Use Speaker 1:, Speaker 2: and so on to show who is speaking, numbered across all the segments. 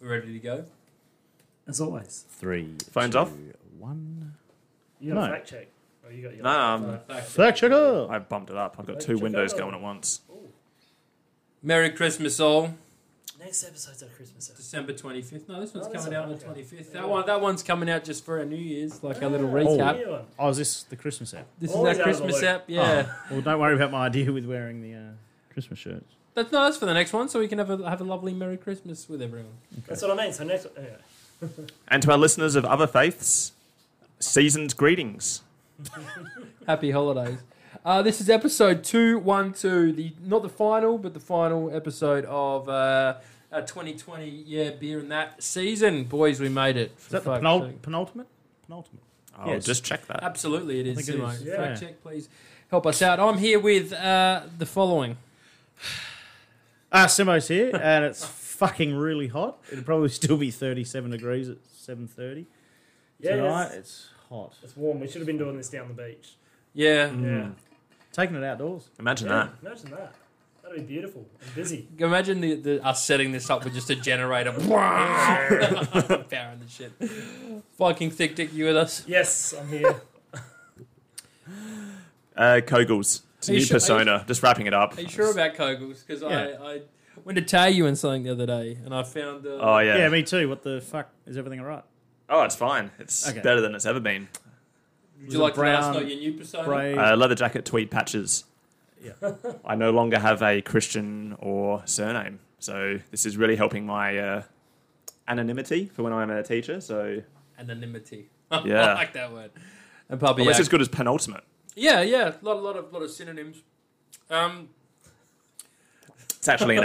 Speaker 1: We're ready to go.
Speaker 2: As always.
Speaker 3: Three.
Speaker 4: Phones
Speaker 3: two,
Speaker 4: off?
Speaker 3: One.
Speaker 2: You got
Speaker 3: No.
Speaker 2: a fact check. Oh, you got your
Speaker 4: No, um,
Speaker 3: Fact checker.
Speaker 4: I bumped it up. I've got
Speaker 2: Fact
Speaker 4: two
Speaker 2: checker.
Speaker 4: windows going at once.
Speaker 1: Merry Christmas, all.
Speaker 2: Next episode's our Christmas episode.
Speaker 1: December 25th. No, this one's
Speaker 2: Oh, that's
Speaker 1: coming
Speaker 2: all
Speaker 1: out on the
Speaker 2: right, okay.
Speaker 1: 25th. That one, that one's coming out just for our New Year's, like a little
Speaker 2: Oh,
Speaker 1: recap.
Speaker 2: new one.
Speaker 3: Oh, is this the Christmas app?
Speaker 1: This
Speaker 2: Always
Speaker 1: is our
Speaker 2: out of the
Speaker 1: Christmas
Speaker 2: loop.
Speaker 1: app. Yeah.
Speaker 3: Well, don't worry about my idea with wearing the uh, Christmas shirt.
Speaker 1: That's no, that's for the next one, so we can have a have a lovely Merry Christmas with everyone.
Speaker 2: That's what I mean. So next anyway.
Speaker 4: And to our listeners of other faiths, seasoned greetings.
Speaker 1: Happy holidays. Uh, this is episode two one two. The not the final, but the final episode of uh, our 2020 yeah beer and that season, boys. We made it.
Speaker 3: Is that the penul- penultimate? Penultimate.
Speaker 4: I'll
Speaker 3: Yes.
Speaker 4: just check that.
Speaker 1: Absolutely, it is.
Speaker 3: think it
Speaker 1: Simo.
Speaker 3: is,
Speaker 2: yeah.
Speaker 1: Fact check, please help us out. I'm here with uh, the following.
Speaker 3: Ah, Simo's here, and it's fucking really hot. It'll probably still be 37 degrees at 7.30
Speaker 2: Yeah,
Speaker 3: tonight.
Speaker 2: it's,
Speaker 3: It's hot.
Speaker 2: it's warm. We should have been doing this down the beach.
Speaker 1: Yeah,
Speaker 2: Yeah.
Speaker 3: Taking it outdoors.
Speaker 4: Hmm. Imagine
Speaker 2: yeah.
Speaker 4: that.
Speaker 2: Imagine that. That'd be beautiful and busy.
Speaker 1: imagine the, the us setting this up with just a generator. Power and the shit. Fucking thick dick, you with us?
Speaker 2: Yes, I'm here.
Speaker 4: Uh, Kogels. It's a
Speaker 1: Are you
Speaker 4: new
Speaker 1: sure- are you-
Speaker 4: persona. Just wrapping it up.
Speaker 1: Are you sure about Kogels? Because
Speaker 3: Yeah.
Speaker 1: I, I went to tag you in something the other day, and I found. Uh,
Speaker 4: Oh yeah.
Speaker 3: Yeah. me too. What the fuck? Is everything all right?
Speaker 4: Oh, it's fine. It's
Speaker 3: Okay.
Speaker 4: better than it's ever been.
Speaker 1: would
Speaker 3: was
Speaker 1: you
Speaker 3: a
Speaker 1: like to let us
Speaker 3: brown
Speaker 1: know your new persona?
Speaker 3: Brave.
Speaker 4: Uh, leather jacket, tweed patches.
Speaker 3: Yeah.
Speaker 4: I no longer have a Christian or surname, so this is really helping my uh, anonymity for when I'm a teacher. So
Speaker 1: Anonymity. I
Speaker 4: Yeah.
Speaker 1: like that word. And probably
Speaker 4: well, it's
Speaker 1: yeah.
Speaker 4: as oh, good as penultimate.
Speaker 1: yeah, yeah, lot, lot of, lot of synonyms. Um,
Speaker 4: It's actually an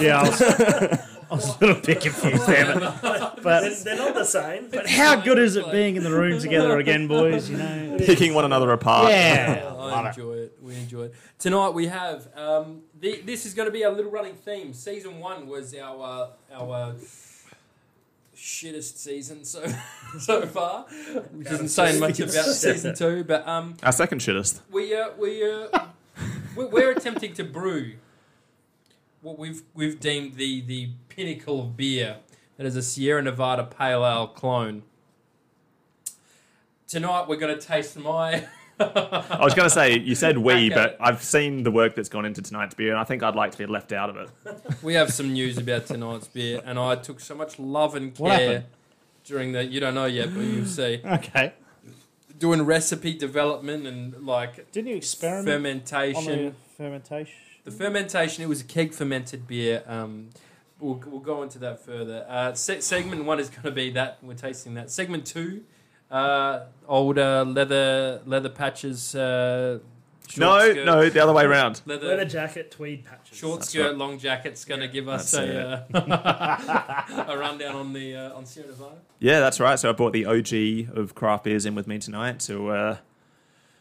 Speaker 3: yeah, I was, I was a little bit confused there. But,
Speaker 2: they're,
Speaker 3: but
Speaker 2: they're not the same, but
Speaker 3: how good is it being in the room together again, boys? You know?
Speaker 4: Picking one another apart.
Speaker 3: Yeah.
Speaker 1: I enjoy it. We enjoy it. Tonight we have um, the, this is going to be our little running theme. Season one was our uh, our uh, shittest season so so far, which isn't saying much about season two. But um,
Speaker 4: Our second shittest.
Speaker 1: we uh, we uh, we- we're attempting to brew what we've we've deemed the the pinnacle of beer that is a Sierra Nevada Pale Ale clone. Tonight we're going to taste my. Oh,
Speaker 4: I was going to say, you said we,
Speaker 1: Back at
Speaker 4: but
Speaker 1: it.
Speaker 4: I've seen the work that's gone into tonight's beer, and I think I'd like to be left out of it.
Speaker 1: We have some news about tonight's beer, and I took so much love and
Speaker 3: What
Speaker 1: care
Speaker 3: happened?
Speaker 1: during the. You don't know yet, but you'll see.
Speaker 3: Okay.
Speaker 1: Doing recipe development and like
Speaker 3: Didn't you experiment on the
Speaker 1: fermentation.
Speaker 3: fermentation?
Speaker 1: The fermentation. It was a keg fermented beer. Um, we'll, we'll go into that further. Uh, se- segment one is going to be that we're tasting that. Segment two, uh, older leather leather patches. Uh, short
Speaker 4: No,
Speaker 1: skirt-
Speaker 4: no, the other way around.
Speaker 2: leather jacket, tweed patches.
Speaker 1: Short
Speaker 4: That's
Speaker 1: skirt,
Speaker 4: right.
Speaker 1: long jacket's going to give us
Speaker 4: That's
Speaker 1: a, uh, a rundown on the uh, on Sierra Nevada.
Speaker 4: Yeah, that's right. So I brought the OG of craft beers in with me tonight. So uh,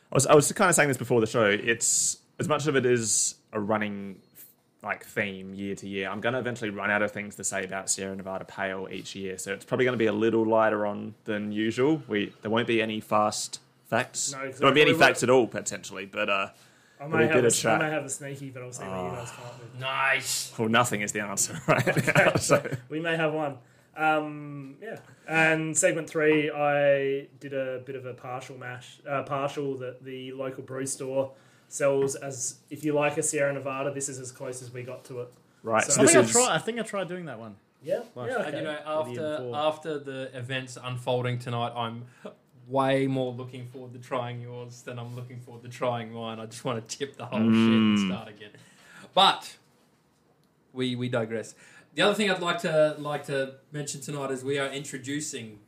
Speaker 4: I was I was kind of saying this before the show. It's as much of it is a running like theme year to year. I'm going to eventually run out of things to say about Sierra Nevada Pale each year. So it's probably going to be a little lighter on than usual. We there won't be any fast facts.
Speaker 2: No,
Speaker 4: there
Speaker 2: 'cause
Speaker 4: won't be any
Speaker 2: we were-
Speaker 4: facts at all potentially. But uh,
Speaker 2: I
Speaker 4: But
Speaker 2: may,
Speaker 4: he
Speaker 2: have
Speaker 4: did
Speaker 2: a, I
Speaker 4: a track. Ah.
Speaker 2: may have a sneaky, but I'll see what you guys come up with.
Speaker 1: Nice.
Speaker 4: well, nothing is the answer right now. So
Speaker 2: We may have one. Um, yeah. And segment three, I did a bit of a partial mash, uh, partial that the local brew store sells as if you like a Sierra Nevada, this is as close as we got to it.
Speaker 4: right.
Speaker 2: So-
Speaker 4: So,
Speaker 3: I
Speaker 4: this
Speaker 3: think, I,
Speaker 4: is.
Speaker 3: try, I think I tried doing that one.
Speaker 2: Yeah.
Speaker 3: Nice.
Speaker 2: Yeah.
Speaker 1: And you know,
Speaker 2: Okay.
Speaker 3: Idiom
Speaker 1: after
Speaker 3: four.
Speaker 1: after the events unfolding tonight, I'm way more looking forward to trying yours than I'm looking forward to trying mine. I just want to tip the whole
Speaker 4: Mm.
Speaker 1: shit and start again. But we we digress. The other thing I'd like to like to mention tonight is we are introducing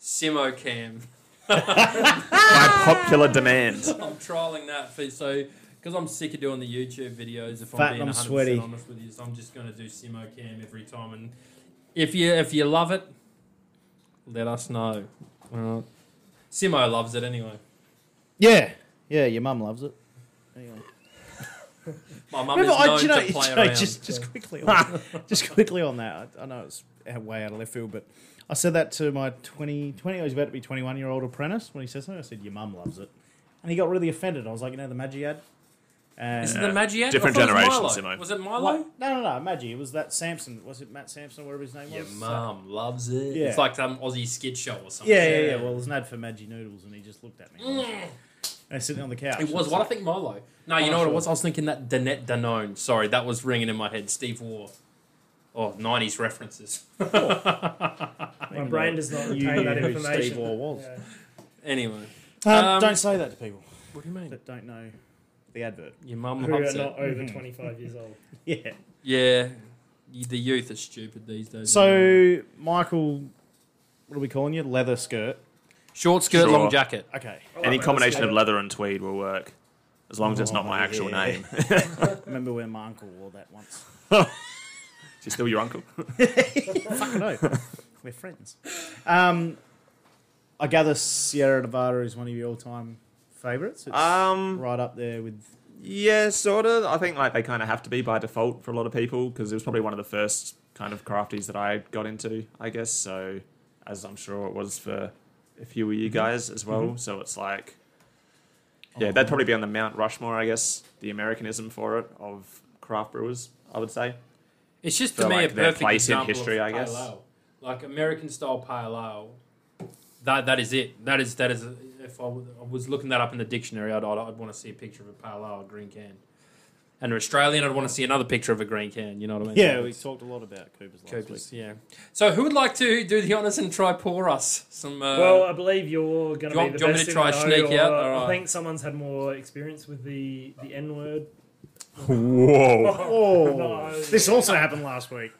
Speaker 1: Simocam.
Speaker 4: by popular demand.
Speaker 1: I'm trialing that for so because I'm sick of doing the YouTube videos. If
Speaker 3: Fat
Speaker 1: I'm being
Speaker 3: and I'm
Speaker 1: 100
Speaker 3: sweaty.
Speaker 1: honest with you, so I'm just going to do Simo Cam every time. And if you if you love it, let us know. Alright. Simo loves it anyway.
Speaker 3: Yeah. Yeah, your mum loves it. Anyway.
Speaker 1: My mum is
Speaker 3: Remember,
Speaker 1: known
Speaker 3: I, you know,
Speaker 1: to play
Speaker 3: you know,
Speaker 1: around.
Speaker 3: just just quickly, on, just quickly on that. I, I know it's way out of left field, but I said that to my 20, 20 I was about to be 21 year old apprentice when he said something. I said, Your mum loves it. And he got really offended. I was like, You know, the Maggi ad? And uh,
Speaker 1: Is it the Magiad?
Speaker 4: Different
Speaker 1: I thought it
Speaker 4: generation,
Speaker 1: was Milo.
Speaker 4: Simo.
Speaker 1: Was it Milo?
Speaker 3: What? No, no, no, Maggi. It was that Samson. Was it Matt Sampson or whatever his name
Speaker 1: Your
Speaker 3: was?
Speaker 1: mum loves it.
Speaker 3: Yeah.
Speaker 1: It's like some Aussie skid show or something.
Speaker 3: Yeah, yeah, yeah. Well, there's an ad for Maggi noodles, and he just looked at me. And I was sitting on the couch.
Speaker 1: Mm. It was
Speaker 3: I
Speaker 1: what I think Milo. No, you
Speaker 3: Oh,
Speaker 1: know what
Speaker 3: sure.
Speaker 1: it was. I was thinking that Danette Danone. Sorry, that was ringing in my head. Steve War. Oh, 90s references.
Speaker 2: My brain does not
Speaker 3: You
Speaker 2: retain that
Speaker 3: knew who Steve
Speaker 2: information.
Speaker 3: Waugh was.
Speaker 2: Yeah.
Speaker 1: anyway,
Speaker 3: Um,
Speaker 1: Um,
Speaker 3: don't say that to people
Speaker 1: what do you mean?
Speaker 3: that don't know the advert.
Speaker 1: Your mum
Speaker 2: Who are
Speaker 1: loves it.
Speaker 2: not over
Speaker 3: Mhm.
Speaker 2: 25 years old.
Speaker 3: Yeah.
Speaker 1: Yeah, Y- the youth are stupid these days.
Speaker 3: So, Michael, what are we calling you? Leather skirt.
Speaker 1: short skirt, long
Speaker 4: Sure.
Speaker 1: jacket.
Speaker 3: Okay.
Speaker 4: Any combination of
Speaker 2: leather.
Speaker 4: leather and tweed will work, as long as it's not my
Speaker 3: Oh,
Speaker 4: actual
Speaker 3: yeah.
Speaker 4: name.
Speaker 3: Remember when my uncle wore that once?
Speaker 4: She's still your uncle.
Speaker 3: Fucking no. We're friends. Um, I gather Sierra Nevada is one of your all time favourites. It's
Speaker 4: Um,
Speaker 3: right up there with.
Speaker 4: yeah, sort of. I think like they kind of have to be by default for a lot of people because it was probably one of the first kind of crafties that I got into, I guess. So, as I'm sure it was for a few of you guys as well. So it's like, yeah, that'd probably be on the Mount Rushmore, I guess, the Americanism for it of craft brewers, I would say.
Speaker 1: It's just
Speaker 4: For,
Speaker 1: to me
Speaker 4: like,
Speaker 1: a
Speaker 4: their
Speaker 1: perfect
Speaker 4: place in
Speaker 1: example
Speaker 4: history,
Speaker 1: of
Speaker 4: I guess.
Speaker 1: Pale ale. Like American style pale ale, that that is it. That is that is. If I w- I was looking that up in the dictionary, I'd, I'd, I'd want to see a picture of a pale ale, a green can. And an Australian, I'd want to see another picture of a green can. You know what I mean?
Speaker 3: Yeah, we talked a lot about Cooper's last week.
Speaker 1: Copious, yeah. So who would like to do the honors and try pour us some? Uh,
Speaker 2: Well, I believe you're going
Speaker 1: do you
Speaker 2: to be
Speaker 1: want-
Speaker 2: the
Speaker 1: do you want
Speaker 2: best
Speaker 1: me to
Speaker 2: in the
Speaker 1: try
Speaker 2: know,
Speaker 1: sneak out?
Speaker 2: or I
Speaker 1: Alright.
Speaker 2: think someone's had more experience with the, the N word.
Speaker 4: Whoa.
Speaker 3: Oh,
Speaker 2: No.
Speaker 3: this also happened last week.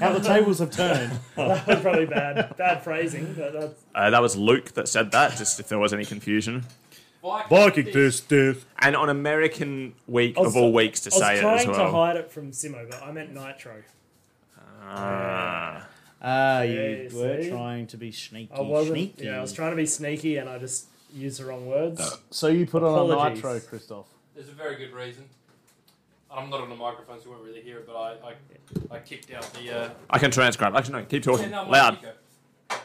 Speaker 3: How the tables have turned.
Speaker 2: that was probably bad, bad phrasing, but that's
Speaker 4: Uh, that was Luke that said that, just if there was any confusion.
Speaker 3: death.
Speaker 4: And on American week
Speaker 2: I was-
Speaker 4: of all weeks to
Speaker 2: I was
Speaker 4: say it as
Speaker 2: trying to
Speaker 4: well.
Speaker 2: hide it from Simo, but I meant Nitro.
Speaker 4: Ah.
Speaker 3: Ah, you
Speaker 2: Yeah,
Speaker 3: were
Speaker 2: see?
Speaker 3: trying to be sneaky.
Speaker 2: I wasn't.
Speaker 3: sneaky. Uh,
Speaker 2: Yeah, I was trying to be sneaky, and I just used the wrong words.
Speaker 3: so you put on a
Speaker 2: Apologies.
Speaker 3: nitro, Christoph.
Speaker 1: There's a very good reason. I'm not on the microphone, so you won't really hear it. But I, I, I kicked out the. Uh,
Speaker 4: I can transcribe. Actually, no, keep talking.
Speaker 1: no,
Speaker 4: Loud.
Speaker 1: Mike, you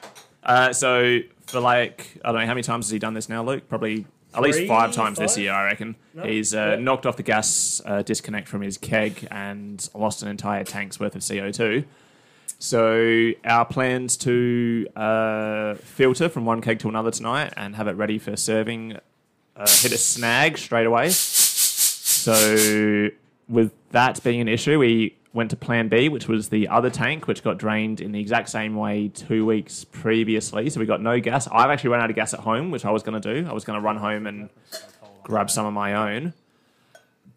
Speaker 1: go.
Speaker 4: Uh, so, for like, I don't know, how many times has he done this now, Luke? Probably at least
Speaker 2: Three,
Speaker 4: five times this
Speaker 2: five?
Speaker 4: year, I reckon.
Speaker 2: No,
Speaker 4: He's
Speaker 2: yeah.
Speaker 4: uh, knocked off the gas uh, disconnect from his keg and lost an entire tank's worth of CO2. So, our plans to uh, filter from one keg to another tonight and have it ready for serving uh, hit a snag straight away. So, with that being an issue, we went to plan B, which was the other tank, which got drained in the exact same way two weeks previously. So, we got no gas. I've actually run out of gas at home, which I was going to do. I was going to run home and grab some of my own.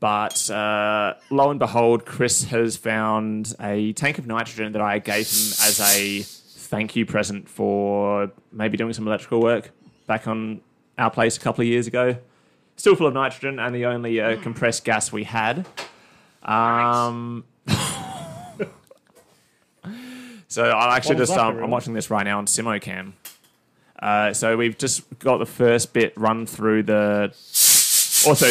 Speaker 4: But uh, lo and behold, Chris has found a tank of nitrogen that I gave him as a thank you present for maybe doing some electrical work back on our place a couple of years ago. Still full of nitrogen and the only uh, compressed gas we had. Um, so I'm actually
Speaker 3: Bottoms
Speaker 4: just
Speaker 3: up,
Speaker 4: um, I'm
Speaker 3: everyone.
Speaker 4: watching this right now on Simocam. Uh, so we've just got the first bit run through the. Also,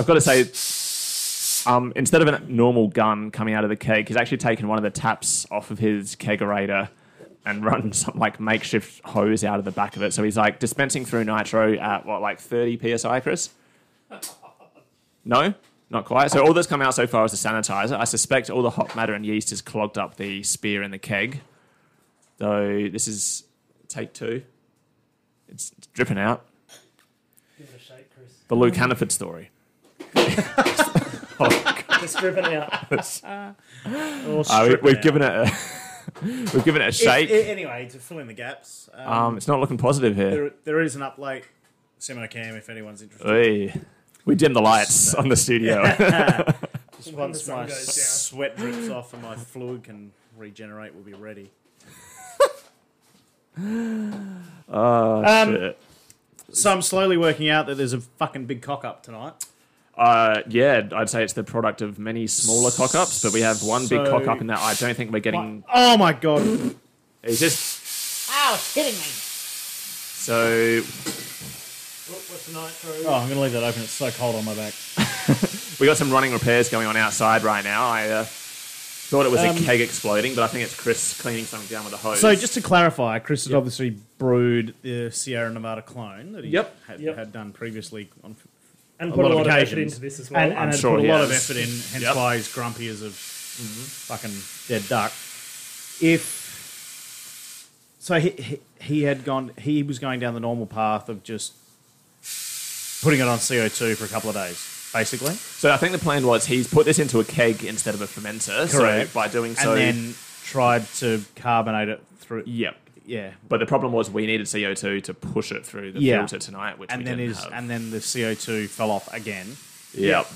Speaker 4: I've got to say, um, instead of a normal gun coming out of the keg, he's actually taken one of the taps off of his kegerator and run some like makeshift hose out of the back of it. So he's like dispensing through nitro at what like 30 psi, Chris? No, not quite. So all that's come out so far is the sanitizer. I suspect all the hot matter and yeast has clogged up the spear in the keg. Though this is take two. It's dripping out.
Speaker 2: Give it a shake, Chris.
Speaker 4: The Luke Hannaford story.
Speaker 2: Just dripping out.
Speaker 3: Or
Speaker 4: Uh, we,
Speaker 3: strip
Speaker 4: we've
Speaker 3: it out.
Speaker 4: given it a we've given it a
Speaker 3: If-
Speaker 4: shake.
Speaker 3: i- anyway, to fill in the gaps, um,
Speaker 4: um, it's not looking positive here.
Speaker 3: there, there is an uplate Semicam if anyone's interested.
Speaker 4: Oi. We dimmed the lights on the studio.
Speaker 3: Just
Speaker 2: When the
Speaker 3: once
Speaker 2: sun
Speaker 3: my
Speaker 2: goes down.
Speaker 3: sweat drips off and my fluid can regenerate, we'll be ready.
Speaker 4: oh
Speaker 3: Um,
Speaker 4: shit.
Speaker 3: So I'm slowly working out that there's a fucking big cock up tonight.
Speaker 4: Uh, yeah, I'd say it's the product of many smaller cock ups, but we have one big
Speaker 3: So-
Speaker 4: cock up in that I don't think we're getting.
Speaker 3: Oh my god!
Speaker 4: It's just
Speaker 5: Oh, it's hitting me.
Speaker 4: so
Speaker 2: Look, what's the Nitro?
Speaker 3: Oh, I'm gonna leave that open. It's so cold on my back.
Speaker 4: we got some running repairs going on outside right now. I uh, thought it was
Speaker 3: Um,
Speaker 4: a keg exploding, but I think it's Chris cleaning something down with a hose.
Speaker 3: So just to clarify, Chris had obviously brewed the Sierra Nevada clone that he
Speaker 4: Yep.
Speaker 3: Had,
Speaker 2: Yep.
Speaker 3: had done previously on
Speaker 2: and
Speaker 3: a
Speaker 2: put
Speaker 3: lot
Speaker 2: a
Speaker 3: of
Speaker 2: lot of effort
Speaker 3: occasions.
Speaker 2: into this as well.
Speaker 3: and, and had
Speaker 4: sure
Speaker 3: put a
Speaker 4: he
Speaker 3: lot of
Speaker 4: has.
Speaker 3: effort in, hence
Speaker 4: Yep.
Speaker 3: why he's grumpy as a Mm-hmm. fucking dead duck. If so, he, he he had gone. He was going down the normal path of just putting it on CO two for a couple of days, basically.
Speaker 4: so I think the plan was he's put this into a keg instead of a fermenter. So by doing so,
Speaker 3: and then tried to carbonate it through.
Speaker 4: yep.
Speaker 3: Yeah,
Speaker 4: But the problem was we needed CO two to push it through the
Speaker 3: Yeah.
Speaker 4: filter tonight, which we
Speaker 3: and then
Speaker 4: didn't
Speaker 3: his
Speaker 4: have.
Speaker 3: and then the CO two fell off again,
Speaker 4: yep.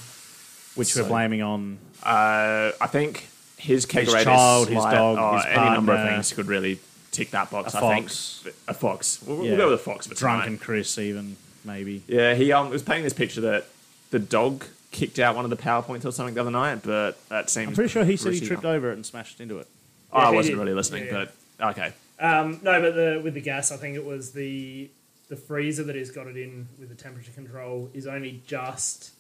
Speaker 3: which
Speaker 4: So-
Speaker 3: we're blaming on
Speaker 4: Uh, I think his kegerator,
Speaker 3: child, his
Speaker 4: slight-
Speaker 3: dog,
Speaker 4: oh,
Speaker 3: his
Speaker 4: any number of
Speaker 3: partner.
Speaker 4: things could really tick that box.
Speaker 3: A
Speaker 4: I
Speaker 3: fox.
Speaker 4: think a fox. We'll, we'll
Speaker 3: Yeah.
Speaker 4: go with a fox, but
Speaker 3: drunken
Speaker 4: tonight.
Speaker 3: Chris, even maybe.
Speaker 4: Yeah, he um, was painting this picture that the dog kicked out one of the powerpoints or something the other night, but that seems.
Speaker 3: I'm pretty sure he said he
Speaker 4: pretty-
Speaker 3: tripped over it and smashed into it.
Speaker 4: Oh,
Speaker 2: Yeah,
Speaker 4: I
Speaker 2: he
Speaker 4: wasn't
Speaker 2: did.
Speaker 4: really listening,
Speaker 2: Yeah.
Speaker 4: but okay.
Speaker 2: Um, no, but the, with the gas, I think it was the the freezer that he's got it in with the temperature control is only just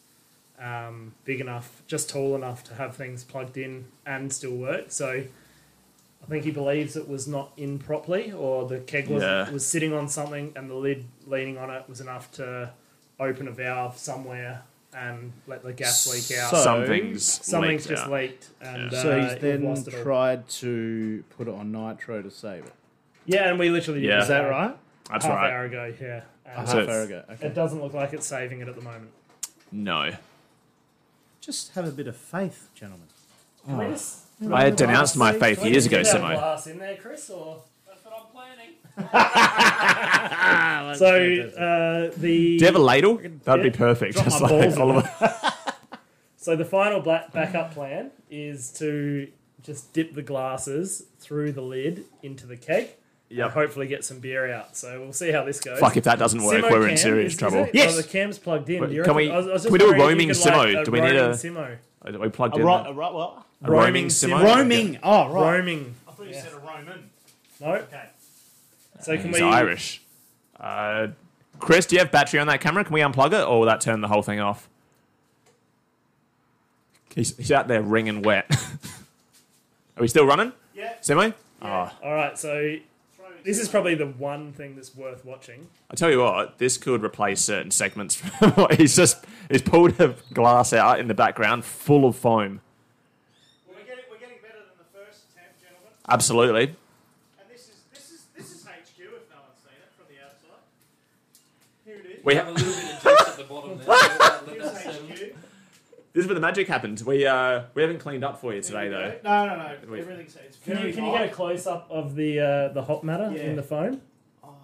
Speaker 2: um, big enough, just tall enough to have things plugged in and still work. So I think he believes it was not in properly, or the keg was
Speaker 4: Yeah.
Speaker 2: was sitting on something, and the lid leaning on it was enough to open a valve somewhere and let the gas leak out.
Speaker 3: So-
Speaker 4: Some things.
Speaker 2: Something's
Speaker 4: leaked
Speaker 2: just
Speaker 4: out.
Speaker 2: leaked, and
Speaker 4: Yeah.
Speaker 2: uh,
Speaker 3: so he's
Speaker 2: you've
Speaker 3: then
Speaker 2: lost it all.
Speaker 3: tried to put it on nitro to save it.
Speaker 2: Yeah, and we literally did
Speaker 4: Yeah.
Speaker 3: Is that right?
Speaker 4: That's
Speaker 2: half
Speaker 4: right.
Speaker 2: hour ago. Yeah,
Speaker 3: A
Speaker 2: and
Speaker 3: half
Speaker 4: So-
Speaker 3: hour ago. Okay.
Speaker 2: it doesn't look like it's saving it at the moment.
Speaker 4: No.
Speaker 3: Just have a bit of faith, gentlemen.
Speaker 2: Can we just-
Speaker 4: Oh. I had denounced my
Speaker 2: Can
Speaker 4: faith
Speaker 2: we
Speaker 4: years
Speaker 2: just
Speaker 4: ago,
Speaker 2: get our
Speaker 4: Simo.
Speaker 2: glass in there, Chris, or-
Speaker 1: That's what I'm planning.
Speaker 3: Ah,
Speaker 2: So uh, the
Speaker 4: Do you have a ladle? That'd
Speaker 2: Yeah.
Speaker 4: be perfect.
Speaker 3: Drop
Speaker 4: Just
Speaker 3: my balls
Speaker 4: like
Speaker 3: in
Speaker 4: Oliver.
Speaker 2: so the final black backup plan is to just dip the glasses through the lid into the keg. And
Speaker 4: Yep.
Speaker 2: hopefully get some beer out. So we'll see how this goes.
Speaker 4: Fuck, if that doesn't work,
Speaker 2: Simo
Speaker 4: we're in
Speaker 2: cam,
Speaker 4: serious
Speaker 2: is- is
Speaker 4: trouble.
Speaker 2: it?
Speaker 3: Yes.
Speaker 2: Oh, the cam's plugged in.
Speaker 4: Wait,
Speaker 2: Do you
Speaker 4: can
Speaker 2: reckon-
Speaker 4: we-
Speaker 2: I was- I was
Speaker 4: can
Speaker 2: just
Speaker 4: we do a
Speaker 2: wondering if you
Speaker 4: roaming
Speaker 2: could,
Speaker 4: Simo?
Speaker 2: like,
Speaker 4: Do we need
Speaker 2: roaming
Speaker 4: a-
Speaker 2: Simo?
Speaker 4: We plugged
Speaker 3: a,
Speaker 4: in
Speaker 3: ro-
Speaker 4: that.
Speaker 3: a ro- what?
Speaker 4: a roaming
Speaker 2: roaming
Speaker 4: Simo.
Speaker 2: Simo.
Speaker 3: Roaming. Oh, right.
Speaker 2: Roaming.
Speaker 3: I thought you said a Roman.
Speaker 2: No.
Speaker 3: Okay.
Speaker 2: So can
Speaker 4: He's
Speaker 2: we?
Speaker 4: Irish. Uh, Chris, do you have battery on that camera? Can we unplug it, or will that turn the whole thing off? He's, he's out there wringing wet. Are we still running?
Speaker 3: Yeah.
Speaker 4: Semi? Oh,
Speaker 2: All right. So this is probably the one thing that's worth watching.
Speaker 4: I tell you what, this could replace certain segments. From what he's just he's pulled a glass out in the background, full of foam.
Speaker 3: We're getting, we're getting better than the first attempt, gentlemen.
Speaker 4: Absolutely.
Speaker 3: And this is this is this is HQ if no one's seen it from the outside. Here it is.
Speaker 4: We
Speaker 1: have a
Speaker 4: ha-
Speaker 1: little bit of juice at the bottom there. Let that settle.
Speaker 4: this is where the magic happens. We uh, we haven't cleaned up for you today though.
Speaker 3: No, no, no.
Speaker 4: Wait.
Speaker 3: Everything's it's
Speaker 2: Can you
Speaker 3: very
Speaker 2: can you get a close up of the uh, the hot matter
Speaker 3: Yeah.
Speaker 2: in the foam?
Speaker 3: Oh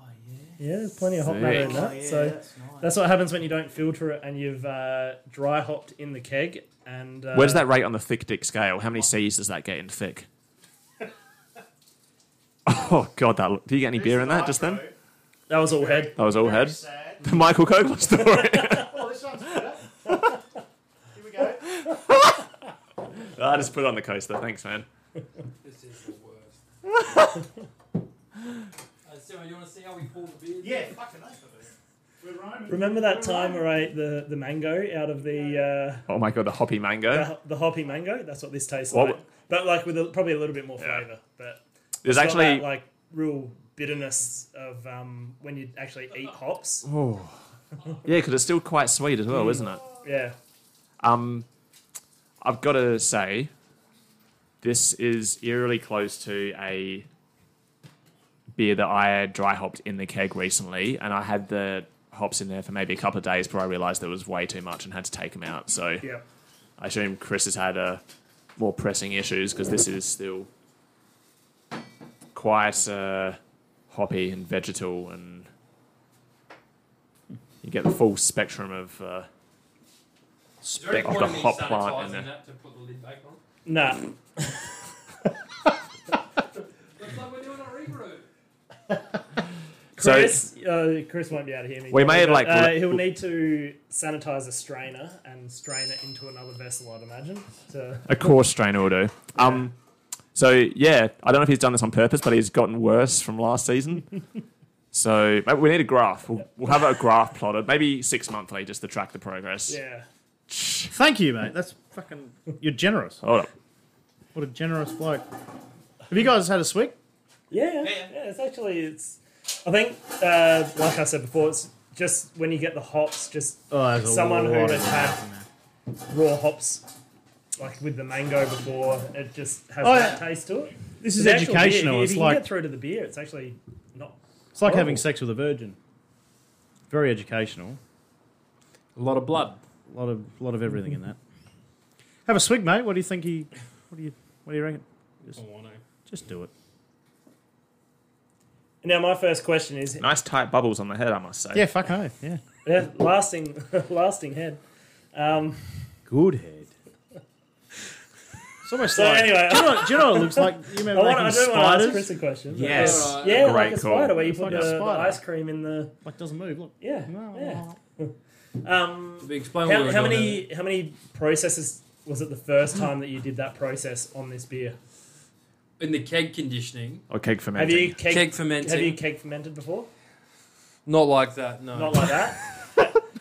Speaker 2: Yeah, there's plenty of hot
Speaker 4: Sick.
Speaker 2: matter
Speaker 3: yeah.
Speaker 2: in that.
Speaker 3: Oh, yeah,
Speaker 2: so
Speaker 3: that's nice.
Speaker 2: that's what happens when you don't filter it and you've uh, dry hopped in the keg. And uh,
Speaker 4: Where's that rate on the thick dick scale? How many C's does that get in thick? oh god, that look. Do you get any beer in that just then?
Speaker 2: That was all head.
Speaker 4: That was all
Speaker 5: Very
Speaker 4: head.
Speaker 5: sad.
Speaker 4: The Michael Kogler story.
Speaker 5: Oh, this one's better. Here we go.
Speaker 4: I just put it on the coaster. Thanks, man.
Speaker 1: This is the worst. uh, Sarah, you want to see how we pull the beard?
Speaker 5: Yeah, fucking nice. We're Roman.
Speaker 2: Remember that time where I ate the, the mango out of the, uh,
Speaker 4: Oh my god, the hoppy mango.
Speaker 2: the the hoppy mango? That's what this tastes
Speaker 4: Well,
Speaker 2: like. But like with a, probably a little bit more
Speaker 4: Yeah.
Speaker 2: flavour. But
Speaker 4: There's
Speaker 2: It's got
Speaker 4: actually
Speaker 2: that, like real bitterness of um, when you actually eat hops.
Speaker 4: Oh. Yeah, because it's still quite sweet as well, isn't it?
Speaker 2: Yeah,
Speaker 4: Um, I've got to say, this is eerily close to a beer that I dry hopped in the keg recently, and I had the hops in there for maybe a couple of days before I realised there was way too much and had to take them out. So
Speaker 2: yeah.
Speaker 4: I assume Chris has had uh, more pressing issues because this is still quite uh, hoppy and vegetal, and you get the full spectrum of. Uh,
Speaker 1: Is there any
Speaker 4: spec of
Speaker 1: point
Speaker 4: the
Speaker 1: in me
Speaker 4: hop plant in
Speaker 1: sanitising
Speaker 4: there.
Speaker 1: that to put the lid back on?
Speaker 2: Nah,
Speaker 1: Looks like we're doing a regroup.
Speaker 4: So-
Speaker 2: Chris. uh, Chris won't be able to hear me.
Speaker 4: We may have,
Speaker 2: But,
Speaker 4: like,
Speaker 2: uh,
Speaker 4: re-
Speaker 2: he'll need to sanitize a strainer and strain it into another vessel. I'd imagine. So,
Speaker 4: A coarse strainer will do. Um, so yeah, I don't know if he's done this on purpose, but he's gotten worse from last season. so maybe we need a graph. We'll, we'll have a graph plotted, maybe six monthly, just to track the progress.
Speaker 2: yeah.
Speaker 3: Thank you, mate. That's fucking. You're generous.
Speaker 4: Hold up.
Speaker 3: What a generous bloke. Have you guys had a swig?
Speaker 2: Yeah, yeah,
Speaker 1: yeah.
Speaker 2: yeah, It's actually it's. I think, uh, like I said before, it's just when you get the hops, just
Speaker 3: Oh, there's a
Speaker 2: Someone who
Speaker 3: lot
Speaker 2: has
Speaker 3: of
Speaker 2: had- raw hops, like with the mango before, it just has
Speaker 3: Oh,
Speaker 2: that taste to it.
Speaker 3: This is
Speaker 2: The actual
Speaker 3: educational.
Speaker 2: Beer, if
Speaker 3: it's
Speaker 2: you
Speaker 3: like
Speaker 2: can get through to the beer, it's actually not.
Speaker 3: it's like
Speaker 2: horrible.
Speaker 3: having sex with a virgin. Very educational.
Speaker 1: A lot of blood.
Speaker 3: A lot of lot of everything in that. Have a swig, mate. What do you think he? What do you? What do you reckon?
Speaker 1: I want to.
Speaker 3: Just do it.
Speaker 2: Now, my first question is:
Speaker 4: Nice tight bubbles on the head, I must say.
Speaker 3: Yeah, fuck no. Yeah,
Speaker 2: yeah, lasting, lasting head. Um,
Speaker 3: good head. It's almost
Speaker 2: so
Speaker 3: like.
Speaker 2: anyway,
Speaker 3: Do you,
Speaker 2: I,
Speaker 3: know, do you know what it looks like? You remember
Speaker 2: want,
Speaker 3: making
Speaker 2: I do want to
Speaker 3: spiders?
Speaker 2: ask Chris a question. but-
Speaker 4: Yes.
Speaker 1: Alright.
Speaker 2: Yeah, like
Speaker 4: Great
Speaker 2: a
Speaker 4: call.
Speaker 2: spider where you put
Speaker 3: Like a
Speaker 2: the, the
Speaker 3: spider.
Speaker 2: ice cream in the
Speaker 3: Like doesn't move. Look. Oh.
Speaker 2: yeah yeah. Um,
Speaker 1: Did we explain what we
Speaker 2: how,
Speaker 1: were
Speaker 2: how
Speaker 1: doing
Speaker 2: many how many processes was it the first time that you did that process on this beer?
Speaker 1: in the keg conditioning,
Speaker 4: Or keg
Speaker 2: Have
Speaker 4: fermenting.
Speaker 2: you keg,
Speaker 1: keg fermenting.
Speaker 2: have you keg fermented before?
Speaker 1: Not like that. No.
Speaker 2: Not like that.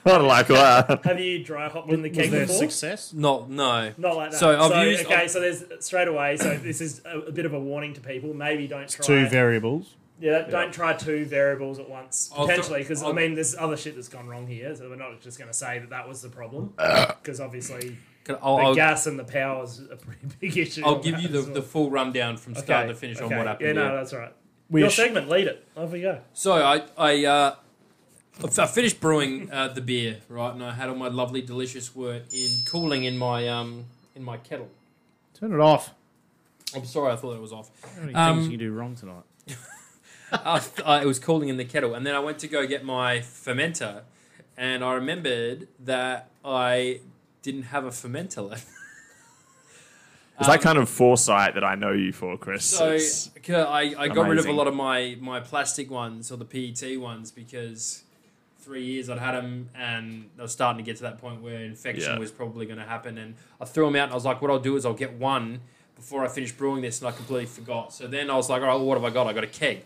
Speaker 4: Not like that.
Speaker 2: Have you dry hopped in the
Speaker 3: Was
Speaker 2: keg
Speaker 3: there
Speaker 2: before?
Speaker 3: success?
Speaker 1: Not no.
Speaker 2: Not like that.
Speaker 1: So I've used-
Speaker 2: okay, so there's straight away. So this is a, a bit of a warning to people. Maybe don't try
Speaker 3: Two variables.
Speaker 2: yeah, don't try two variables at once
Speaker 1: I'll
Speaker 2: potentially because I
Speaker 1: I'll-
Speaker 2: mean there's other shit that's gone wrong here. So we're not just going to say that that was the problem because obviously
Speaker 1: Can-
Speaker 2: the
Speaker 1: I'll, I'll,
Speaker 2: gas and the power is a pretty big issue.
Speaker 1: I'll
Speaker 2: on
Speaker 1: give
Speaker 2: that
Speaker 1: you the,
Speaker 2: as well.
Speaker 1: the full rundown from start to finish on
Speaker 2: okay.
Speaker 1: what happened.
Speaker 2: Yeah,
Speaker 1: here.
Speaker 2: no, that's all right.
Speaker 3: We
Speaker 2: Your
Speaker 3: ass-
Speaker 2: segment, lead it. Off we go.
Speaker 1: So I I uh, I finished brewing uh, the beer right, and I had all my lovely delicious wort in cooling in my um in my kettle.
Speaker 3: Turn it off.
Speaker 1: I'm sorry, I thought it was off.
Speaker 3: How many
Speaker 1: Um,
Speaker 3: things you can do wrong tonight?
Speaker 1: uh, it was cooling in the kettle, and then I went to go get my fermenter, and I remembered that I didn't have a fermenter left.
Speaker 4: It's that kind of foresight that I know you for, Chris.
Speaker 1: So
Speaker 4: It's-
Speaker 1: c- I, I got rid of a
Speaker 4: amazing.
Speaker 1: lot of my, my plastic ones or the PET ones because three years I'd had them and I was starting to get to that point where infection
Speaker 4: Yeah.
Speaker 1: was probably going to happen. And I threw them out and I was like, what I'll do is I'll get one before I finish brewing this and I completely forgot. So then I was like, all right, well, what have I got? I got a keg.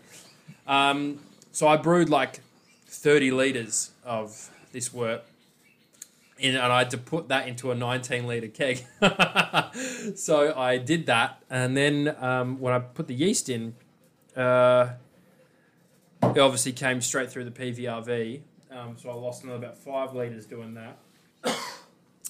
Speaker 1: Um, so I brewed like 30 litres of this wort in, and I had to put that into a 19 liter keg. so I did that, and then um, when I put the yeast in, uh, it obviously came straight through the PVRV. Um, so I lost another about five liters doing that.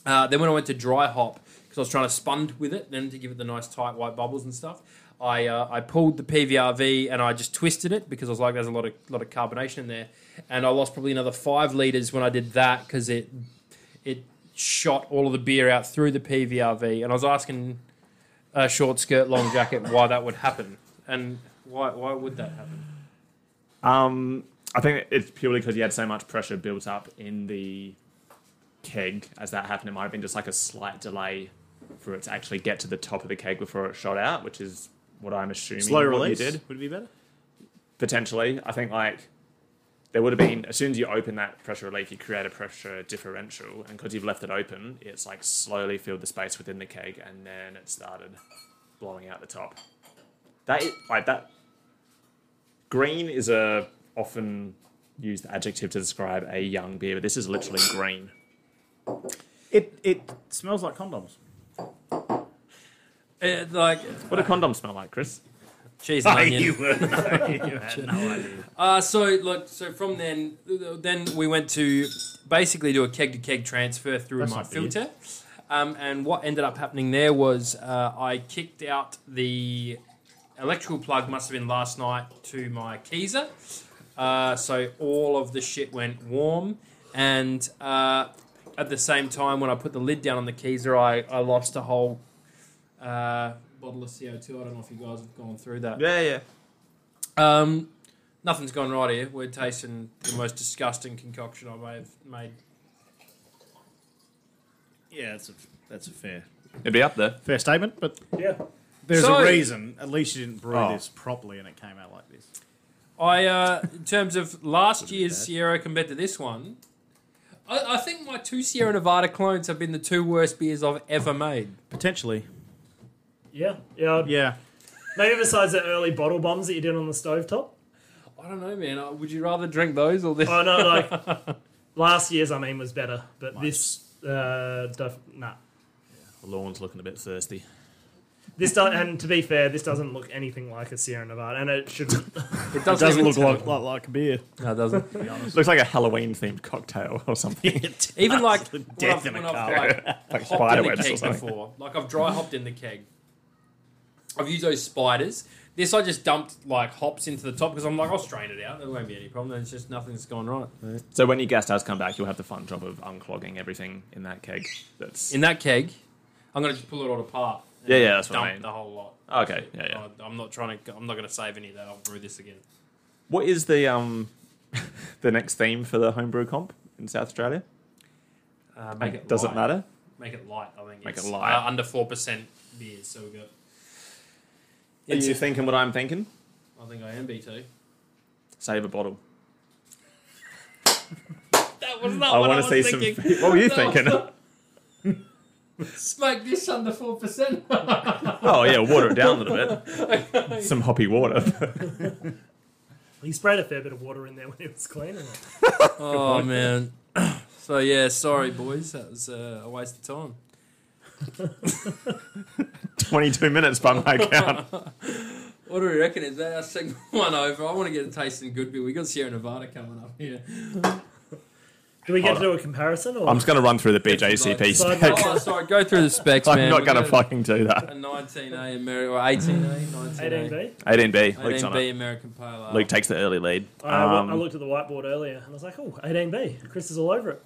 Speaker 1: Uh, then when I went to dry hop, because I was trying to spund with it, then to give it the nice tight white bubbles and stuff, I uh, I pulled the PVRV and I just twisted it because I was like, there's a lot of lot of carbonation in there, and I lost probably another five liters when I did that because it it shot all of the beer out through the PVRV, and I was asking uh, short skirt, long jacket why that would happen, and why why would that happen?
Speaker 4: Um, I think it's purely because you had so much pressure built up in the keg as that happened. It might have been just like a slight delay for it to actually get to the top of the keg before it shot out, which is what I'm assuming
Speaker 3: Slow
Speaker 4: what you
Speaker 3: release
Speaker 4: did
Speaker 3: would it be better.
Speaker 4: potentially. I think like there would have been as soon as you open that pressure relief, you create a pressure differential, and because you've left it open, it's like slowly filled the space within the keg, and then it started blowing out the top. That is, like that. Green is a often used adjective to describe a young beer, but this is literally green.
Speaker 3: It it smells like condoms.
Speaker 1: It, like
Speaker 4: What do condoms smell like, Chris?
Speaker 1: cheese and onion.
Speaker 3: idea.
Speaker 1: Uh, so look, so from then, then we went to basically do a keg to keg transfer through
Speaker 3: That's
Speaker 1: my
Speaker 3: not bad.
Speaker 1: filter, um, and what ended up happening there was uh, I kicked out the electrical plug. Must have been last night to my Keezer, uh, so all of the shit went warm, and uh, at the same time when I put the lid down on the Keezer, I, I lost a whole uh, bottle of CO two. I don't know if you guys have gone through that.
Speaker 4: Yeah, yeah.
Speaker 1: Um, nothing's gone right here. We're tasting the most disgusting concoction I may have made.
Speaker 3: Yeah, that's a that's a fair
Speaker 4: It'd be up there.
Speaker 3: fair statement, but
Speaker 2: Yeah.
Speaker 3: there's
Speaker 1: So-
Speaker 3: a reason. At least you didn't brew
Speaker 4: Oh.
Speaker 3: this properly and it came out like this.
Speaker 1: I, uh, in terms of last
Speaker 3: Pretty
Speaker 1: year's
Speaker 3: bad.
Speaker 1: Sierra compared to this one, I, I think my two Sierra Nevada clones have been the two worst beers I've ever made.
Speaker 3: Potentially,
Speaker 2: Yeah. Yeah.
Speaker 3: yeah.
Speaker 2: Maybe besides the early bottle bombs that you did on the stovetop.
Speaker 1: I don't know, man. Uh, Would you rather drink those or this?
Speaker 3: Uh,
Speaker 2: Oh, no, like last year's, I mean, was better, but
Speaker 3: Mine.
Speaker 2: this, uh, def- nah.
Speaker 4: The lawn's looking a bit thirsty.
Speaker 2: This does, and to be fair, this doesn't look anything like a Sierra Nevada, and it should.
Speaker 1: It
Speaker 3: It
Speaker 1: doesn't,
Speaker 3: doesn't
Speaker 1: even
Speaker 3: look
Speaker 1: tell
Speaker 3: like, like, like a beer.
Speaker 1: No, it doesn't. To be honest.
Speaker 4: Looks like a Halloween themed cocktail or something.
Speaker 1: Even like when
Speaker 3: death
Speaker 1: I've,
Speaker 3: in a
Speaker 1: when I've
Speaker 3: car.
Speaker 1: like
Speaker 4: like
Speaker 1: hopped in the
Speaker 4: spiderwebs or
Speaker 1: keg
Speaker 4: something.
Speaker 1: before. Like I've dry hopped in the keg. I've used those spiders. This I just dumped like hops into the top because I'm like I'll strain it out. There won't be any problem. There's just nothing that's gone right.
Speaker 4: So when your gas does come back, you'll have the fun job of unclogging everything in that keg. That's
Speaker 1: In that keg, I'm gonna just pull it all apart. and
Speaker 4: Yeah, yeah, that's what
Speaker 1: dump
Speaker 4: I mean.
Speaker 1: the whole lot.
Speaker 4: okay. Yeah, yeah.
Speaker 1: I- I'm not trying to. I'm not gonna save any of that. I'll brew this again.
Speaker 4: What is the um the next theme for the homebrew comp in South Australia?
Speaker 1: Uh, make it
Speaker 4: Does
Speaker 1: light.
Speaker 4: it matter?
Speaker 1: Make it light. I think.
Speaker 4: Make
Speaker 1: it's,
Speaker 4: it light.
Speaker 1: Uh, under four percent beer. So we got.
Speaker 4: Are you
Speaker 1: Yeah.
Speaker 4: thinking what I'm thinking?
Speaker 1: I think I am B2.
Speaker 4: Save a bottle.
Speaker 1: That was not
Speaker 4: I
Speaker 1: what I
Speaker 4: want
Speaker 1: was
Speaker 4: to see
Speaker 1: thinking.
Speaker 4: some. What were you
Speaker 1: That was
Speaker 4: thinking?
Speaker 1: not- Smoke this under four percent.
Speaker 4: Oh yeah, water it down a little bit. Some hoppy water.
Speaker 2: He sprayed a fair bit of water in there when it was cleaning it.
Speaker 1: Oh man. So yeah, sorry boys, that was uh, a waste of time.
Speaker 4: Twenty-two minutes by my count.
Speaker 1: What do we reckon? Is that our segment one over? I want to get a taste in good beer. We got Sierra Nevada coming up here.
Speaker 2: Do we get to
Speaker 4: Hold
Speaker 2: do a comparison, or
Speaker 4: I'm just gonna run through the BJCP
Speaker 2: Side
Speaker 4: spec.
Speaker 1: Oh, sorry, go through the specs, man.
Speaker 4: I'm not
Speaker 1: We
Speaker 4: gonna
Speaker 1: got
Speaker 4: fucking do
Speaker 1: A
Speaker 4: that.
Speaker 1: 19A American or 18A, 19A,
Speaker 2: 18B?
Speaker 4: 18B. Luke's on
Speaker 1: 18B
Speaker 4: it.
Speaker 1: American Pale Ale.
Speaker 4: Luke takes the early lead.
Speaker 2: I, I
Speaker 4: Um,
Speaker 2: looked at the whiteboard earlier and I was like, oh, 18B. Chris is all over it.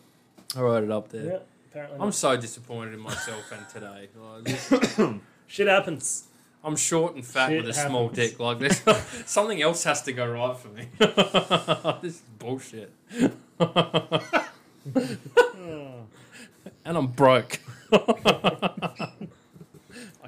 Speaker 1: I wrote it up there.
Speaker 2: Yeah, apparently.
Speaker 1: I'm
Speaker 2: not.
Speaker 1: so disappointed in myself and today. Like, this-
Speaker 2: Shit happens.
Speaker 1: I'm short and fat
Speaker 2: Shit
Speaker 1: with a small
Speaker 2: happens.
Speaker 1: dick. Like this, something else has to go right for me. this is bullshit. and I'm broke.
Speaker 3: I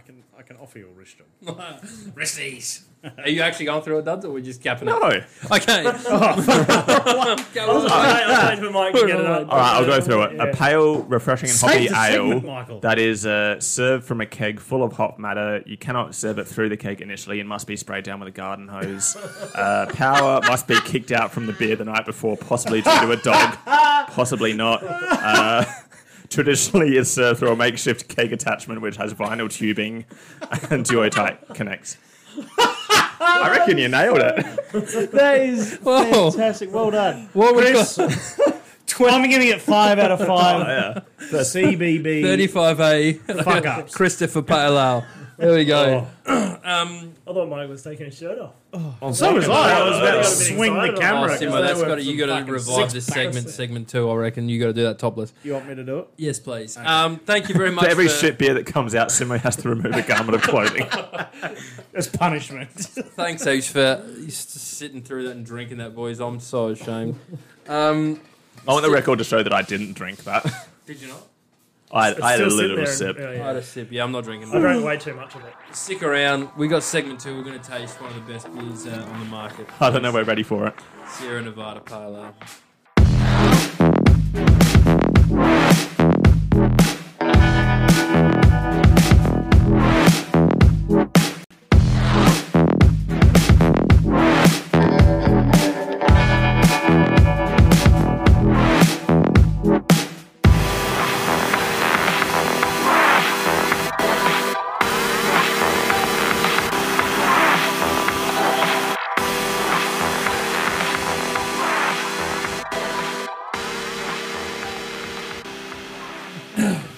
Speaker 3: can I can offer you a wrist job.
Speaker 1: Wristies. Are you actually going through it, Duds, or are we just gapping
Speaker 4: No. Oh.
Speaker 1: it?
Speaker 4: All right,
Speaker 1: Okay.
Speaker 2: I was
Speaker 1: Go on.
Speaker 2: afraid- I was afraid we might get it up.
Speaker 4: I'll go through it. A pale, refreshing and hoppy
Speaker 3: Save the
Speaker 4: ale.
Speaker 3: segment, Michael.
Speaker 4: That is uh, served from a keg full of hop matter. You cannot serve it through the keg initially and must be sprayed down with a garden hose. Uh, power must be kicked out from the beer the night before, possibly due to a dog, possibly not. Uh, traditionally, is served through a makeshift keg attachment which has vinyl tubing and duotite connects. I reckon you nailed it.
Speaker 3: That is
Speaker 1: Whoa.
Speaker 3: fantastic. Well done.
Speaker 1: What would
Speaker 3: Chris, I'm giving it five out of five.
Speaker 4: Yeah.
Speaker 3: The CBB.
Speaker 1: 35A.
Speaker 3: Fuck ups. Oh.
Speaker 1: Christopher Pale Ale. There we go. Um,
Speaker 2: I thought Mike was taking his shirt off.
Speaker 3: So was I. I was about to
Speaker 2: Yeah.
Speaker 3: swing the
Speaker 2: Excited
Speaker 1: oh,
Speaker 3: camera.
Speaker 2: about it.
Speaker 1: Simo,
Speaker 2: They
Speaker 1: that's
Speaker 2: were
Speaker 1: got to, you got
Speaker 3: fucking
Speaker 1: to revive
Speaker 3: six
Speaker 1: this
Speaker 3: packs.
Speaker 1: segment, segment two. I reckon you got to do that topless.
Speaker 3: You want me to do it?
Speaker 1: Yes, please. Um, thank you very much.
Speaker 4: For every
Speaker 1: for-
Speaker 4: shit beer that comes out, Simo has to remove a garment of clothing.
Speaker 3: As punishment.
Speaker 1: Thanks, H, for sitting through that and drinking that, boys. I'm so ashamed. Um,
Speaker 4: I want the record to show that I didn't drink that.
Speaker 1: Did you not?
Speaker 4: I,
Speaker 2: It's
Speaker 4: I had a
Speaker 2: still sitting
Speaker 4: little
Speaker 2: there
Speaker 4: sip.
Speaker 2: and- yeah,
Speaker 1: I
Speaker 2: yeah.
Speaker 1: had a sip. Yeah, I'm not drinking
Speaker 2: I
Speaker 1: that.
Speaker 2: drank way too much of it.
Speaker 1: Stick around. We got segment two. We're going to taste one of the best beers uh, on the market.
Speaker 4: I don't know. We're ready for it.
Speaker 1: Sierra Nevada Pale Ale.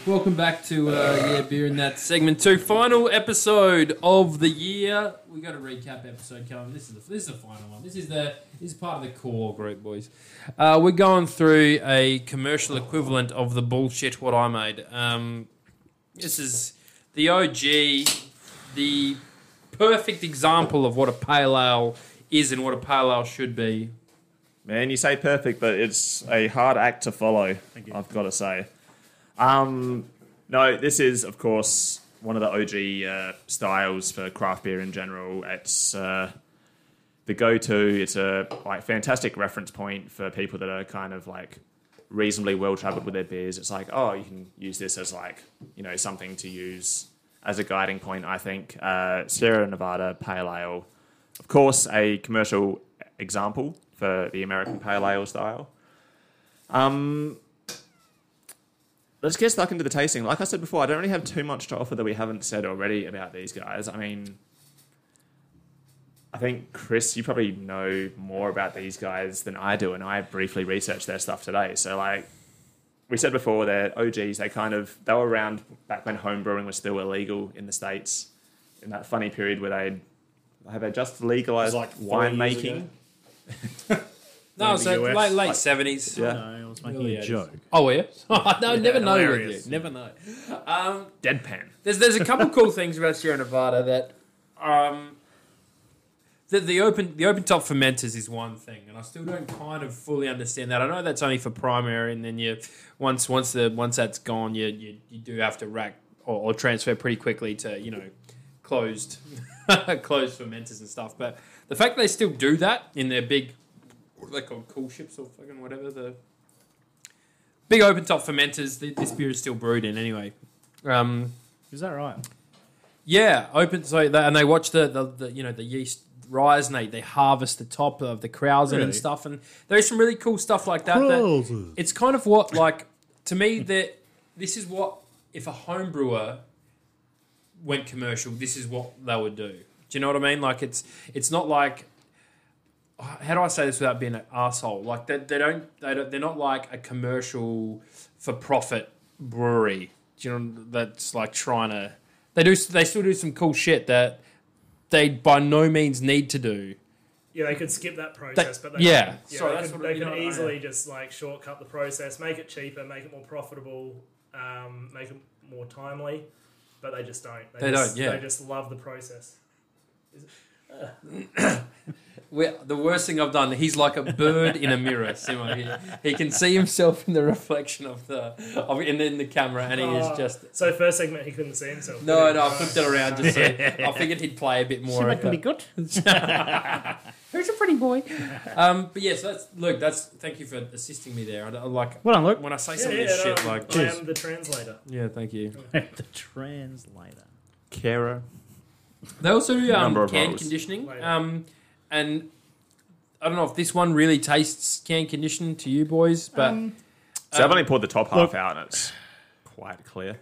Speaker 1: Welcome back to uh, Yeah Beer and That segment two, final episode of the year. We got a recap episode coming. This is the this is the final one. This is the this is part of the core group, boys. Uh, we're going through a commercial equivalent of the bullshit what I made. Um, this is the OG, the perfect example of what a pale ale is and what a pale ale should be.
Speaker 4: Man, you say perfect, but it's a hard act to follow. I've got to say. Um, no, this is of course one of the OG uh, styles for craft beer in general. It's uh, the go-to. It's a like fantastic reference point for people that are kind of like reasonably well traveled with their beers. It's like, oh, you can use this as like you know something to use as a guiding point. I think uh, Sierra Nevada Pale Ale, of course, a commercial example for the American Pale Ale style. Um, let's get stuck into the tasting. Like I said before, I don't really have too much to offer that we haven't said already about these guys. I mean, I think Chris, you probably know more about these guys than I do, and I briefly researched their stuff today. So like. We said before that OGs, they kind of they were around back when home brewing was still illegal in the states, in that funny period where they have they
Speaker 6: It
Speaker 4: just
Speaker 6: was
Speaker 4: legalized
Speaker 6: like four years
Speaker 4: winemaking.
Speaker 6: ago.
Speaker 1: No,
Speaker 2: In the
Speaker 1: so
Speaker 2: US.
Speaker 1: late late seventies.
Speaker 4: Yeah.
Speaker 3: No, I was making
Speaker 1: Early
Speaker 3: a
Speaker 1: 80s.
Speaker 3: joke.
Speaker 1: Oh, yeah. no, never know. With
Speaker 2: hilarious.
Speaker 1: you. Never know. Um,
Speaker 4: Deadpan.
Speaker 1: There's there's a couple cool things about Sierra Nevada that um the, the open the open top fermenters is one thing, and I still don't kind of fully understand that. I know that's only for primary, and then you once once the once that's gone, you you, you do have to rack or, or transfer pretty quickly to you know closed closed fermenters and stuff. But the fact they still do that in their big what are they called cool ships or fucking whatever the big open top fermenters, th- this beer is still brewed in anyway. Um,
Speaker 3: Is that right?
Speaker 1: yeah, open so they, and they watch the, the, the you know the yeast rise and they, they harvest the top of the krausen
Speaker 3: Really?
Speaker 1: and stuff and there's some really cool stuff like that. that it's kind of what like to me that this is what if a home brewer went commercial, this is what they would do. Do you know what I mean? Like it's it's not like how do I say this without being an asshole? Like they, they don't they don't they're not like a commercial for profit brewery. Do you know that's like trying to they do they still do some cool shit that they by no means need to do.
Speaker 2: Yeah, they could skip that process, but they
Speaker 1: yeah.
Speaker 2: Yeah,
Speaker 1: Sorry,
Speaker 2: they
Speaker 1: that's
Speaker 2: could,
Speaker 1: what- you
Speaker 2: they could
Speaker 1: know what I mean.
Speaker 2: easily just like shortcut the process, make it cheaper, make it more profitable, um, make it more timely, but they just don't.
Speaker 1: They
Speaker 2: just,
Speaker 1: don't, yeah.
Speaker 2: They just love the process.
Speaker 1: we the worst thing I've done. He's like a bird in a mirror. Simo. He, he can see himself in the reflection of the of, and in the camera, and he
Speaker 2: Oh.
Speaker 1: is just
Speaker 2: So first segment, he couldn't see himself.
Speaker 1: Ah. no,
Speaker 2: could he?
Speaker 1: no. I flipped it around just so I figured he'd play a bit more. of that.
Speaker 3: good.
Speaker 1: Who's a pretty boy? Um, but yes, that's look. That's thank you for assisting me there. I, I like
Speaker 3: Well done, Luke.
Speaker 1: when I say
Speaker 2: Yeah,
Speaker 1: some
Speaker 2: yeah,
Speaker 1: of this
Speaker 2: no,
Speaker 1: shit. Like
Speaker 2: I am the translator.
Speaker 1: yeah, thank you.
Speaker 3: the translator.
Speaker 4: Carer.
Speaker 1: They also do um,
Speaker 4: Number of
Speaker 1: can
Speaker 4: rows.
Speaker 1: conditioning.
Speaker 2: Later.
Speaker 1: Um, and I don't know if this one really tastes can conditioned to you boys, but
Speaker 4: So
Speaker 2: Um,
Speaker 4: I've only poured the top half out, and it's quite clear.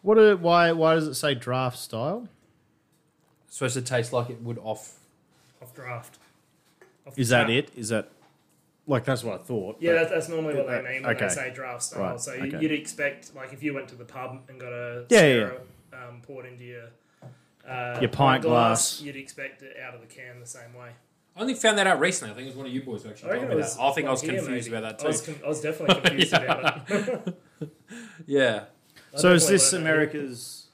Speaker 3: What? do- why? Why does it say draft style?
Speaker 1: it's supposed to taste like it would off
Speaker 2: Off draft. Off the
Speaker 3: Is that
Speaker 2: tap.
Speaker 3: it? Is that like that's what I thought?
Speaker 2: Yeah,
Speaker 3: but-
Speaker 2: that, that's normally what they mean when
Speaker 3: Okay.
Speaker 2: they say draft style.
Speaker 3: Right,
Speaker 2: So
Speaker 3: okay.
Speaker 2: you'd expect, like, if you went to the pub and got a
Speaker 3: Yeah,
Speaker 2: Sierra, Um, poured into your uh,
Speaker 3: Your pint glass.
Speaker 2: you'd expect it out of the can the same way.
Speaker 1: I only found that out recently. I think it was one of you boys who actually told me that. I think I was
Speaker 2: here,
Speaker 1: confused
Speaker 2: maybe.
Speaker 1: about that
Speaker 2: I was,
Speaker 1: too.
Speaker 2: con- I was definitely confused about it.
Speaker 1: Yeah.
Speaker 2: I
Speaker 3: so is this
Speaker 2: definitely learned that.
Speaker 3: America's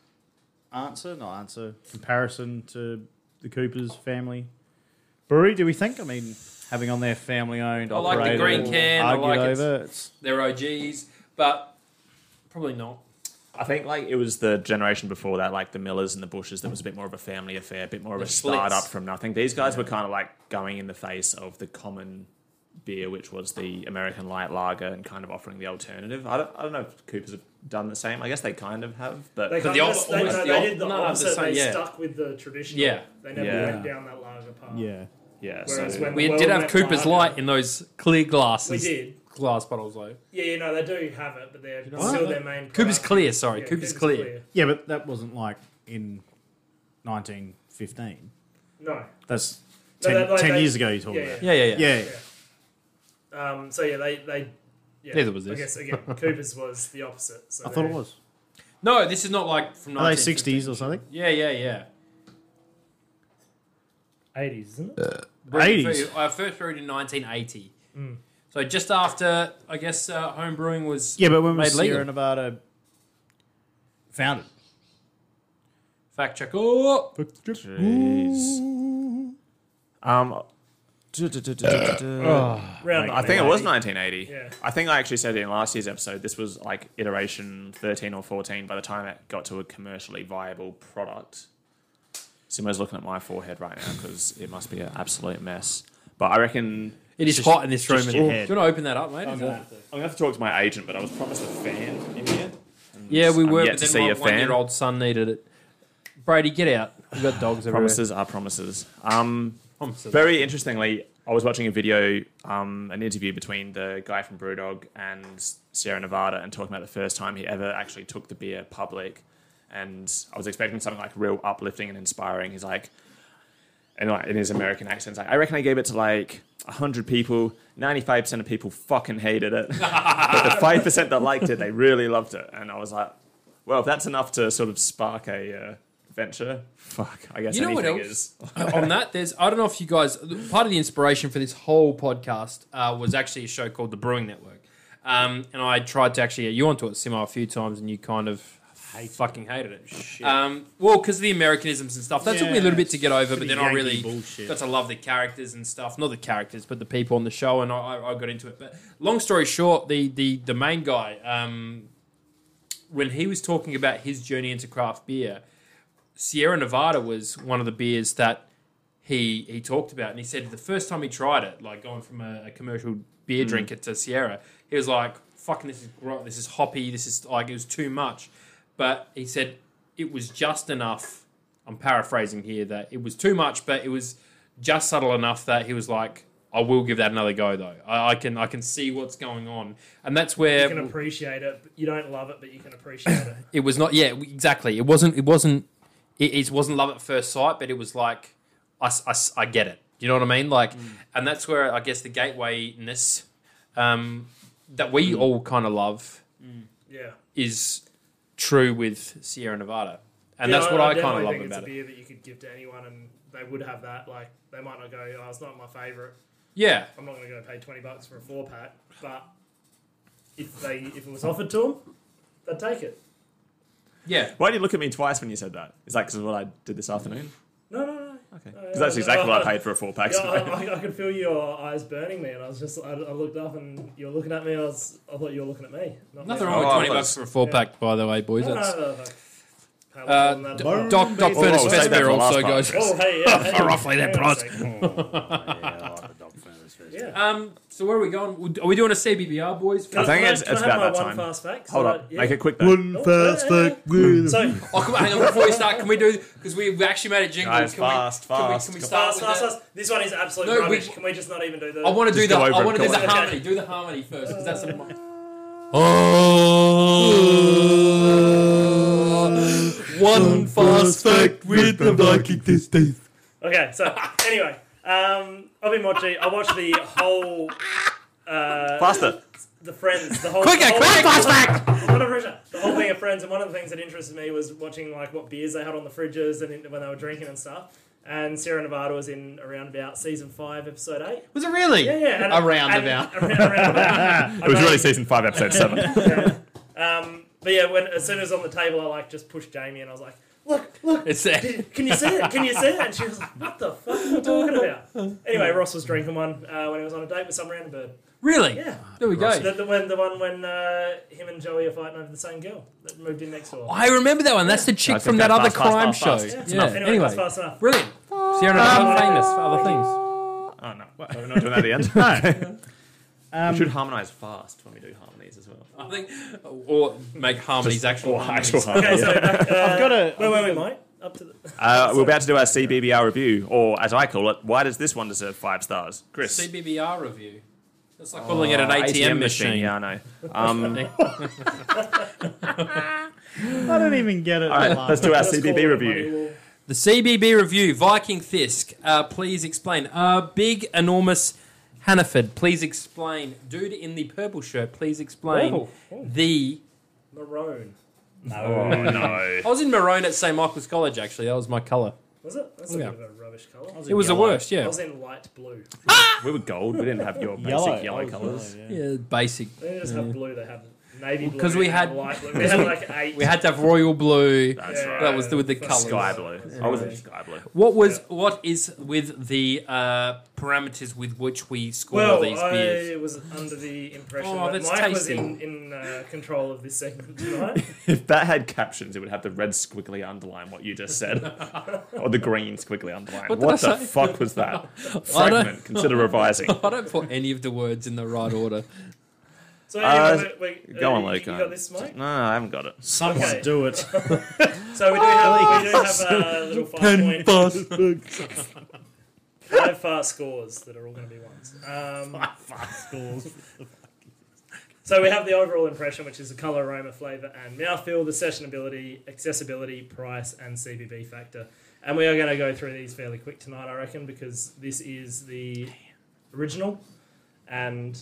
Speaker 3: answer? Not answer. Comparison to the Cooper's family brewery? Do we think? I mean, having on their family-owned,
Speaker 1: I like the
Speaker 3: operated,
Speaker 1: green can, I
Speaker 3: argued
Speaker 1: like it.
Speaker 3: over. It's,
Speaker 1: They're OGs, but probably not.
Speaker 4: I think like it was the generation before that, like the Millers and the Bushes, that was a bit more of a family affair, a bit more of
Speaker 1: The
Speaker 4: a
Speaker 1: Schlitz.
Speaker 4: startup from nothing. These guys were kind of like going in the face of the common beer, which was the American light lager, and kind of offering the alternative. I don't, I don't know if Coopers have done the same. I guess they kind of have, but
Speaker 2: They,
Speaker 1: But
Speaker 2: kind
Speaker 1: the
Speaker 2: of
Speaker 1: op-
Speaker 2: just- they,
Speaker 1: almost
Speaker 2: they,
Speaker 1: the
Speaker 2: they
Speaker 1: op-
Speaker 2: did the
Speaker 1: no, no, the
Speaker 2: opposite. they
Speaker 1: same, yeah.
Speaker 2: stuck with the traditional.
Speaker 1: Yeah.
Speaker 2: They never
Speaker 4: Yeah.
Speaker 2: went down that lager path.
Speaker 3: yeah.
Speaker 4: yeah.
Speaker 2: Whereas
Speaker 4: so-
Speaker 2: when-
Speaker 1: We
Speaker 2: Well,
Speaker 1: did have
Speaker 2: that
Speaker 1: Cooper's
Speaker 2: lager.
Speaker 1: Light in those clear glasses.
Speaker 2: We did.
Speaker 1: Glass bottles, though.
Speaker 2: Yeah, you know, they do have it, but they're
Speaker 1: know
Speaker 2: still
Speaker 1: what?
Speaker 2: their main product.
Speaker 1: Cooper's Clear, sorry.
Speaker 2: Yeah,
Speaker 1: Cooper's, clear.
Speaker 3: Yeah, but that wasn't like in 1915.
Speaker 2: No.
Speaker 3: That's
Speaker 2: No,
Speaker 3: 10,
Speaker 2: that- like
Speaker 3: 10
Speaker 2: they-
Speaker 3: years ago you're talking
Speaker 2: yeah,
Speaker 3: about.
Speaker 1: Yeah, yeah, yeah.
Speaker 3: Yeah.
Speaker 2: Um, so yeah, they they. Yeah,
Speaker 1: Neither was
Speaker 2: I
Speaker 1: this.
Speaker 2: guess again, Cooper's was the opposite. So
Speaker 3: I thought it was.
Speaker 1: No, this is not like from
Speaker 3: Are they
Speaker 1: 1950.
Speaker 3: 60s or something?
Speaker 1: Yeah, yeah, yeah.
Speaker 2: eighties, isn't it?
Speaker 1: Brewed-
Speaker 3: 80s.
Speaker 1: I uh, first brewed in 1980.
Speaker 2: Hmm.
Speaker 1: So just after, I guess, uh, home brewing was
Speaker 3: Yeah, but when was
Speaker 1: Made legal.
Speaker 3: Sierra Nevada founded?
Speaker 1: fact check. Oh,
Speaker 4: Jeez. Um,
Speaker 2: Uh, Round
Speaker 4: Oh. I think it was
Speaker 2: not.
Speaker 4: 1980.
Speaker 2: Yeah.
Speaker 4: I think I actually said in last year's episode this was like iteration 13 or 14 by the time it got to a commercially viable product. Simo's looking at my forehead right now because it must be an absolute mess. But I reckon
Speaker 1: it is hot in this room.
Speaker 3: just
Speaker 1: isn't
Speaker 3: your
Speaker 1: it?
Speaker 3: head.
Speaker 1: Do you want to open that up, mate?
Speaker 2: Oh,
Speaker 1: Is that-
Speaker 4: I'm going to have to talk to my agent, but I was promised a fan in here.
Speaker 1: Yeah, we
Speaker 4: I'm
Speaker 1: were,
Speaker 4: yet
Speaker 1: but
Speaker 4: to
Speaker 1: then
Speaker 4: see
Speaker 1: my
Speaker 4: a fan.
Speaker 1: one-year-old son needed it. Brady, get out. We've got dogs everywhere.
Speaker 4: Promises are promises. Um,
Speaker 1: promise. Very
Speaker 4: Very interestingly, I was watching a video, um, an interview between the guy from Brewdog and Sierra Nevada, and talking about the first time he ever actually took the beer public. And I was expecting something like real uplifting and inspiring. He's like, and like in his American accent, he's like, I reckon I gave it to like hundred people. Ninety-five percent of people fucking hated it, but the five percent that liked it, they really loved it. And I was like, well, if that's enough to sort of spark a uh, venture, fuck, I guess
Speaker 1: You know what
Speaker 4: anything
Speaker 1: else?
Speaker 4: is.
Speaker 1: Uh, on that, there's I don't know if you guys part of the inspiration for this whole podcast uh, was actually a show called The Brewing Network, um, and I tried to actually get you onto it, Simo, a few times, and you kind of fucking hated it.
Speaker 6: Shit.
Speaker 1: Um, well, because the Americanisms and stuff that took me a little bit to get over, but
Speaker 6: Pretty
Speaker 1: then I
Speaker 6: Yankee
Speaker 1: really
Speaker 6: bullshit.
Speaker 1: got to love the characters and stuff. Not the characters, but the people on the show, and I, I, I got into it. But long story short, the the the main guy, um, when he was talking about his journey into craft beer, Sierra Nevada was one of the beers that he he talked about, and he said the first time he tried it, like going from a, a commercial beer drinker to Sierra, he was like, "Fucking, this is gro- this is hoppy, this is like it was too much." But he said it was just enough. I'm paraphrasing here that it was too much, but it was just subtle enough that he was like, "I will give that another go, though. I, I can I can see what's going on," and that's where
Speaker 2: You can appreciate it. But you don't love it, but you can appreciate it.
Speaker 1: it was not yeah exactly it wasn't it wasn't it, it wasn't love at first sight but it was like I, s- I s- I get it you know what i mean like
Speaker 2: Mm.
Speaker 1: and that's where i guess the gatewayness um, that we
Speaker 2: Mm.
Speaker 1: all kind of love
Speaker 2: Yeah.
Speaker 1: is true with sierra nevada and
Speaker 2: Yeah,
Speaker 1: that's what i, kind of
Speaker 2: definitely
Speaker 1: love
Speaker 2: think
Speaker 1: about it
Speaker 2: It's a beer that you could give to anyone, and they would have that. Like they might not go, "Oh, it's not my favorite.
Speaker 1: yeah
Speaker 2: I'm not going to go pay twenty bucks for a four pack." But if they if it was offered to them, they'd take it.
Speaker 1: yeah
Speaker 4: Why did you look at me twice when you said that? Is that because of what I did this afternoon?
Speaker 2: No, no, no.
Speaker 4: Okay.
Speaker 2: Oh,
Speaker 4: 'Cause
Speaker 2: yeah,
Speaker 4: that's
Speaker 2: no,
Speaker 4: exactly
Speaker 2: I-
Speaker 4: what I paid for a four pack.
Speaker 2: Yeah, I, I, I could feel your eyes burning me, and I was just I, I looked up, and you were looking at me. and I was I thought you were looking at me. Not
Speaker 1: nothing
Speaker 2: me.
Speaker 1: wrong with
Speaker 4: Oh,
Speaker 1: 20
Speaker 4: close.
Speaker 1: bucks for a four pack by the way boys
Speaker 2: No, no,
Speaker 1: that's
Speaker 2: no, no, no. Can't
Speaker 1: uh,
Speaker 2: look more than
Speaker 1: D-
Speaker 2: that.
Speaker 1: Doc, Doc
Speaker 2: Burn
Speaker 1: Furnace
Speaker 4: Oh, save
Speaker 1: Fest
Speaker 4: that for
Speaker 1: Beer
Speaker 4: the last
Speaker 1: also
Speaker 4: part.
Speaker 1: goes.
Speaker 2: Oh, hey, yeah. hey,
Speaker 1: Far off, lay that
Speaker 2: hang on a
Speaker 1: prod.
Speaker 2: second. Yeah.
Speaker 1: Um, so where are we going? Are we doing a CBBR, boys?
Speaker 2: Can
Speaker 4: I think
Speaker 2: can
Speaker 4: it's-
Speaker 2: can
Speaker 4: it's
Speaker 2: I have
Speaker 4: about
Speaker 2: my
Speaker 4: that
Speaker 2: one
Speaker 4: time.
Speaker 2: fast fact? So
Speaker 4: Hold
Speaker 2: that-
Speaker 4: up,
Speaker 2: yeah.
Speaker 4: make it quick though.
Speaker 2: Oh, fast yeah, fact So,
Speaker 1: Oh, come on, hang on, before we start, can we do? Because we've actually made a jingle.
Speaker 4: Guys,
Speaker 1: can we-
Speaker 4: fast,
Speaker 1: can we,
Speaker 4: fast.
Speaker 1: Can we,
Speaker 4: Come
Speaker 1: start
Speaker 2: fast,
Speaker 1: with
Speaker 2: fast,
Speaker 1: that?
Speaker 2: fast. This one is absolute
Speaker 1: No, we-
Speaker 2: rubbish. Can we just not even do the?
Speaker 1: I want to do
Speaker 4: Just
Speaker 1: the.
Speaker 4: go over
Speaker 1: I
Speaker 4: it,
Speaker 1: want to do the
Speaker 4: come on.
Speaker 1: harmony. Do the harmony first, because that's a. one fast fact with the Viking this day.
Speaker 2: Okay, so anyway, um, I've been watching. I watched the whole. Uh,
Speaker 4: Faster.
Speaker 2: the Friends, the whole. the
Speaker 1: Quicker,
Speaker 2: whole
Speaker 1: quicker, fast fact.
Speaker 2: Not a pressure. The whole thing of Friends, and one of the things that interested me was watching like what beers they had on the fridges and in, when they were drinking and stuff. And Sierra Nevada was in around about season five, episode eight.
Speaker 1: Was it really?
Speaker 2: Yeah, yeah. And,
Speaker 1: Around
Speaker 2: and-
Speaker 1: about.
Speaker 2: Around, around about.
Speaker 4: It was really season five, episode seven.
Speaker 2: Um, but yeah, when as soon as on the table, I like just pushed Jamie and I was like, "Look, look,
Speaker 1: It's there.
Speaker 2: can can you see it? Can you see it?" And she was like, "What the fuck are you talking about?" Anyway, Ross was drinking one uh, when he was on a date with some random bird.
Speaker 1: Really?
Speaker 2: Yeah,
Speaker 1: There we go.
Speaker 2: the, the one, the one when uh, him and Joey are fighting over the same girl that moved in next door.
Speaker 1: I remember that one. That's the chick
Speaker 4: Guys,
Speaker 1: from
Speaker 4: go
Speaker 1: that other
Speaker 4: fast, fast,
Speaker 1: crime
Speaker 4: fast,
Speaker 1: show.
Speaker 4: fast.
Speaker 2: Yeah, it's
Speaker 1: Yeah.
Speaker 2: enough. Anyway, that's
Speaker 1: Anyway,
Speaker 2: fast enough.
Speaker 1: brilliant. Sierra Nevada famous for other things.
Speaker 4: Oh no, we're not doing that at the end. Um, we should harmonise fast when we do harmonies as well.
Speaker 1: I think, or make harmonies actual
Speaker 4: Or
Speaker 1: harmonies.
Speaker 4: actual
Speaker 2: Okay,
Speaker 4: harmonies.
Speaker 2: so back, uh,
Speaker 3: I've got a.
Speaker 2: wait, wait, wait, Mike, up to the.
Speaker 4: Uh, we're about to do our CBBR review, or as I call it, why does this one deserve five stars, Chris?
Speaker 1: CBBR review. That's like calling it an
Speaker 4: Uh,
Speaker 1: ATM, machine.
Speaker 4: Yeah, I know. Um,
Speaker 3: I don't even get it.
Speaker 4: all right, let's do our CBB review.
Speaker 2: review.
Speaker 1: The CBB review, Viking Thisk. Uh, please explain. Uh, big, enormous Hannaford, please explain. Dude in the purple shirt, please explain.
Speaker 2: Oh, oh.
Speaker 1: The.
Speaker 2: Maroon
Speaker 4: Oh no.
Speaker 1: I was in maroon at St. Michael's College, actually. That was my colour.
Speaker 2: was it? That's
Speaker 1: Yeah.
Speaker 2: a bit of a rubbish color.
Speaker 1: It was the worst,
Speaker 2: I
Speaker 1: yeah.
Speaker 2: was in light blue.
Speaker 4: We were gold. We didn't have your basic
Speaker 3: Yellow.
Speaker 4: yellow, colours.
Speaker 1: Yeah, basic.
Speaker 2: They didn't
Speaker 1: Mm.
Speaker 2: just have blue. They had navy blue.
Speaker 1: 'cause we
Speaker 2: and
Speaker 1: had-
Speaker 2: light blue. We had like eight.
Speaker 1: We had to have royal blue.
Speaker 4: That's
Speaker 2: Yeah.
Speaker 4: right.
Speaker 1: That was the, with the colours.
Speaker 4: Sky blue. I was in sky blue.
Speaker 1: What was
Speaker 2: Yeah.
Speaker 1: what is with the uh, parameters with which we score
Speaker 2: well,
Speaker 1: these
Speaker 2: I
Speaker 1: beers?
Speaker 2: was under the impression
Speaker 1: Oh,
Speaker 2: that
Speaker 1: that's
Speaker 2: Mike was
Speaker 1: tasty.
Speaker 2: in, in uh, control of this segment tonight.
Speaker 4: If that had captions, it would have the red squiggly underline what you just said, or the green squiggly underline.
Speaker 1: What
Speaker 4: What,
Speaker 1: did I
Speaker 4: the
Speaker 1: say?
Speaker 4: fuck was that? Fragment. Consider revising.
Speaker 1: I don't put any of the words in the right order.
Speaker 2: So
Speaker 4: Uh,
Speaker 2: anyway, we, we,
Speaker 4: Go
Speaker 2: uh,
Speaker 4: on,
Speaker 2: you-
Speaker 4: Luke.
Speaker 2: You
Speaker 4: uh,
Speaker 2: got this, Mike.
Speaker 4: No, I haven't got it.
Speaker 3: Someone
Speaker 2: Okay.
Speaker 3: do it.
Speaker 2: So we do have we do have a little five point. Five fast scores that are all going to be ones. Um, So we have the overall impression, which is the color, aroma, flavor, and mouthfeel, the sessionability, accessibility, price, and CBB factor. And we are going to go through these fairly quick tonight, I reckon, because this is the original and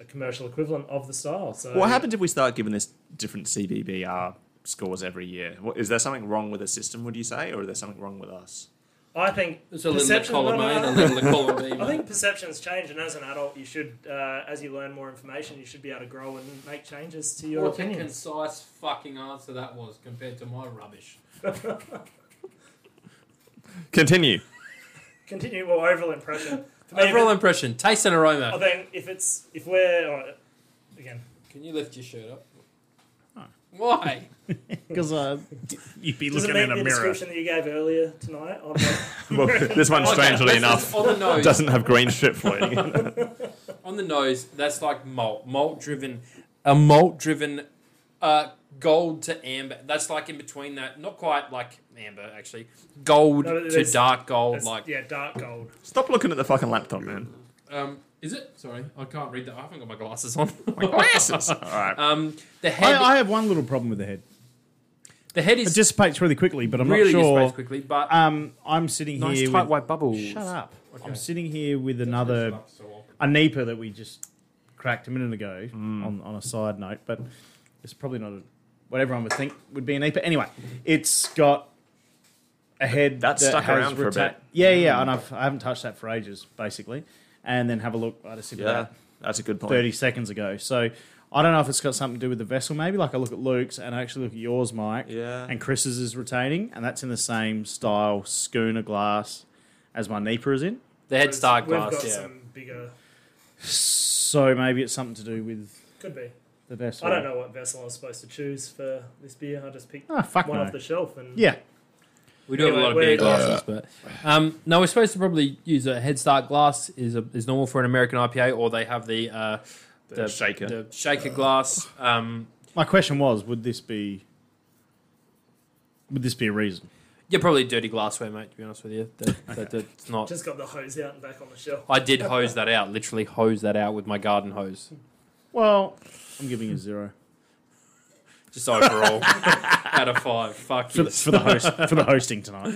Speaker 2: a commercial equivalent of the style. So
Speaker 4: What happens if we start giving this different CBBR scores every year? What, is there something wrong with the system, would you say, or is there something wrong with us?
Speaker 2: I think
Speaker 1: There's a little of
Speaker 2: Perception,
Speaker 1: column
Speaker 2: no,
Speaker 1: A and
Speaker 2: no,
Speaker 1: a
Speaker 2: no.
Speaker 1: little of column B.
Speaker 2: I
Speaker 1: mate.
Speaker 2: think perceptions change, and as an adult, you should, uh, as you learn more information, you should be able to grow and make changes to your
Speaker 1: What a
Speaker 2: opinions.
Speaker 1: concise fucking answer that was compared to my rubbish.
Speaker 4: Continue.
Speaker 2: Continue. Well, overall impression. For me, if
Speaker 1: Overall
Speaker 2: it-
Speaker 1: impression, taste and
Speaker 2: I
Speaker 1: aroma.
Speaker 2: think if it's if we're all right, again,
Speaker 1: Can you lift your shirt up? Oh. Why?
Speaker 3: Because uh,
Speaker 6: You'd be
Speaker 2: Does it
Speaker 6: looking
Speaker 2: meet
Speaker 6: in
Speaker 2: the
Speaker 6: a mirror.
Speaker 2: description that you gave earlier tonight? On the-
Speaker 4: well, this one,
Speaker 1: Okay,
Speaker 4: strangely
Speaker 1: this
Speaker 4: enough,
Speaker 1: is on the nose.
Speaker 4: doesn't have green strip floating. in it.
Speaker 1: on the nose, that's like malt, malt driven, a malt driven, uh, gold to amber. That's like in between that, not quite like amber actually, gold
Speaker 2: No,
Speaker 1: to
Speaker 2: there's-
Speaker 1: dark gold.
Speaker 2: that's-
Speaker 1: Like,
Speaker 2: yeah, dark gold.
Speaker 4: Stop looking at the fucking laptop, man.
Speaker 1: um, is it? Sorry, I can't read that. I haven't got my glasses on.
Speaker 4: My glasses. All right.
Speaker 1: um, the head,
Speaker 3: I, I have one little problem with the head.
Speaker 1: the head
Speaker 3: It
Speaker 1: is
Speaker 3: dissipates really quickly, but I'm
Speaker 1: really
Speaker 3: not sure.
Speaker 1: dissipates quickly, but
Speaker 3: Um, I'm sitting
Speaker 1: nice
Speaker 3: here.
Speaker 1: tight
Speaker 3: with,
Speaker 1: white bubbles.
Speaker 3: Shut up!
Speaker 1: Okay.
Speaker 3: I'm sitting here with another a NEPA that we just cracked a minute ago.
Speaker 4: Mm.
Speaker 3: On, on a side note, but it's probably not a, what everyone would think would be an NEPA. Anyway, it's got a head
Speaker 4: That's
Speaker 3: that
Speaker 4: stuck
Speaker 3: has
Speaker 4: around for a
Speaker 3: rota-
Speaker 4: bit. Mm.
Speaker 3: Yeah, yeah, and I've, I haven't touched that for ages, basically. And then have a look. I had a sip of
Speaker 4: yeah,
Speaker 3: that
Speaker 4: that's a good point.
Speaker 3: 30 seconds ago. So I don't know if it's got something to do with the vessel, maybe. Like I look at Luke's and I actually look at yours, Mike.
Speaker 4: Yeah.
Speaker 3: And Chris's is retaining, and that's in the same style schooner glass as my Nipah is in.
Speaker 1: The head's dark
Speaker 2: We've
Speaker 1: glass.
Speaker 2: got
Speaker 1: Yeah.
Speaker 2: some bigger.
Speaker 3: So maybe it's something to do with
Speaker 2: Could be.
Speaker 3: the vessel.
Speaker 2: I don't know what vessel I was supposed to choose for this beer. I just picked
Speaker 3: Ah, fuck
Speaker 2: one
Speaker 3: no.
Speaker 2: off the shelf and
Speaker 3: yeah.
Speaker 1: We do have a lot of
Speaker 2: Anyway,
Speaker 1: beer
Speaker 2: we're-
Speaker 1: glasses, but um, no, we're supposed to probably use a Head Start glass is a, is normal for an American IPA, or they have the uh,
Speaker 4: The shaker.
Speaker 1: the shaker glass. Um,
Speaker 3: My question was, would this be would this be a reason?
Speaker 1: yeah, probably dirty glassware, mate. To be honest with you, that, that, that's not.
Speaker 2: just got the hose out and back on the shelf.
Speaker 1: I did hose that out, literally hose that out with my garden hose,
Speaker 3: Well, I'm giving it a zero
Speaker 1: just overall out of five. Fuck
Speaker 3: for,
Speaker 1: you.
Speaker 3: the- for the host for the hosting tonight.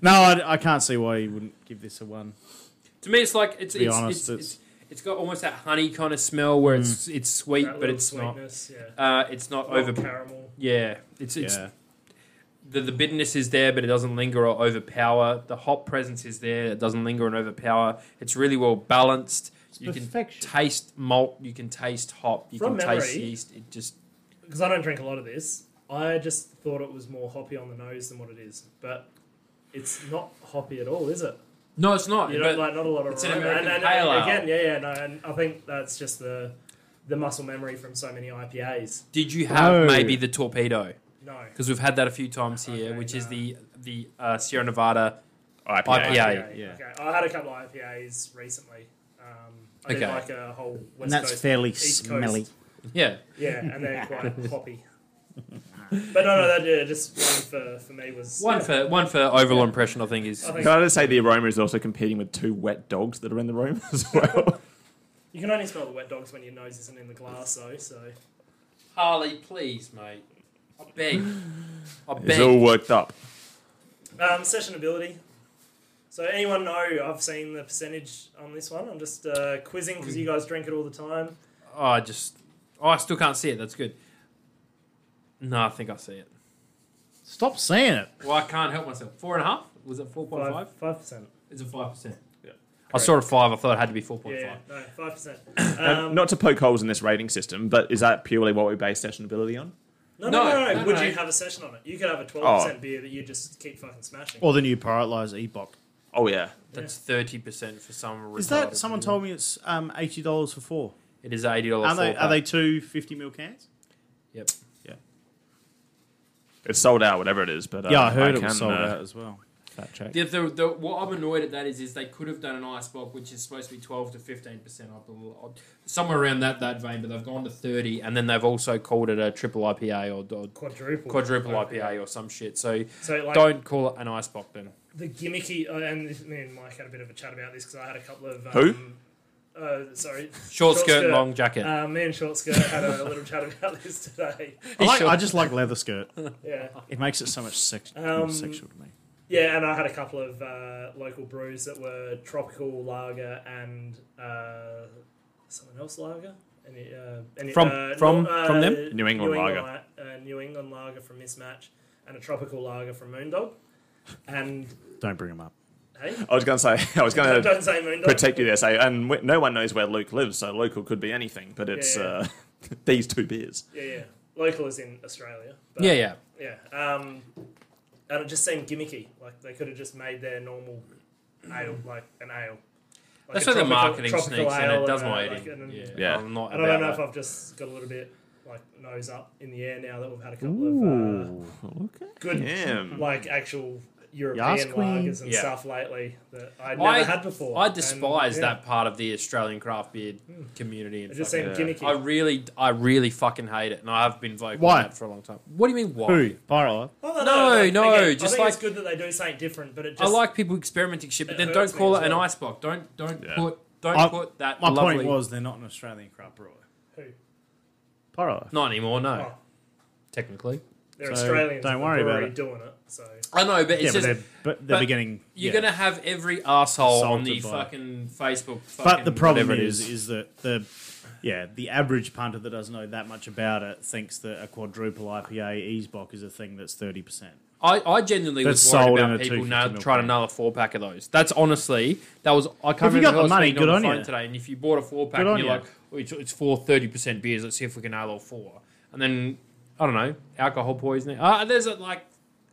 Speaker 3: no, I, I can't see why you wouldn't give this a one.
Speaker 1: To me, it's like it's
Speaker 3: To be
Speaker 1: it's,
Speaker 3: honest, Mm.
Speaker 1: it's, it's it's got almost that honey kind of smell where it's it's sweet,
Speaker 2: That
Speaker 1: but
Speaker 2: little
Speaker 1: it's
Speaker 2: sweetness,
Speaker 1: not. Uh, it's not
Speaker 2: yeah. Over
Speaker 1: over.
Speaker 2: caramel.
Speaker 1: Yeah, it's it's
Speaker 3: yeah.
Speaker 1: the, the bitterness is there, but it doesn't linger or overpower. The hop presence is there; it doesn't linger and overpower. It's really well balanced. you
Speaker 3: perfection.
Speaker 1: can taste malt, you can taste hop, you
Speaker 2: From
Speaker 1: can taste
Speaker 2: memory-
Speaker 1: yeast. It just
Speaker 2: Because I don't drink a lot of this. I just thought it was more hoppy on the nose than what it is, but it's not hoppy at all, is it?
Speaker 1: no, it's not.
Speaker 2: You
Speaker 1: but
Speaker 2: don't like not a lot of
Speaker 1: it's an
Speaker 2: aroma.
Speaker 1: American
Speaker 2: and, and,
Speaker 1: pale ale.
Speaker 2: again, yeah, yeah, no, and I think that's just the the muscle memory from so many IPAs.
Speaker 1: did you have
Speaker 3: No.
Speaker 1: maybe the torpedo?
Speaker 2: No,
Speaker 1: Because we've had that a few times here,
Speaker 2: Okay,
Speaker 1: which is
Speaker 2: no.
Speaker 1: the the uh, Sierra Nevada.
Speaker 4: IPA.
Speaker 1: IPA.
Speaker 3: yeah.
Speaker 2: Okay, I had a couple of IPAs recently. Um, I did
Speaker 1: Okay.
Speaker 2: like a whole West
Speaker 3: and that's
Speaker 2: Coast,
Speaker 3: fairly
Speaker 2: East
Speaker 3: smelly.
Speaker 2: Coast.
Speaker 1: Yeah,
Speaker 2: Yeah, and they're quite hoppy. But no, no, that, yeah, just one for, for me was
Speaker 1: one
Speaker 2: yeah,
Speaker 1: for one for overall impression. I think is
Speaker 2: I think
Speaker 4: Can I just say the aroma is also competing with two wet dogs that are in the room as well?
Speaker 2: you can only smell the wet dogs when your nose isn't in the glass, though. So
Speaker 1: Harley, please, mate. I beg. I
Speaker 4: it's
Speaker 1: beg.
Speaker 4: all worked up.
Speaker 2: um, sessionability. So anyone know? I've seen the percentage on this one. I'm just uh, quizzing because you guys drink it all the time.
Speaker 1: Oh, I just. Oh, I still can't see it. That's good. No, I think I see it.
Speaker 3: Stop saying it.
Speaker 1: Well, I can't help myself. Four and a half? Was it 4.5?
Speaker 2: five percent.
Speaker 1: It's a 5%. Yeah. I
Speaker 4: Correct.
Speaker 1: saw a 5. I thought it had to be 4.5.
Speaker 2: Yeah, no, five percent.
Speaker 4: And
Speaker 2: Um,
Speaker 4: not to poke holes in this rating system, but is that purely what we base sessionability on?
Speaker 2: No,
Speaker 1: No,
Speaker 2: no, no, Oh. no.
Speaker 1: no,
Speaker 2: Would
Speaker 1: no.
Speaker 2: you have a session on it? You could have a twelve percent beer that you just keep fucking smashing.
Speaker 3: Or the new Paralise Epoch.
Speaker 4: Oh yeah,
Speaker 1: That's 30% for some
Speaker 3: Is that
Speaker 1: retarded
Speaker 3: someone
Speaker 1: reason.
Speaker 3: told me it's um, eighty dollars for four?
Speaker 1: It is $80.
Speaker 3: Are they
Speaker 1: four
Speaker 3: are they
Speaker 1: pack.
Speaker 3: two 50 ml cans?
Speaker 1: Yep.
Speaker 4: it's sold out, whatever it is. But uh,
Speaker 3: yeah, I heard it
Speaker 4: can,
Speaker 3: was sold
Speaker 4: uh,
Speaker 3: out as well.
Speaker 4: fact check.
Speaker 1: The, the, the, what I'm annoyed at that is, is they could have done an ice block, which is supposed to be 12 to 15 percent, I believe, somewhere around that that vein. But they've gone to 30, and then they've also called it a triple IPA or, or
Speaker 2: Quadruple.
Speaker 1: quadruple IPA or some shit. So
Speaker 2: So like,
Speaker 1: don't call it an ice block then.
Speaker 2: the gimmicky, uh, and this- me and Mike had a bit of a chat about this because I had a couple of um,
Speaker 4: Who?
Speaker 2: Uh, sorry,
Speaker 1: Short,
Speaker 2: Short
Speaker 1: skirt,
Speaker 2: skirt.
Speaker 1: long jacket.
Speaker 2: uh, me and Short Skirt had a little chat about this today.
Speaker 3: I,
Speaker 1: He's
Speaker 3: like,
Speaker 1: short.
Speaker 3: I just like leather skirt.
Speaker 2: Yeah,
Speaker 3: It makes it so much sex- more
Speaker 2: Um,
Speaker 3: sexual to me.
Speaker 2: yeah, and I had a couple of uh, local brews that were tropical lager and uh, someone else lager. Any, uh, any,
Speaker 3: From-
Speaker 2: uh,
Speaker 3: from-
Speaker 2: no, uh,
Speaker 3: from them?
Speaker 4: New England lager.
Speaker 2: uh, New England lager from Mismatch and a tropical lager from Moondog. And
Speaker 3: Don't bring them up.
Speaker 2: hey,
Speaker 4: I was going to say, I was going to
Speaker 2: don't say Moondog.
Speaker 4: protect you there. Say, and w- no one knows where Luke lives, so local could be anything. But it's
Speaker 2: Yeah, yeah.
Speaker 4: uh, these two beers.
Speaker 2: Yeah, yeah. Local is in Australia.
Speaker 1: yeah, yeah.
Speaker 2: Yeah. Um, and it just seemed gimmicky. Like they could have just made their normal ale, like an ale. Like
Speaker 1: That's
Speaker 2: a
Speaker 1: where the
Speaker 2: tropical-
Speaker 1: marketing
Speaker 2: tropical
Speaker 1: sneaks in.
Speaker 2: ale
Speaker 1: It does
Speaker 2: and,
Speaker 1: my
Speaker 2: uh, like,
Speaker 1: eating.
Speaker 2: and-
Speaker 1: yeah.
Speaker 4: Yeah.
Speaker 1: I'm not
Speaker 2: And I don't know
Speaker 1: about
Speaker 2: if
Speaker 1: that.
Speaker 2: I've just got a little bit like nose up in the air now that we've had a couple of uh,
Speaker 3: Ooh.
Speaker 2: good,
Speaker 4: Damn.
Speaker 2: like actual European
Speaker 3: Yas queen.
Speaker 2: lagers and
Speaker 1: Yeah.
Speaker 2: stuff lately that I'd never
Speaker 1: I-
Speaker 2: had before.
Speaker 1: I
Speaker 2: And,
Speaker 1: despise
Speaker 2: yeah,
Speaker 1: that part of the Australian craft beer community.
Speaker 2: It
Speaker 1: And
Speaker 2: just
Speaker 1: fucking-
Speaker 2: seemed
Speaker 4: Yeah.
Speaker 2: gimmicky.
Speaker 1: I really, I really fucking hate it, and I have been vocal
Speaker 3: Why?
Speaker 1: about it for a long time. What do you mean why?
Speaker 3: Who? Viral.
Speaker 2: Oh,
Speaker 1: No,
Speaker 2: like,
Speaker 1: no,
Speaker 2: again,
Speaker 1: just
Speaker 2: I think
Speaker 1: like-
Speaker 2: it's good that they do something different, but it
Speaker 1: I
Speaker 2: just
Speaker 1: like people experimenting shit, but
Speaker 2: It
Speaker 1: then
Speaker 2: hurts
Speaker 1: don't
Speaker 2: me
Speaker 1: call
Speaker 2: as
Speaker 1: it an
Speaker 2: well.
Speaker 1: ice box. Don't don't
Speaker 4: Yeah.
Speaker 1: put don't
Speaker 3: I-
Speaker 1: put that.
Speaker 3: My
Speaker 1: lovely,
Speaker 3: point was they're not an Australian craft brewer.
Speaker 2: Who?
Speaker 3: Pyro.
Speaker 1: not anymore. No,
Speaker 2: Oh.
Speaker 1: technically,
Speaker 2: They're
Speaker 3: So,
Speaker 2: Australians.
Speaker 3: don't
Speaker 2: and
Speaker 3: worry
Speaker 2: they're
Speaker 3: about
Speaker 2: already
Speaker 3: it.
Speaker 2: doing it. So
Speaker 1: I know, but it's
Speaker 3: yeah,
Speaker 1: just
Speaker 3: but they're, but they're
Speaker 1: but
Speaker 3: beginning.
Speaker 1: you're
Speaker 3: yeah.
Speaker 1: gonna have every asshole
Speaker 3: Salted
Speaker 1: on the
Speaker 3: by-
Speaker 1: fucking Facebook.
Speaker 3: But
Speaker 1: fucking
Speaker 3: the problem
Speaker 1: whatever it
Speaker 3: is, is that the yeah the average punter that doesn't know that much about it thinks that a quadruple IPA Easebock is a thing that's thirty percent.
Speaker 1: I, I genuinely was
Speaker 3: That's sold
Speaker 1: worried about
Speaker 3: in a
Speaker 1: people
Speaker 3: 250
Speaker 1: now
Speaker 3: mil
Speaker 1: trying
Speaker 3: can.
Speaker 1: another four pack of those. That's honestly that was I
Speaker 3: If
Speaker 1: can't
Speaker 3: you got
Speaker 1: remember who
Speaker 3: the
Speaker 1: I was
Speaker 3: money,
Speaker 1: speaking
Speaker 3: good
Speaker 1: on the
Speaker 3: on
Speaker 1: phone
Speaker 3: you.
Speaker 1: today. And if you bought a four pack,
Speaker 3: Good
Speaker 1: and
Speaker 3: on
Speaker 1: you're
Speaker 3: you.
Speaker 1: like, "Oh, it's, it's four thirty percent beers. Let's see if we can nail all four. And then I don't know alcohol poisoning. Uh, there's a, like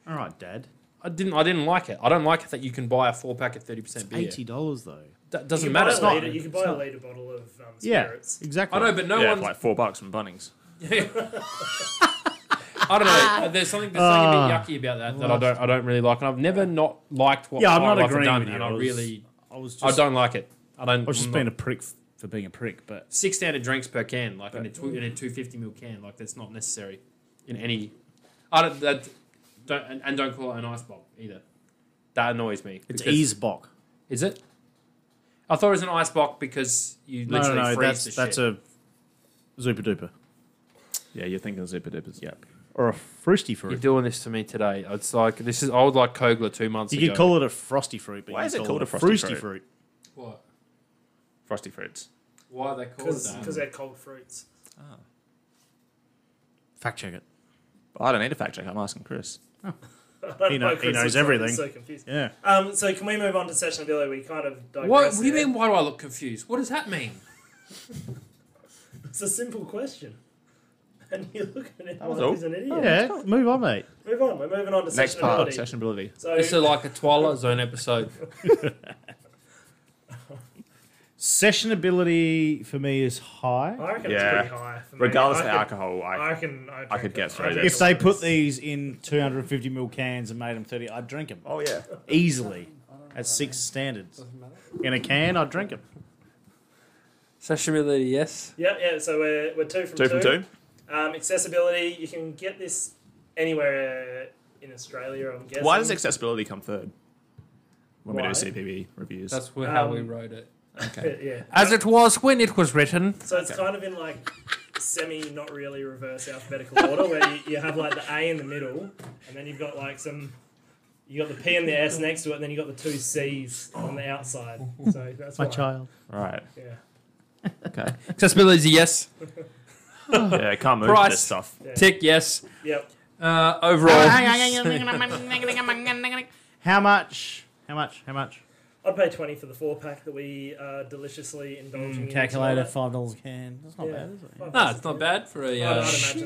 Speaker 3: All right, Dad.
Speaker 1: I didn't I didn't like it. I don't like it that you can buy a four pack of thirty percent beer.
Speaker 3: Eighty dollars though.
Speaker 1: That doesn't
Speaker 2: you can
Speaker 1: matter.
Speaker 2: Buy
Speaker 1: It's
Speaker 2: a
Speaker 1: not.
Speaker 2: litre, you can buy
Speaker 3: It's
Speaker 2: a
Speaker 3: not.
Speaker 2: litre bottle of um,
Speaker 3: Yeah,
Speaker 2: spirits.
Speaker 3: exactly.
Speaker 1: I know, but no
Speaker 4: yeah,
Speaker 1: one's.
Speaker 4: for like four bucks from Bunnings.
Speaker 1: I don't
Speaker 2: Ah.
Speaker 1: know. Uh, There's something there's
Speaker 3: Ah.
Speaker 1: something a bit yucky about that that I don't I don't really like, and I've never not liked what
Speaker 3: Yeah, I'm
Speaker 1: High
Speaker 3: not
Speaker 1: Life have
Speaker 3: agreeing
Speaker 1: done,
Speaker 3: with you.
Speaker 1: and I
Speaker 3: I was-
Speaker 1: really
Speaker 3: I was
Speaker 1: I
Speaker 3: just I,
Speaker 1: don't like it. I don't.
Speaker 3: was just
Speaker 1: I'm not-
Speaker 3: being a prick f- for being a prick, but
Speaker 1: six standard drinks per can, like in a, tw- in a 250 mil can, like that's not necessary in any. I don't, that, don't and, and don't call it an ice bomb either. That annoys me.
Speaker 3: it's
Speaker 1: because-
Speaker 3: Easebock.
Speaker 1: Is it? I thought it was an ice box because you
Speaker 3: No,
Speaker 1: literally
Speaker 3: no, no,
Speaker 1: freeze
Speaker 3: that's
Speaker 1: the
Speaker 3: that's
Speaker 1: shit.
Speaker 3: a Zupa Duper
Speaker 4: Yeah, you're thinking Zipper Dippers. Yeah.
Speaker 3: or a Frosty
Speaker 1: You're
Speaker 3: Fruit.
Speaker 1: doing this to me today. It's like this is I would like Kogler two months
Speaker 3: You,
Speaker 1: ago.
Speaker 3: could call it a Frosty Fruit, but
Speaker 4: Why
Speaker 3: you
Speaker 4: is it
Speaker 3: call
Speaker 4: called
Speaker 3: it
Speaker 4: a Frosty
Speaker 3: Frosty
Speaker 4: Fruit?
Speaker 3: Fruit?
Speaker 1: what?
Speaker 4: Frosty Fruits.
Speaker 1: Why are they called
Speaker 2: Because
Speaker 1: that?
Speaker 2: they're cold fruits.
Speaker 3: Fact check it.
Speaker 4: I don't need a fact check. I'm asking Chris.
Speaker 2: I don't
Speaker 3: He know- he
Speaker 2: Chris
Speaker 3: knows
Speaker 2: looks
Speaker 3: everything.
Speaker 2: Like, he's so confused.
Speaker 3: Yeah.
Speaker 2: Um, so can we move on to sessionability? We kind of digress
Speaker 1: What, what do you
Speaker 2: there.
Speaker 1: mean? Why do I look confused? What does that mean?
Speaker 2: It's a simple question. And you look at it
Speaker 4: That was
Speaker 2: like
Speaker 4: all.
Speaker 2: he's an idiot.
Speaker 3: Oh, Yeah, move on, mate.
Speaker 2: Move on. We're moving on to
Speaker 4: Next
Speaker 2: sessionability.
Speaker 4: part, sessionability.
Speaker 2: So
Speaker 1: This is like a Twilight Zone episode.
Speaker 3: Sessionability for me is high.
Speaker 2: I reckon
Speaker 4: Yeah.
Speaker 2: it's pretty high. For me.
Speaker 4: Regardless
Speaker 2: I
Speaker 4: of
Speaker 2: could-
Speaker 4: alcohol, I,
Speaker 2: I reckon I,
Speaker 4: I
Speaker 2: drink
Speaker 4: could
Speaker 2: it.
Speaker 4: get through
Speaker 2: drink
Speaker 4: this.
Speaker 2: it
Speaker 3: If they
Speaker 2: like
Speaker 3: put these in 250 mil cans and made them 30, I'd drink them
Speaker 4: oh yeah,
Speaker 3: easily at six standards. In a can, I'd drink them.
Speaker 1: Sessionability, yes.
Speaker 2: Yeah, yeah. So we're, we're two from
Speaker 4: two from two.
Speaker 2: Um, accessibility. You can get this anywhere in Australia. I'm guessing.
Speaker 4: Why does accessibility come third when
Speaker 2: Why?
Speaker 4: we do CPB reviews?
Speaker 1: That's wh- how we
Speaker 2: Um,
Speaker 1: wrote it.
Speaker 4: okay.
Speaker 2: Yeah.
Speaker 1: As it was when it was written.
Speaker 2: So it's
Speaker 4: Okay.
Speaker 2: kind of in like semi, not really reverse alphabetical order, where you, you have like the A in the middle, and then you've got like some, you got the P and the S next to it, and then you got the two C's on the outside. So that's
Speaker 3: My
Speaker 2: why.
Speaker 3: child.
Speaker 4: Right.
Speaker 2: Yeah,
Speaker 4: Okay.
Speaker 1: Accessibility is a yes.
Speaker 4: yeah, can't move
Speaker 1: Price.
Speaker 4: this stuff.
Speaker 2: yeah.
Speaker 1: Tick yes.
Speaker 2: Yep.
Speaker 1: Uh, overall,
Speaker 3: How much? How much? How much?
Speaker 2: I'd pay twenty for the four pack that we are deliciously indulging. in
Speaker 3: Mm, Calculator,
Speaker 2: tonight.
Speaker 3: five dollars a can. That's not
Speaker 2: Yeah.
Speaker 3: bad, is it?
Speaker 2: Five
Speaker 1: no,
Speaker 2: bucks
Speaker 1: Ah, it's
Speaker 2: a
Speaker 1: not
Speaker 2: can.
Speaker 1: bad for a
Speaker 2: I'd,
Speaker 1: uh,
Speaker 2: I'd imagine Oh,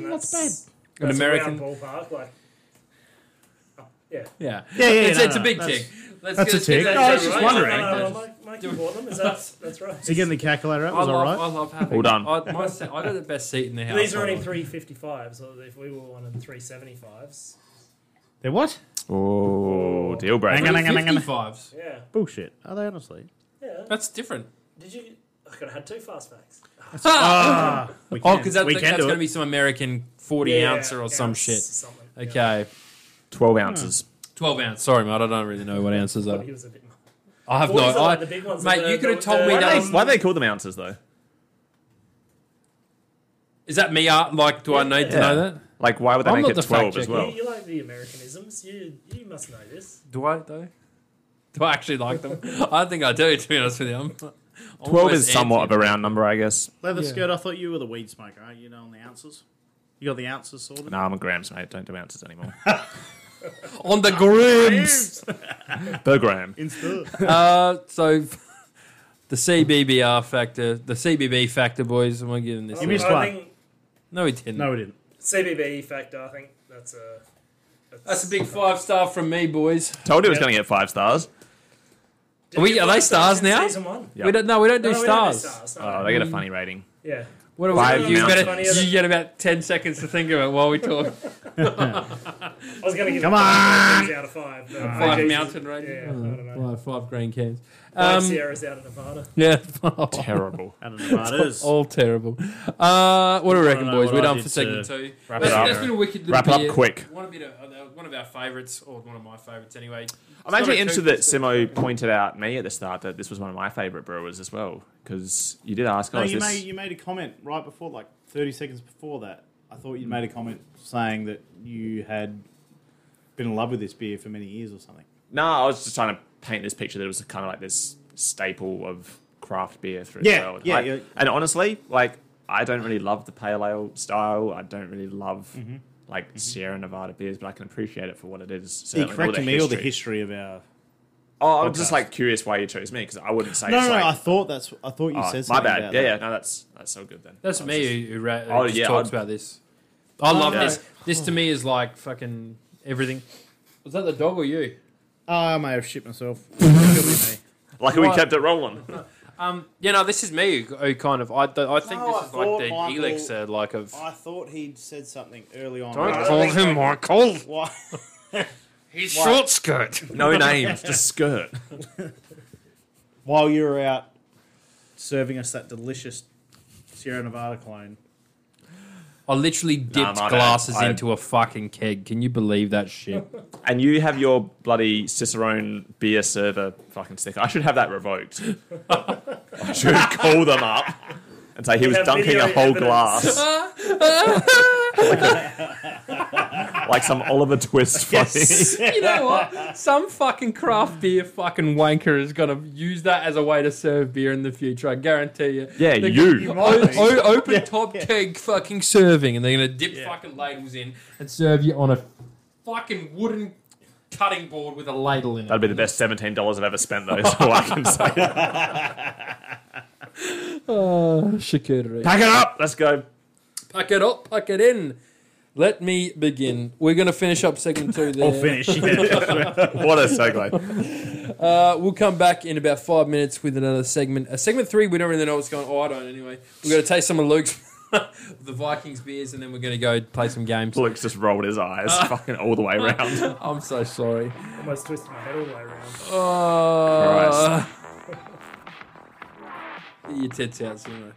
Speaker 2: that's,
Speaker 3: That's
Speaker 1: an
Speaker 2: that's
Speaker 1: American.
Speaker 2: around ballpark. Like,
Speaker 1: Yeah,
Speaker 3: Yeah, yeah,
Speaker 1: It's,
Speaker 3: no,
Speaker 1: it's
Speaker 3: no,
Speaker 1: a big
Speaker 3: that's-
Speaker 1: tick. Let's
Speaker 3: that's
Speaker 1: get-
Speaker 3: a
Speaker 1: let's get
Speaker 3: tick.
Speaker 1: that
Speaker 3: No, I was
Speaker 1: shit
Speaker 3: just
Speaker 1: right.
Speaker 3: wondering.
Speaker 2: No, no, no, Mike, Mike, you bought them. Is that, that's right.
Speaker 3: So you getting the calculator out?
Speaker 1: I
Speaker 3: Was all
Speaker 1: love,
Speaker 3: right.
Speaker 1: I love having.
Speaker 4: Well done.
Speaker 1: I, my se- I got the best seat in the house.
Speaker 2: These are
Speaker 3: Oh.
Speaker 2: only
Speaker 1: I-
Speaker 2: 355s, so if we were one of the 375s.
Speaker 3: They're what?
Speaker 4: Oh, deal breaker.
Speaker 3: Hang on, hang on, hang on.
Speaker 1: 355s.
Speaker 2: Yeah,
Speaker 3: Bullshit. Are they honestly?
Speaker 2: yeah.
Speaker 1: That's different.
Speaker 2: Did you? I could have had two fast facts.
Speaker 3: Ah, we
Speaker 1: Oh,
Speaker 3: can.
Speaker 1: because that's,
Speaker 3: we can
Speaker 1: that's
Speaker 3: do
Speaker 1: going
Speaker 3: it.
Speaker 1: to be some American 40
Speaker 2: Yeah,
Speaker 1: ouncer or some
Speaker 2: ounce,
Speaker 1: shit.
Speaker 2: something, yeah.
Speaker 1: Okay.
Speaker 4: Twelve ounces.
Speaker 1: Twelve ounce. Sorry, mate. I don't really know what ounces are.
Speaker 2: He was a bit. more-
Speaker 1: I have no.
Speaker 2: Forties are
Speaker 1: I,
Speaker 2: like the big ones
Speaker 1: mate,
Speaker 2: that
Speaker 1: you
Speaker 2: are-
Speaker 1: could have told
Speaker 2: that
Speaker 1: me
Speaker 2: are-
Speaker 1: that.
Speaker 4: Why
Speaker 1: was-
Speaker 4: do they, they call them ounces though?
Speaker 1: Is that me? uh, Like, do I need to
Speaker 4: Yeah.
Speaker 1: know that?
Speaker 4: Like why would they
Speaker 1: I'm not
Speaker 4: make it
Speaker 1: the fact
Speaker 4: twelve as
Speaker 1: checker.
Speaker 4: well?
Speaker 2: You, you like the Americanisms? You you must know this.
Speaker 1: Do I though? Do I actually like them? I don't think I do. To be honest with you, I'm, I'm
Speaker 4: Twelve
Speaker 1: always
Speaker 4: is somewhat of
Speaker 1: anti-
Speaker 4: a round number, I guess.
Speaker 3: Leather
Speaker 1: Yeah.
Speaker 3: skirt. I thought you were the weed smoker. aren't You know, on the ounces. You got the ounces sorted.
Speaker 4: No, I'm a grams, mate. Don't do ounces anymore.
Speaker 1: on the grooms.
Speaker 4: per gram.
Speaker 3: In store.
Speaker 1: uh, so the CBBR factor, the CBB factor, boys. Am I giving this?
Speaker 2: I-
Speaker 1: a-
Speaker 3: missed
Speaker 2: I
Speaker 3: one.
Speaker 2: think
Speaker 1: No, he didn't.
Speaker 3: no, we didn't.
Speaker 2: CBB factor. I think that's a.
Speaker 1: That's a big five star from me, boys.
Speaker 4: Told you it was
Speaker 2: Yeah.
Speaker 4: going to get five stars.
Speaker 2: Did
Speaker 1: Are we-
Speaker 2: you
Speaker 1: are they
Speaker 2: watch
Speaker 1: stars
Speaker 2: Section
Speaker 1: now?
Speaker 2: Season one.
Speaker 4: Yeah.
Speaker 1: We don't. Mm. No, we don't do
Speaker 2: No, we don't
Speaker 1: stars.
Speaker 2: no.
Speaker 4: Oh, they get a funny rating.
Speaker 2: yeah.
Speaker 1: What do
Speaker 4: Five
Speaker 1: we? You
Speaker 4: mountains.
Speaker 1: get, a, you get about ten seconds to think of it while we talk.
Speaker 2: I was going to give
Speaker 3: Come
Speaker 2: it five
Speaker 3: on!
Speaker 2: rings out of five. but I
Speaker 1: Five
Speaker 2: guess-
Speaker 1: mountain
Speaker 2: Yeah,
Speaker 1: ranges.
Speaker 2: I don't know.
Speaker 1: Five, five green cans.
Speaker 2: Five
Speaker 1: Um,
Speaker 2: Sierras out of Nevada.
Speaker 1: yeah, Oh.
Speaker 4: Terrible.
Speaker 3: I don't know what it is.
Speaker 1: all terrible. Uh, what do we reckon,
Speaker 3: know
Speaker 1: boys?
Speaker 3: what
Speaker 1: We're
Speaker 3: I
Speaker 1: done
Speaker 3: did
Speaker 1: for segment
Speaker 3: to
Speaker 1: two.
Speaker 4: wrap
Speaker 1: that's,
Speaker 4: it up.
Speaker 1: that's been a wicked little
Speaker 4: Wrap it up
Speaker 1: bit.
Speaker 4: quick.
Speaker 1: One of, bit of- uh, one of our favourites, or one of my favourites anyway. It's
Speaker 4: I'm
Speaker 1: not
Speaker 4: actually
Speaker 1: a
Speaker 4: interested
Speaker 1: two-
Speaker 4: that Simo pointed out me at the start that this was one of my favourite brewers as well. Because you did ask, oh,
Speaker 3: No,
Speaker 4: is
Speaker 3: you
Speaker 4: this-
Speaker 3: made you made a comment right before, like thirty seconds before that. I thought you made a comment saying that you had been in love with this beer for many years or something.
Speaker 4: No, I was just trying to paint this picture that it was kind of like this staple of craft beer through
Speaker 3: Yeah,
Speaker 4: the world.
Speaker 3: yeah,
Speaker 4: Like-
Speaker 3: yeah.
Speaker 4: And honestly, like I don't really love the pale ale style. I don't really love
Speaker 3: Mm-hmm.
Speaker 4: like Sierra Nevada beers, but I can appreciate it for what it is.
Speaker 3: Are you
Speaker 4: certainly, all
Speaker 3: correcting
Speaker 4: the
Speaker 3: me or the
Speaker 4: history.
Speaker 3: history of our?
Speaker 4: Oh, I'm just
Speaker 3: podcast?
Speaker 4: like curious why you chose me because I wouldn't say.
Speaker 3: No,
Speaker 4: it's
Speaker 3: no, no, I
Speaker 4: like,
Speaker 3: thought that's. I thought you
Speaker 4: oh,
Speaker 3: said
Speaker 4: my
Speaker 3: something
Speaker 4: bad.
Speaker 3: about
Speaker 4: Yeah,
Speaker 3: that.
Speaker 4: yeah. No, that's that's so good then.
Speaker 1: That's
Speaker 4: I was
Speaker 1: me
Speaker 4: just-
Speaker 1: who, who, ra- who
Speaker 4: Oh,
Speaker 1: just Uh,
Speaker 4: yeah,
Speaker 1: talks
Speaker 4: I'd-
Speaker 1: about this. I love
Speaker 4: Yeah.
Speaker 1: this. This to me is like fucking everything. Was that the dog or you?
Speaker 3: Oh, I may have shit myself. Could be me.
Speaker 4: Lucky we
Speaker 1: Why-
Speaker 4: kept it rolling.
Speaker 1: Um, yeah, no, this is me who, who kind of. I, I think
Speaker 3: No, I
Speaker 1: this is like
Speaker 3: thought
Speaker 1: the
Speaker 3: Michael-
Speaker 1: elixir, like of.
Speaker 3: I thought he'd said something early on.
Speaker 1: Don't
Speaker 3: Right.
Speaker 1: call him Michael.
Speaker 3: Why?
Speaker 1: He's short skirt.
Speaker 4: no names, just skirt.
Speaker 3: While you were out serving us that delicious Sierra Nevada clone,
Speaker 1: I literally dipped
Speaker 4: my bad.
Speaker 1: glasses
Speaker 4: I-
Speaker 1: into a fucking keg. Can you believe that shit?
Speaker 4: And you have your bloody Cicerone beer server fucking sticker. I should have that revoked. I should call them up and say he was
Speaker 2: have
Speaker 4: dunking
Speaker 2: video
Speaker 4: a whole
Speaker 2: evidence.
Speaker 4: glass. like, a- like some Oliver Twist. Yes.
Speaker 1: you know what? Some fucking craft beer fucking wanker is gonna use that as a way to serve beer in the future. I guarantee you.
Speaker 4: Yeah,
Speaker 1: They're
Speaker 4: you.
Speaker 1: gonna- O- o- open top keg fucking serving, and they're gonna dip fucking ladles in and serve you on a fucking wooden cutting board with a ladle in it.
Speaker 4: That'd be the best seventeen dollars I've ever spent, though. So I can say, pack
Speaker 1: Oh, charcuterie.
Speaker 4: it up. Let's go.
Speaker 1: Pack it up, pack it in. Let me begin. We're gonna finish up segment two. There.
Speaker 3: I'll finish.
Speaker 4: What a segue.
Speaker 1: Uh, we'll come back in about five minutes with another segment. Uh, segment three, we don't really know what's going on. Oh, I don't anyway. We're going to taste some of Luke's, the Vikings beers, and then we're going to go play some games.
Speaker 4: Luke's just rolled his eyes, fucking all the way around.
Speaker 1: I'm so sorry.
Speaker 2: Almost twisted my head all the way
Speaker 1: Uh,
Speaker 2: around.
Speaker 1: get your tits out sooner.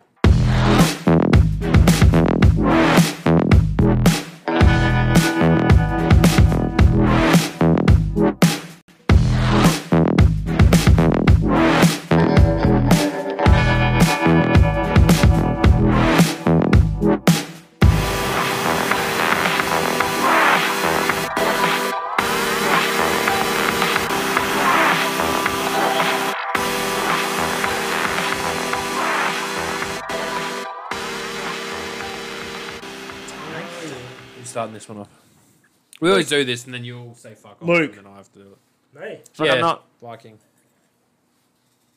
Speaker 1: Who's starting this one off? We always do this, and then you all say fuck off,
Speaker 3: Luke.
Speaker 1: and then I have to do it.
Speaker 2: Hey,
Speaker 4: Fuck, I'm not-
Speaker 1: Viking.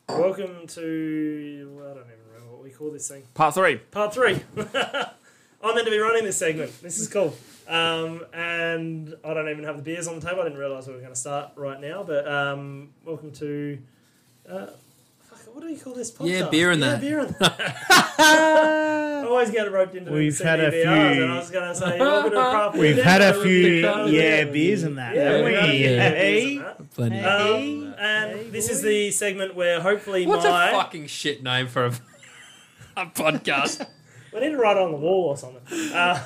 Speaker 2: welcome to. I don't even remember what we call this thing.
Speaker 4: Part three.
Speaker 2: Part three. I'm meant to be running this segment. This is cool. Um, and I don't even have the beers on the table. I didn't realise we were going to start right now. But um, welcome to. Uh, fuck, what do you call this podcast?
Speaker 1: Yeah, beer and
Speaker 2: yeah,
Speaker 1: that.
Speaker 2: Beer and that. I always get roped into
Speaker 3: We've
Speaker 2: the
Speaker 3: had a
Speaker 2: CBBRs,
Speaker 3: few-
Speaker 2: And I was going to say, welcome to craft beer.
Speaker 3: We've had a
Speaker 2: Yeah,
Speaker 3: few
Speaker 2: craft
Speaker 3: yeah beers and that,
Speaker 2: Yeah,
Speaker 1: haven't
Speaker 2: we've had a
Speaker 1: we?
Speaker 2: few
Speaker 1: Yeah.
Speaker 2: beers and that.
Speaker 1: Plenty.
Speaker 2: Um, and this is the segment where hopefully
Speaker 1: What's
Speaker 2: my
Speaker 1: a fucking shit name for a, a podcast?
Speaker 2: we need to write it on the wall or something. Uh,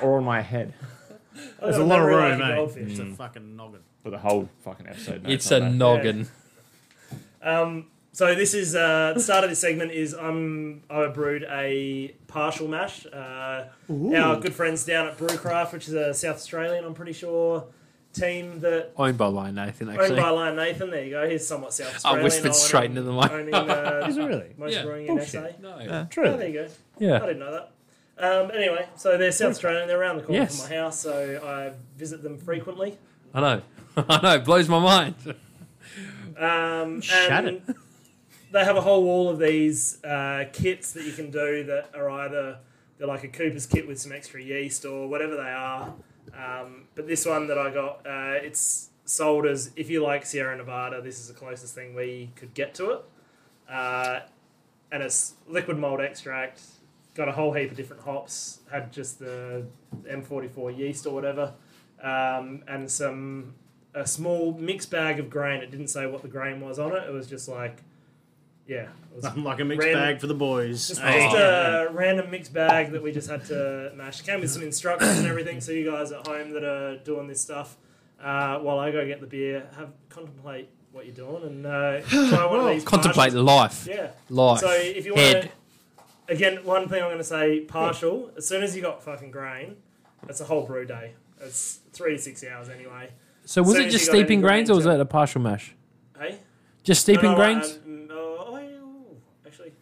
Speaker 4: Or on my head.
Speaker 2: Oh,
Speaker 3: There's a lot of
Speaker 2: Remember,
Speaker 3: room,
Speaker 2: like,
Speaker 3: eh?
Speaker 2: goldfish.
Speaker 3: It's
Speaker 1: Hmm.
Speaker 3: a fucking noggin.
Speaker 4: For the whole fucking episode. no,
Speaker 1: it's
Speaker 4: not
Speaker 1: a
Speaker 4: bad.
Speaker 1: noggin.
Speaker 2: Um, so this is uh, the start of this segment is I'm I brewed a partial mash. Uh, our good friends down at Brewcraft, which is a South Australian, I'm pretty sure, team that
Speaker 1: Owned by Lion Nathan,
Speaker 2: owned
Speaker 1: actually.
Speaker 2: by Lion Nathan. There you go. He's somewhat South Australian.
Speaker 1: whispered
Speaker 2: own-
Speaker 1: straight into the mic.
Speaker 2: Owning, uh,
Speaker 3: Is it really?
Speaker 2: most
Speaker 1: Yeah.
Speaker 2: brewing in
Speaker 3: Bullshit.
Speaker 2: SA.
Speaker 1: No.
Speaker 2: Oh,
Speaker 3: True.
Speaker 2: there you go. I
Speaker 1: Yeah.
Speaker 2: didn't know that. Um, anyway, so they're South Australian. They're around the corner
Speaker 1: Yes.
Speaker 2: from my house, so I visit them frequently.
Speaker 1: I know. I know. It blows my mind.
Speaker 2: Um,
Speaker 3: Shut
Speaker 2: and They have a whole wall of these uh, kits that you can do that are either they're like a Cooper's kit with some extra yeast or whatever they are. Um, but this one that I got, uh, it's sold as if you like Sierra Nevada, this is the closest thing we could get to it. Uh, and it's liquid mold extract. Got a whole heap of different hops. Had just the M44 yeast or whatever, um, and some a small mixed bag of grain. It didn't say what the grain was on it. It was just like, yeah, it was
Speaker 3: Nothing like a mixed
Speaker 2: Random-
Speaker 3: bag for the boys.
Speaker 2: just,
Speaker 3: Hey.
Speaker 2: just a random mixed bag that we just had to mash. Came with some instructions and everything, so you guys at home that are doing this stuff, uh, while I go get the beer, have contemplate what you're doing and uh, try one of these.
Speaker 1: Contemplate
Speaker 2: partials.
Speaker 1: life.
Speaker 2: Yeah.
Speaker 1: Life.
Speaker 2: So if you want to,
Speaker 1: Head.
Speaker 2: again, one thing I'm going to say, partial. As soon as you got fucking grain, that's a whole brew day. That's three to six hours anyway.
Speaker 1: So was
Speaker 2: soon
Speaker 1: it
Speaker 2: as
Speaker 1: just
Speaker 2: you got any
Speaker 1: steeping grains or was
Speaker 2: grains,
Speaker 1: that a partial mash?
Speaker 2: Hey,
Speaker 1: Just steeping
Speaker 2: No, no,
Speaker 1: grains?
Speaker 2: um, oh, oh, actually,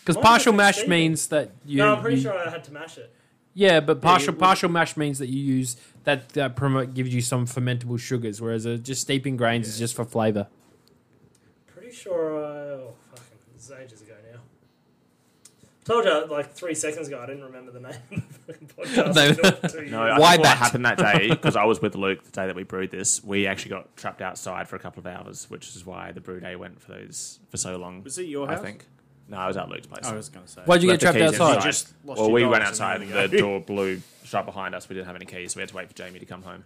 Speaker 1: Because
Speaker 2: Mine
Speaker 1: partial
Speaker 2: wasn't
Speaker 1: mash
Speaker 2: steeping.
Speaker 1: means that you.
Speaker 2: no, I'm pretty
Speaker 1: you-
Speaker 2: sure I had to mash it.
Speaker 1: Yeah, but partial
Speaker 2: would-
Speaker 1: partial mash means that you use that that promote gives you some fermentable sugars, whereas uh, just steeping grains is just for flavor.
Speaker 2: Pretty sure I. Oh, fucking. This is ages ago now. Told you like three seconds ago, I didn't remember the name of the fucking podcast.
Speaker 1: No.
Speaker 2: I've been doing it for two
Speaker 4: No,
Speaker 2: years.
Speaker 4: I
Speaker 1: Why
Speaker 4: think what
Speaker 1: bat?
Speaker 4: happened that day because I was with Luke the day that we brewed this. We actually got trapped outside for a couple of hours, which is why the brew day went for those for so long.
Speaker 3: Was it your
Speaker 4: I
Speaker 3: house? Oh,
Speaker 4: think. No, I was at Luke's place.
Speaker 3: I was going to say.
Speaker 1: Why'd you
Speaker 4: Left
Speaker 1: get trapped
Speaker 4: the keys
Speaker 1: outside?
Speaker 3: You just lost
Speaker 4: well,
Speaker 3: your
Speaker 4: we
Speaker 3: dogs
Speaker 4: went
Speaker 3: a
Speaker 4: outside and
Speaker 3: minute
Speaker 4: the
Speaker 3: ago.
Speaker 4: door blew shut behind us. We didn't have any keys, so we had to wait for Jamie to come home.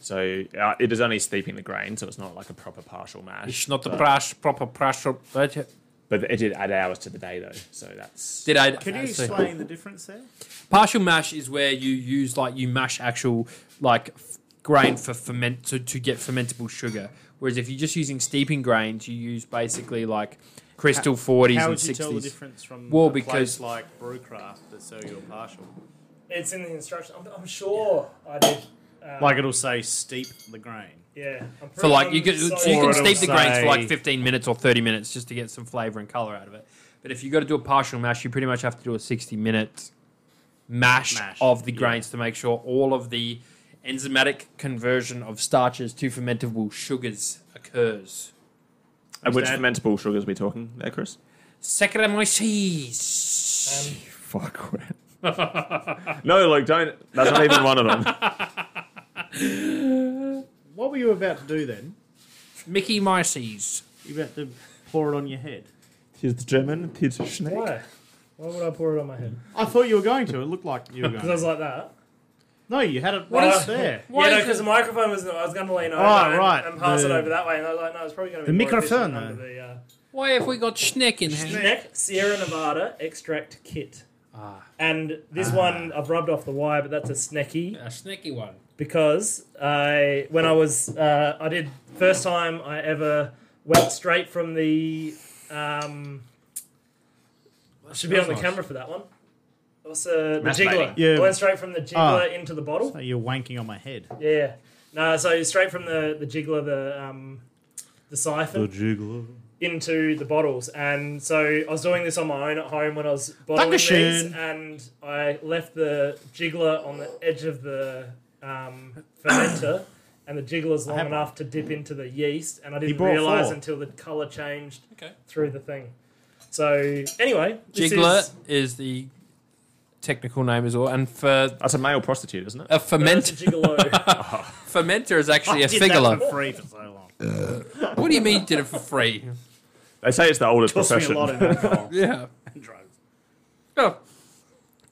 Speaker 4: So uh, it is only steeping the grain, so it's not like a proper partial mash.
Speaker 1: It's not the
Speaker 4: but,
Speaker 1: prash, proper partial. But
Speaker 4: but it did add hours to the day though, so that's
Speaker 1: did I?
Speaker 3: Could you
Speaker 1: I see.
Speaker 3: explain the difference there?
Speaker 1: Partial mash is where you use like you mash actual like f- grain for ferment to, to get fermentable sugar. Whereas if you're just using steeping grains, you use basically like crystal forties
Speaker 3: How
Speaker 1: and
Speaker 3: would you tell the
Speaker 1: sixties.
Speaker 3: difference from
Speaker 1: Well,
Speaker 3: a
Speaker 1: because-
Speaker 3: place like Brewcraft that sell you a partial?
Speaker 2: It's in the instructions. I'm, I'm sure I did. Um,
Speaker 3: Like it'll say steep the grain.
Speaker 2: yeah. I'm
Speaker 1: So
Speaker 2: pretty-
Speaker 1: like you
Speaker 2: I'm
Speaker 1: can
Speaker 2: so-
Speaker 1: so you
Speaker 3: Or
Speaker 1: can
Speaker 3: it'll
Speaker 1: steep the grains for like
Speaker 3: say-
Speaker 1: 15 minutes or 30 minutes just to get some flavor and color out of it. But if you got to do a partial mash, you pretty much have to do a 60 minute mash,
Speaker 3: Mash,
Speaker 1: of the
Speaker 3: yeah.
Speaker 1: grains to make sure all of the enzymatic conversion of starches to fermentable sugars occurs.
Speaker 4: And which
Speaker 3: Understand?
Speaker 4: fermentable sugars are we talking there, Chris?
Speaker 2: Um,
Speaker 1: Saccharomyces.
Speaker 4: Um, Fuck. no, Luke, don't. That's not even one of them.
Speaker 3: What were you about to do then?
Speaker 1: Mickey Myces.
Speaker 3: You about to pour it on your head?
Speaker 4: He's the German. He's Schneck.
Speaker 2: Why? Why would I pour it on my head?
Speaker 3: I thought you were going to. It looked like you were going.
Speaker 2: Because I was
Speaker 3: to.
Speaker 2: like that.
Speaker 3: No, you had it
Speaker 1: What
Speaker 3: right
Speaker 2: is-
Speaker 3: there.
Speaker 1: Why
Speaker 2: yeah,
Speaker 1: is
Speaker 2: no, because
Speaker 1: it-
Speaker 2: the microphone was. I was going to lean over
Speaker 3: Ah,
Speaker 2: and,
Speaker 3: right,
Speaker 2: and pass it
Speaker 3: the-
Speaker 2: over that way, and I was like, no, it's probably going to
Speaker 3: The
Speaker 2: be more efficient
Speaker 3: microphone,
Speaker 2: under the uh,
Speaker 1: Why have we got Schneck in here?
Speaker 2: Schneck Sierra Nevada extract kit.
Speaker 1: Ah,
Speaker 2: And this one I've rubbed off the wire, but that's a Snecky.
Speaker 1: a Schnecky one.
Speaker 2: because I when I was uh, I did first time I ever went straight from the um, I should be on the camera for that one. What's uh, the
Speaker 4: Masturbating.
Speaker 2: jiggler?
Speaker 3: Yeah. Ah.
Speaker 2: I went straight from the jiggler into the bottle.
Speaker 3: So you're wanking on my head.
Speaker 2: Yeah, no, so straight from the the jiggler the um, the siphon
Speaker 3: jiggler.
Speaker 2: into the bottles. And so I was doing this on my own at home when I was bottling
Speaker 3: Dankeschön.
Speaker 2: these, and I left the jiggler on the edge of the um, fermenter, and the jiggler's
Speaker 3: have one.
Speaker 2: long enough to dip into the yeast, and I didn't
Speaker 3: brought
Speaker 2: realize
Speaker 3: four.
Speaker 2: until the color changed
Speaker 1: Okay.
Speaker 2: through the thing. So anyway, this
Speaker 1: Jiggler
Speaker 2: is,
Speaker 1: is the technical name as well. And for
Speaker 4: That's a male prostitute, isn't it?
Speaker 1: a
Speaker 2: no, it's a
Speaker 1: ferment,
Speaker 2: gigolo.
Speaker 1: fermenter is actually
Speaker 3: I
Speaker 1: a
Speaker 3: did that
Speaker 1: figolo.
Speaker 3: for free for so long.
Speaker 1: What do you mean did it for free?
Speaker 4: They say it's the oldest
Speaker 3: Cost me
Speaker 4: profession.
Speaker 3: a lot in alcohol
Speaker 1: Yeah.
Speaker 3: and drugs.
Speaker 1: No.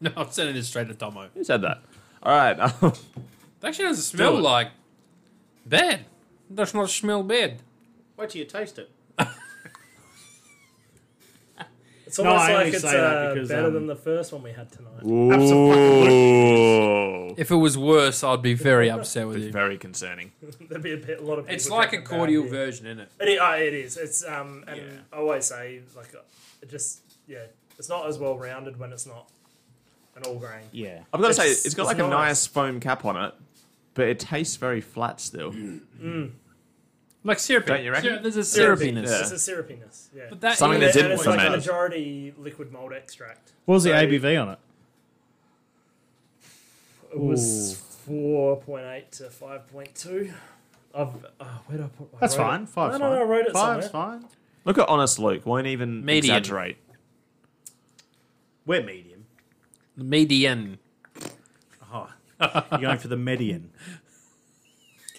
Speaker 1: No, I'm sending this straight to Tomo.
Speaker 4: Who said that? All right. um,
Speaker 1: It actually doesn't smell
Speaker 3: it.
Speaker 1: like bad. It does not smell bad.
Speaker 3: Wait till you taste it.
Speaker 2: it's It's
Speaker 3: No,
Speaker 2: almost
Speaker 3: I
Speaker 2: like
Speaker 3: only
Speaker 2: it's
Speaker 3: say that
Speaker 2: uh,
Speaker 3: because,
Speaker 2: better
Speaker 3: um,
Speaker 2: than the first one we had tonight.
Speaker 4: Ooh.
Speaker 1: If it was worse, I'd be very upset with
Speaker 4: It's
Speaker 1: you.
Speaker 4: very concerning.
Speaker 2: There'd be a, bit, a lot of. People
Speaker 1: It's like a
Speaker 2: talking about
Speaker 1: cordial
Speaker 2: it.
Speaker 1: version, isn't it?
Speaker 2: It, i- uh, it is. It's um, and
Speaker 1: Yeah.
Speaker 2: I always say like, uh, it just yeah, it's not as well rounded when it's not an all grain.
Speaker 3: Yeah.
Speaker 4: I've got to say,
Speaker 2: It's-
Speaker 4: it's got
Speaker 2: it's
Speaker 4: like
Speaker 2: nice.
Speaker 4: a nice foam cap on it, but it tastes very flat still.
Speaker 1: Like syrupy.
Speaker 4: Don't you reckon?
Speaker 1: Syrup- There's a
Speaker 2: Syrupy.
Speaker 1: syrupiness.
Speaker 4: Yeah.
Speaker 2: It's a syrupiness. Yeah.
Speaker 1: But that
Speaker 4: Something
Speaker 1: even-
Speaker 4: that
Speaker 2: and
Speaker 4: didn't
Speaker 2: it's like a
Speaker 4: ferment.
Speaker 2: majority liquid malt extract.
Speaker 3: What was the
Speaker 2: So-
Speaker 3: ABV on it?
Speaker 2: It was four point eight to five point two. I've oh, where did I put? I
Speaker 3: That's
Speaker 2: wrote it.
Speaker 3: fine. Five's
Speaker 2: No, no,
Speaker 3: fine.
Speaker 2: no, I wrote it
Speaker 3: Five's
Speaker 2: somewhere.
Speaker 3: fine.
Speaker 4: Look at honest Luke. Won't even
Speaker 1: Medium.
Speaker 4: exaggerate.
Speaker 3: We're medium.
Speaker 1: median.
Speaker 3: Oh, you're going for the median.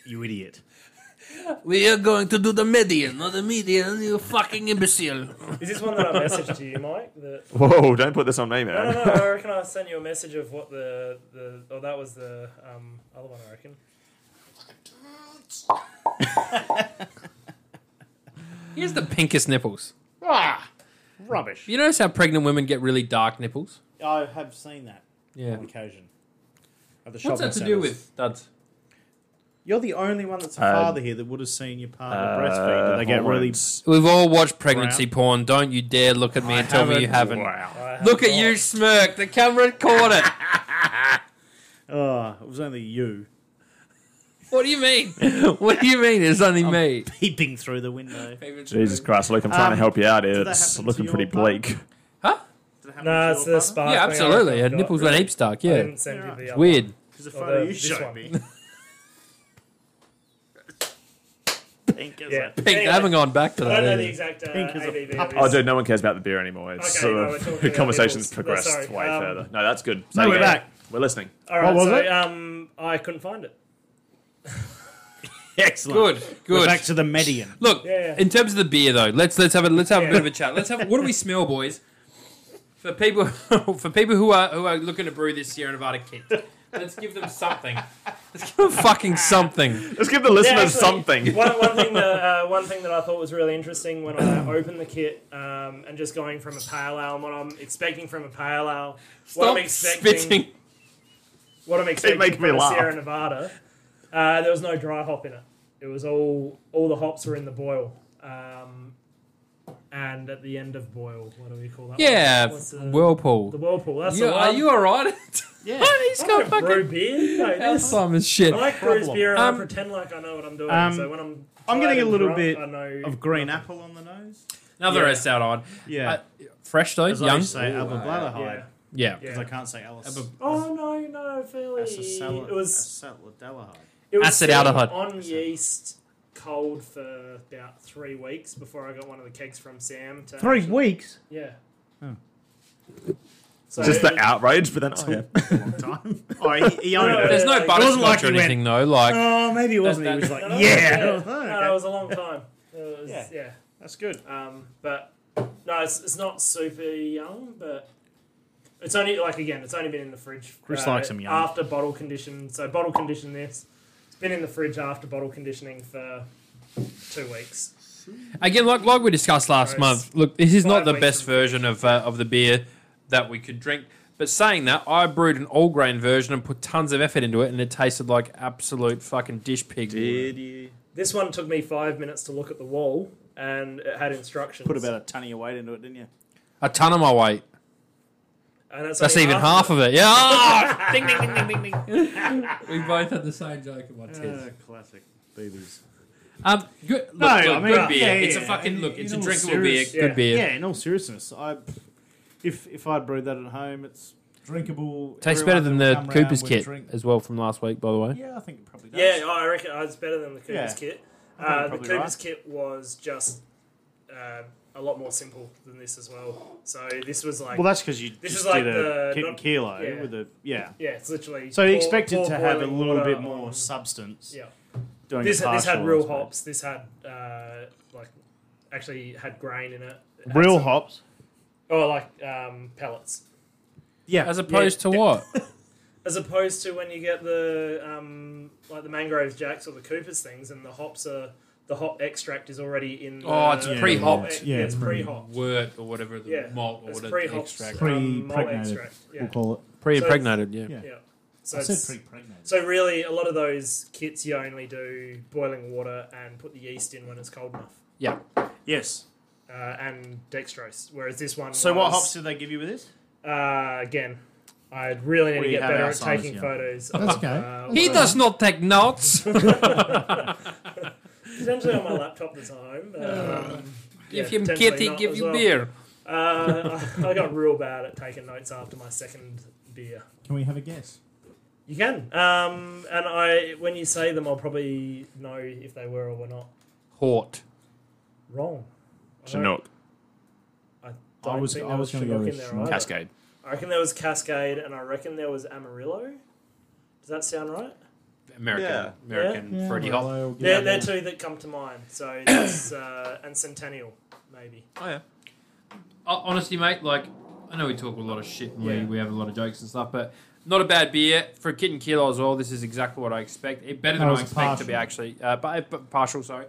Speaker 3: You idiot.
Speaker 1: We are going to do the median, not the median, you fucking imbecile.
Speaker 2: Is this one that I messaged to you, Mike? The,
Speaker 4: Whoa! Don't put this on me,
Speaker 2: no,
Speaker 4: man.
Speaker 2: no, no. I reckon I sent you a message of what the the. Oh, that was the um, other one. I reckon.
Speaker 1: Here's the pinkest nipples.
Speaker 3: Ah, rubbish.
Speaker 1: You notice how pregnant women get really dark nipples?
Speaker 3: I have seen that
Speaker 1: Yeah.
Speaker 3: on occasion. At the
Speaker 1: What's
Speaker 3: shopping
Speaker 1: that to do
Speaker 3: centres.
Speaker 1: with duds?
Speaker 3: You're the only one that's a
Speaker 4: Uh,
Speaker 3: father here that would have seen your partner breastfeed.
Speaker 4: Uh,
Speaker 3: But they get really.
Speaker 4: hormones.
Speaker 1: We've all watched pregnancy
Speaker 3: Brown.
Speaker 1: porn. Don't you dare look at me and tell me you haven't.
Speaker 4: Wow.
Speaker 2: I have
Speaker 1: Look at
Speaker 2: not.
Speaker 1: you smirk. The camera caught it.
Speaker 3: Oh, it was only you
Speaker 1: What do you mean? What do you mean? It's only me.
Speaker 3: peeping through the window.
Speaker 4: Jesus Christ, Luke! I'm trying to
Speaker 3: Um,
Speaker 4: help you out
Speaker 3: did
Speaker 4: here.
Speaker 3: that
Speaker 4: It's
Speaker 3: happen to
Speaker 4: looking
Speaker 3: your
Speaker 4: pretty
Speaker 3: partner?
Speaker 4: bleak.
Speaker 2: No, it's the spark.
Speaker 1: Yeah, absolutely. Her nipples went
Speaker 2: eight.
Speaker 1: heaps dark.
Speaker 2: I
Speaker 1: Yeah.
Speaker 2: didn't send you
Speaker 3: Yeah.
Speaker 2: the
Speaker 1: It's
Speaker 2: other
Speaker 1: weird.
Speaker 3: Because the
Speaker 2: one. Or
Speaker 3: photo
Speaker 2: the-
Speaker 3: you
Speaker 2: this
Speaker 3: showed
Speaker 2: one.
Speaker 3: me. Pink as
Speaker 2: Yeah.
Speaker 3: a-
Speaker 1: Pink,
Speaker 2: Anyway,
Speaker 1: they haven't gone back to
Speaker 2: I
Speaker 1: that.
Speaker 2: don't know
Speaker 1: either.
Speaker 2: the exact uh,
Speaker 3: Pink as a
Speaker 2: ABV.
Speaker 3: puppy.
Speaker 4: Oh, dude, no one cares about the beer anymore. It's
Speaker 2: Okay,
Speaker 4: sort
Speaker 2: no, we're
Speaker 4: of,
Speaker 2: talking
Speaker 4: the
Speaker 2: about
Speaker 4: conversation's
Speaker 2: nipples.
Speaker 4: progressed
Speaker 2: Sorry,
Speaker 4: way
Speaker 2: um,
Speaker 4: further. No, that's good.
Speaker 3: No,
Speaker 4: Say it
Speaker 3: we're
Speaker 4: again.
Speaker 3: back.
Speaker 4: We're listening.
Speaker 2: All right,
Speaker 3: What was
Speaker 2: so,
Speaker 3: it?
Speaker 2: Um, I couldn't find it.
Speaker 3: Excellent.
Speaker 1: Good,
Speaker 3: We're
Speaker 1: good.
Speaker 3: back to the median.
Speaker 1: Look,
Speaker 2: Yeah.
Speaker 1: in terms of the beer though, let's let's have a let's have a
Speaker 2: Yeah.
Speaker 1: bit of a chat. Let's have what do we smell, boys? For people for people who are who are looking to brew this Sierra Nevada kit, let's give them something. Let's give them fucking something.
Speaker 4: Let's give the listeners
Speaker 2: actually,
Speaker 4: something.
Speaker 2: one, one thing that uh, one thing that I thought was really interesting when I opened the kit um, and just going from a pale ale and what I'm expecting from a pale ale, what
Speaker 1: Stop
Speaker 2: I'm expecting,
Speaker 1: spitting.
Speaker 2: what I'm expecting
Speaker 4: make me
Speaker 2: from a
Speaker 4: laugh.
Speaker 2: Sierra Nevada, uh, there was no dry hop in it. It was all all the hops were in the boil. Um, and at the end of boil, what do we call that?
Speaker 1: Yeah,
Speaker 2: one? What's the, the
Speaker 1: whirlpool.
Speaker 2: whirlpool. That's
Speaker 1: You,
Speaker 2: the
Speaker 1: are
Speaker 2: one.
Speaker 1: you alright? Yeah. He's
Speaker 2: I
Speaker 1: got
Speaker 2: don't brew
Speaker 1: fucking
Speaker 2: beer. No, that's-
Speaker 1: Alzheimer's shit.
Speaker 2: I like brews
Speaker 3: problem.
Speaker 2: beer and
Speaker 1: Um,
Speaker 2: I pretend like I know what I'm doing.
Speaker 3: um,
Speaker 2: so when I'm,
Speaker 3: I'm getting
Speaker 2: tired
Speaker 3: a
Speaker 2: and
Speaker 3: little
Speaker 2: drunk,
Speaker 3: bit
Speaker 2: I know
Speaker 3: Of green apple on the nose.
Speaker 1: Another
Speaker 2: Yeah.
Speaker 1: S out on.
Speaker 3: Yeah.
Speaker 1: Uh, fresh though,
Speaker 3: As I
Speaker 1: young.
Speaker 3: used to say,
Speaker 1: Ooh,
Speaker 3: apple
Speaker 1: uh,
Speaker 3: bladder
Speaker 2: Yeah.
Speaker 3: hide.
Speaker 1: yeah.
Speaker 2: Yeah.
Speaker 3: Because I can't say Alice.
Speaker 1: Apple-
Speaker 2: Oh no, no, Philly.
Speaker 3: That's a salad.
Speaker 2: It was
Speaker 3: aldehyde.
Speaker 2: it was
Speaker 1: Acid
Speaker 2: sitting
Speaker 1: aldehyde.
Speaker 2: on yeast cold for about three weeks before I got one of the kegs from Sam. To
Speaker 3: Three
Speaker 2: actually-
Speaker 3: weeks.
Speaker 2: Yeah.
Speaker 3: Oh.
Speaker 2: So
Speaker 4: Just
Speaker 2: it
Speaker 4: the
Speaker 2: was-
Speaker 4: outrage, but then oh, yeah.
Speaker 3: Long time. oh, he, he owned
Speaker 2: No,
Speaker 3: it.
Speaker 1: There's
Speaker 2: It
Speaker 1: no
Speaker 2: wasn't
Speaker 1: butterscotch
Speaker 3: like
Speaker 1: or
Speaker 3: he went-
Speaker 1: anything though. Like
Speaker 3: Oh, maybe it wasn't.
Speaker 1: That-
Speaker 3: He was
Speaker 1: that-
Speaker 3: like,
Speaker 2: No, no,
Speaker 3: yeah.
Speaker 2: No,
Speaker 3: Oh, okay.
Speaker 2: no, it was a long time. It was,
Speaker 3: Yeah.
Speaker 2: yeah.
Speaker 3: That's good.
Speaker 2: Um, but no, it's, it's not super young, but it's only like again, it's only been in the fridge. uh,
Speaker 3: Chris likes 'em young.
Speaker 2: after bottle condition. So bottle condition this. It's been in the fridge after bottle conditioning for two weeks.
Speaker 1: Again, like, like we discussed last
Speaker 2: Gross.
Speaker 1: month, look, this is not
Speaker 2: Five
Speaker 1: the
Speaker 2: weeks
Speaker 1: best
Speaker 2: from
Speaker 1: version of uh, of the beer that we could drink. But saying that, I brewed an all grain version and put tons of effort into it, and it tasted like absolute fucking dish pig.
Speaker 4: Did you?
Speaker 2: This one took me five minutes to look at the wall, and it had instructions.
Speaker 3: Put about a ton of your weight into it, didn't you?
Speaker 1: A ton of my weight.
Speaker 2: and that's,
Speaker 1: That's
Speaker 2: only
Speaker 1: even half of it. Yeah. Oh, ding, ding, ding, ding, ding, ding. we both had the same joke at one
Speaker 3: classic babies.
Speaker 1: Um, good, look,
Speaker 3: No,
Speaker 1: look,
Speaker 3: I mean,
Speaker 1: good beer.
Speaker 3: yeah,
Speaker 1: it's a
Speaker 3: yeah,
Speaker 1: fucking
Speaker 3: in-
Speaker 1: look. It's a
Speaker 3: in all
Speaker 1: drinkable
Speaker 3: serious-
Speaker 1: beer.
Speaker 2: yeah.
Speaker 1: Good beer.
Speaker 3: Yeah, in all seriousness, I if if I'd brewed that at home, it's drinkable.
Speaker 1: Tastes
Speaker 3: Everyone
Speaker 1: better than
Speaker 3: that
Speaker 1: the
Speaker 3: would come round
Speaker 1: Cooper's
Speaker 3: would
Speaker 1: kit
Speaker 3: drink-
Speaker 1: as well from last week, by the way.
Speaker 3: Yeah, I think it probably does.
Speaker 2: Yeah, I reckon uh, it's better than the Cooper's
Speaker 3: Yeah.
Speaker 2: kit.
Speaker 3: I think you're
Speaker 2: Uh, the
Speaker 3: probably
Speaker 2: Cooper's kit was just uh, a lot more simple than this as well. So this was like
Speaker 3: Well, that's because you
Speaker 2: This
Speaker 3: just
Speaker 2: is like
Speaker 3: did a
Speaker 2: the-
Speaker 3: kit and
Speaker 2: not-
Speaker 3: kilo
Speaker 2: yeah.
Speaker 3: with a yeah.
Speaker 2: Yeah, it's literally.
Speaker 3: So you
Speaker 2: pour-
Speaker 3: expect it
Speaker 2: pour
Speaker 3: to have a
Speaker 2: boiling
Speaker 3: little
Speaker 2: water
Speaker 3: bit more
Speaker 2: on-
Speaker 3: substance.
Speaker 2: Yeah,
Speaker 3: Doing
Speaker 2: this,
Speaker 3: a
Speaker 2: this had
Speaker 3: partial, I
Speaker 2: real
Speaker 3: suppose.
Speaker 2: hops. This had uh, like actually had grain in it. It had
Speaker 3: Real
Speaker 2: some-
Speaker 3: hops.
Speaker 2: or like um, pellets,
Speaker 3: Yeah,
Speaker 1: As opposed to what?
Speaker 2: as opposed to when you get the um, like the mangroves jacks or the Coopers things, and the hops are the hot extract is already in. The,
Speaker 1: Oh, it's
Speaker 3: Yeah,
Speaker 1: pre-hopped.
Speaker 2: Yeah,
Speaker 3: yeah,
Speaker 2: it's
Speaker 3: mm.
Speaker 2: pre-hopped.
Speaker 1: Wort or whatever the
Speaker 2: Yeah,
Speaker 1: malt or
Speaker 2: it's
Speaker 1: whatever the
Speaker 2: pre-hopped.
Speaker 1: extract.
Speaker 2: Pre-
Speaker 3: Pre-pregnated,
Speaker 2: extract, yeah.
Speaker 3: we'll call it.
Speaker 1: Pre-impregnated,
Speaker 3: Yeah.
Speaker 2: Yeah. So,
Speaker 3: I said
Speaker 2: it's-
Speaker 3: pre-pregnated.
Speaker 2: so really, a lot of those kits you only do boiling water and put the yeast in when it's cold enough,
Speaker 1: yeah.
Speaker 3: Yes.
Speaker 2: uh, and dextrose. Whereas this one.
Speaker 3: So what
Speaker 2: was-
Speaker 3: hops did they give you with this?
Speaker 2: Uh, again, I really need
Speaker 3: We
Speaker 2: to get
Speaker 3: have
Speaker 2: better
Speaker 3: our
Speaker 2: at
Speaker 3: size,
Speaker 2: taking
Speaker 3: yeah.
Speaker 2: photos.
Speaker 6: That's
Speaker 2: of,
Speaker 6: okay.
Speaker 2: Uh,
Speaker 1: He
Speaker 2: what-
Speaker 1: does not take notes.
Speaker 2: Potentially on my laptop this time. Um,
Speaker 1: give
Speaker 2: yeah,
Speaker 1: him
Speaker 2: potentially
Speaker 1: kitty,
Speaker 2: not
Speaker 1: give
Speaker 2: as
Speaker 1: you
Speaker 2: well.
Speaker 1: beer.
Speaker 2: Uh, I I got real bad at taking notes after my second beer.
Speaker 6: Can we have a guess?
Speaker 2: You can, um, and I when you say them, I'll probably know if they were or were not
Speaker 1: Hort.
Speaker 2: wrong. I don't-
Speaker 4: Chinook,
Speaker 2: don't
Speaker 6: I was-
Speaker 2: think
Speaker 6: I
Speaker 2: there
Speaker 6: was gonna go
Speaker 2: Chinook
Speaker 6: with
Speaker 2: in there
Speaker 6: Chinook.
Speaker 2: either.
Speaker 4: Cascade.
Speaker 2: I reckon there was Cascade, and I reckon there was Amarillo. Does that sound right?
Speaker 1: American,
Speaker 4: Yeah.
Speaker 1: American
Speaker 6: Yeah,
Speaker 1: fruity
Speaker 6: well,
Speaker 1: hop.
Speaker 6: I'll give
Speaker 2: They're,
Speaker 6: it
Speaker 2: they're
Speaker 6: a-
Speaker 2: two that come to mind. So that's, uh, and Centennial maybe.
Speaker 4: Oh yeah.
Speaker 1: Ho- Honestly, mate, like I know we talk a lot of shit and
Speaker 2: Yeah.
Speaker 1: we, we have a lot of jokes and stuff, but not a bad beer for a kid and kilo as well. This is exactly what I expect. It, better than
Speaker 6: Oh, it's
Speaker 1: I expect to be
Speaker 6: partial.
Speaker 1: actually, uh, but, but partial. Sorry,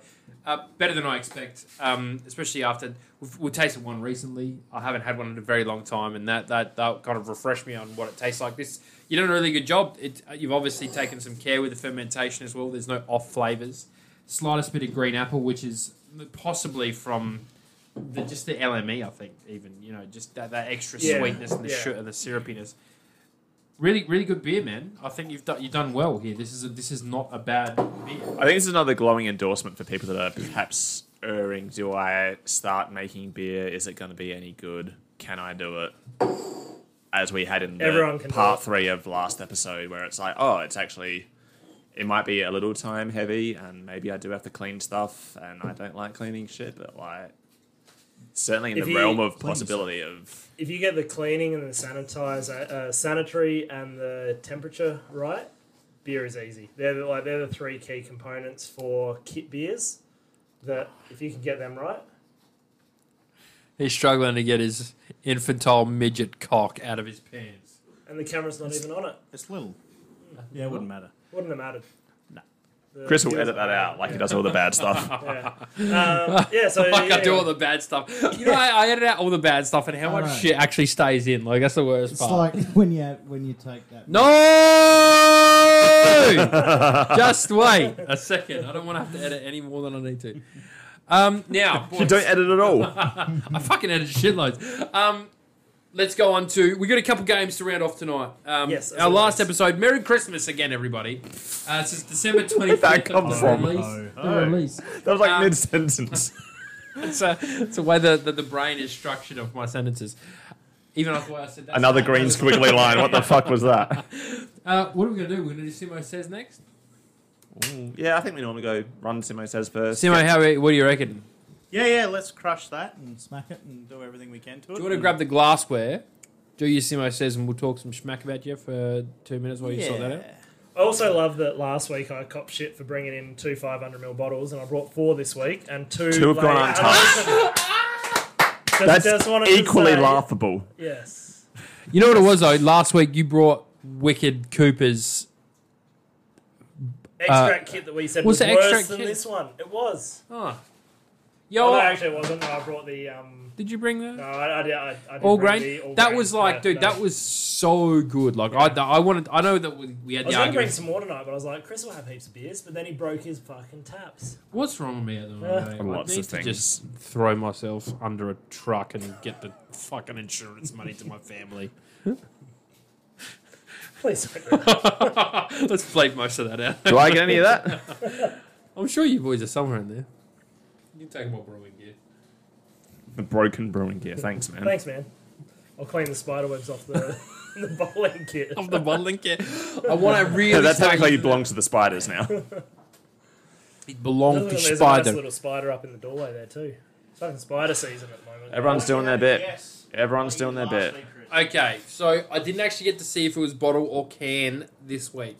Speaker 1: uh, better than I expect. Um, especially after we've, we tasted one recently. I haven't had one in a very long time, and that that that kind of refreshed me on what it tastes like. This you done a really good job. It, uh, you've obviously taken some care with the fermentation as well. There's no off flavors. Slightest bit of green apple, which is possibly from the, just the LME, I think, even you know, just that, that extra
Speaker 2: Yeah.
Speaker 1: sweetness and the
Speaker 2: Yeah.
Speaker 1: shu- and the syrupiness. Really, really good beer, man. I think you've done you've done well here. This is a, this is not a bad beer.
Speaker 4: I think this is another glowing endorsement for people that are perhaps erring. Do I start making beer? Is it going to be any good? Can I do it? As we had in the
Speaker 2: Everyone can do
Speaker 4: part
Speaker 2: it.
Speaker 4: three of last episode, where it's like, oh, it's actually, it might be a little time heavy, and maybe I do have to clean stuff, and I don't like cleaning shit, but like, certainly in
Speaker 2: If
Speaker 4: the
Speaker 2: you-
Speaker 4: realm of possibility of
Speaker 2: If you get the cleaning and the sanitizer, uh, sanitary and the temperature right, beer is easy. They're the, like they're the three key components for kit beers. That if you can get them right,
Speaker 1: He's struggling to get his infantile midget cock out of his pants.
Speaker 2: and the camera's not even on it,
Speaker 3: It's little. Yeah, it wouldn't matter.
Speaker 2: wouldn't have mattered.
Speaker 3: No.
Speaker 2: The
Speaker 4: Chris will
Speaker 2: viewers
Speaker 4: edit that
Speaker 2: are-
Speaker 4: out, like he does all the bad stuff.
Speaker 2: Yeah, um, yeah so
Speaker 1: like I do
Speaker 2: anyway.
Speaker 1: all the bad stuff. You know, I, I edit out all the bad stuff, and how
Speaker 6: I
Speaker 1: much
Speaker 6: know.
Speaker 1: shit actually stays in. Like that's the worst
Speaker 6: It's
Speaker 1: part.
Speaker 6: like when you when you take that.
Speaker 1: No! Just wait a second. I don't want to have to edit any more than I need to. Um, now,
Speaker 4: you
Speaker 1: boys,
Speaker 4: don't edit at all.
Speaker 1: I fucking edit shitloads. Um, let's go on to. We got a couple games to round off tonight. Um,
Speaker 2: Yes, as
Speaker 1: our last
Speaker 2: always.
Speaker 1: episode. Merry Christmas again, everybody. Uh, since December twenty fifth.
Speaker 4: that come from?
Speaker 1: Release,
Speaker 3: Oh,
Speaker 1: the
Speaker 3: oh.
Speaker 1: release.
Speaker 4: That was like
Speaker 1: Um,
Speaker 4: mid sentence.
Speaker 1: It's a, it's a way that the, the brain is structured of my sentences. Even after I said that.
Speaker 4: Another green squiggly line. What the fuck was that?
Speaker 1: Uh, what are we gonna do? We're gonna do Simo says next.
Speaker 4: Yeah, I think we normally go run Simo says first.
Speaker 1: Simo, how? What do you reckon?
Speaker 3: Yeah, yeah. Let's crush that and smack it and do everything we can to it.
Speaker 1: Do you want to grab the glassware? Do your Simo says, and we'll talk some schmack about you for two minutes while you sort that out.
Speaker 2: I also love that last week I cop shit for bringing in two 500 ml bottles, and I brought four this week, and two.
Speaker 4: Two have
Speaker 2: lay
Speaker 4: gone
Speaker 2: unopened. Just-
Speaker 4: That's
Speaker 2: just wanted to
Speaker 4: equally
Speaker 2: say-
Speaker 4: laughable.
Speaker 2: Yes.
Speaker 1: You know what it was though? Last week you brought Wicked Cooper's.
Speaker 2: Extract kit that we said
Speaker 1: was
Speaker 2: was,
Speaker 1: Uh, the
Speaker 2: worse
Speaker 1: extract
Speaker 2: than
Speaker 1: kit?
Speaker 2: this one. It was.
Speaker 1: Oh.
Speaker 2: Oh,
Speaker 1: Yo,
Speaker 2: no, actually, it wasn't. No, I brought the. Um,
Speaker 1: did you bring
Speaker 2: no,
Speaker 1: that?
Speaker 2: I, I, did- I, I didn't
Speaker 1: All
Speaker 2: bring
Speaker 1: grain.
Speaker 2: the all
Speaker 1: that
Speaker 2: grain.
Speaker 1: was like,
Speaker 2: No,
Speaker 1: dude,
Speaker 2: no.
Speaker 1: that was so good. Like, I, I wanted. I know that we, we
Speaker 2: I
Speaker 1: had
Speaker 2: was
Speaker 1: the
Speaker 2: going to bring
Speaker 1: argument.
Speaker 2: some more tonight, but I was like, Chris will have heaps of beers, but then he broke his fucking taps.
Speaker 1: What's wrong with me at the moment?
Speaker 2: Yeah.
Speaker 1: mate? I
Speaker 4: Lots
Speaker 1: need
Speaker 4: of
Speaker 1: to
Speaker 4: things.
Speaker 1: Just throw myself under a truck and get the fucking insurance money to my family.
Speaker 2: Please don't. do that.
Speaker 1: Let's bleep most of that out.
Speaker 4: Do I get any of that?
Speaker 1: I'm sure you boys are somewhere in there. You can take more brewing gear.
Speaker 4: the broken brewing gear. Thanks, man.
Speaker 2: Thanks, man. I'll clean the spider webs off the, the bowling kit.
Speaker 1: Of the bottling kit. I want to really.
Speaker 4: Yeah, that's
Speaker 1: start
Speaker 4: technically
Speaker 1: using
Speaker 4: belongs to the spiders now.
Speaker 1: It belongs
Speaker 2: Look,
Speaker 1: to
Speaker 2: there's a nice
Speaker 1: Spider.
Speaker 2: little spider up in the doorway there too. It's fucking spider season at the moment.
Speaker 4: Everyone's doing their bit.
Speaker 6: Yes.
Speaker 4: Everyone's doing their bit.
Speaker 1: Okay, so I didn't actually get to see if it was bottle or can this week.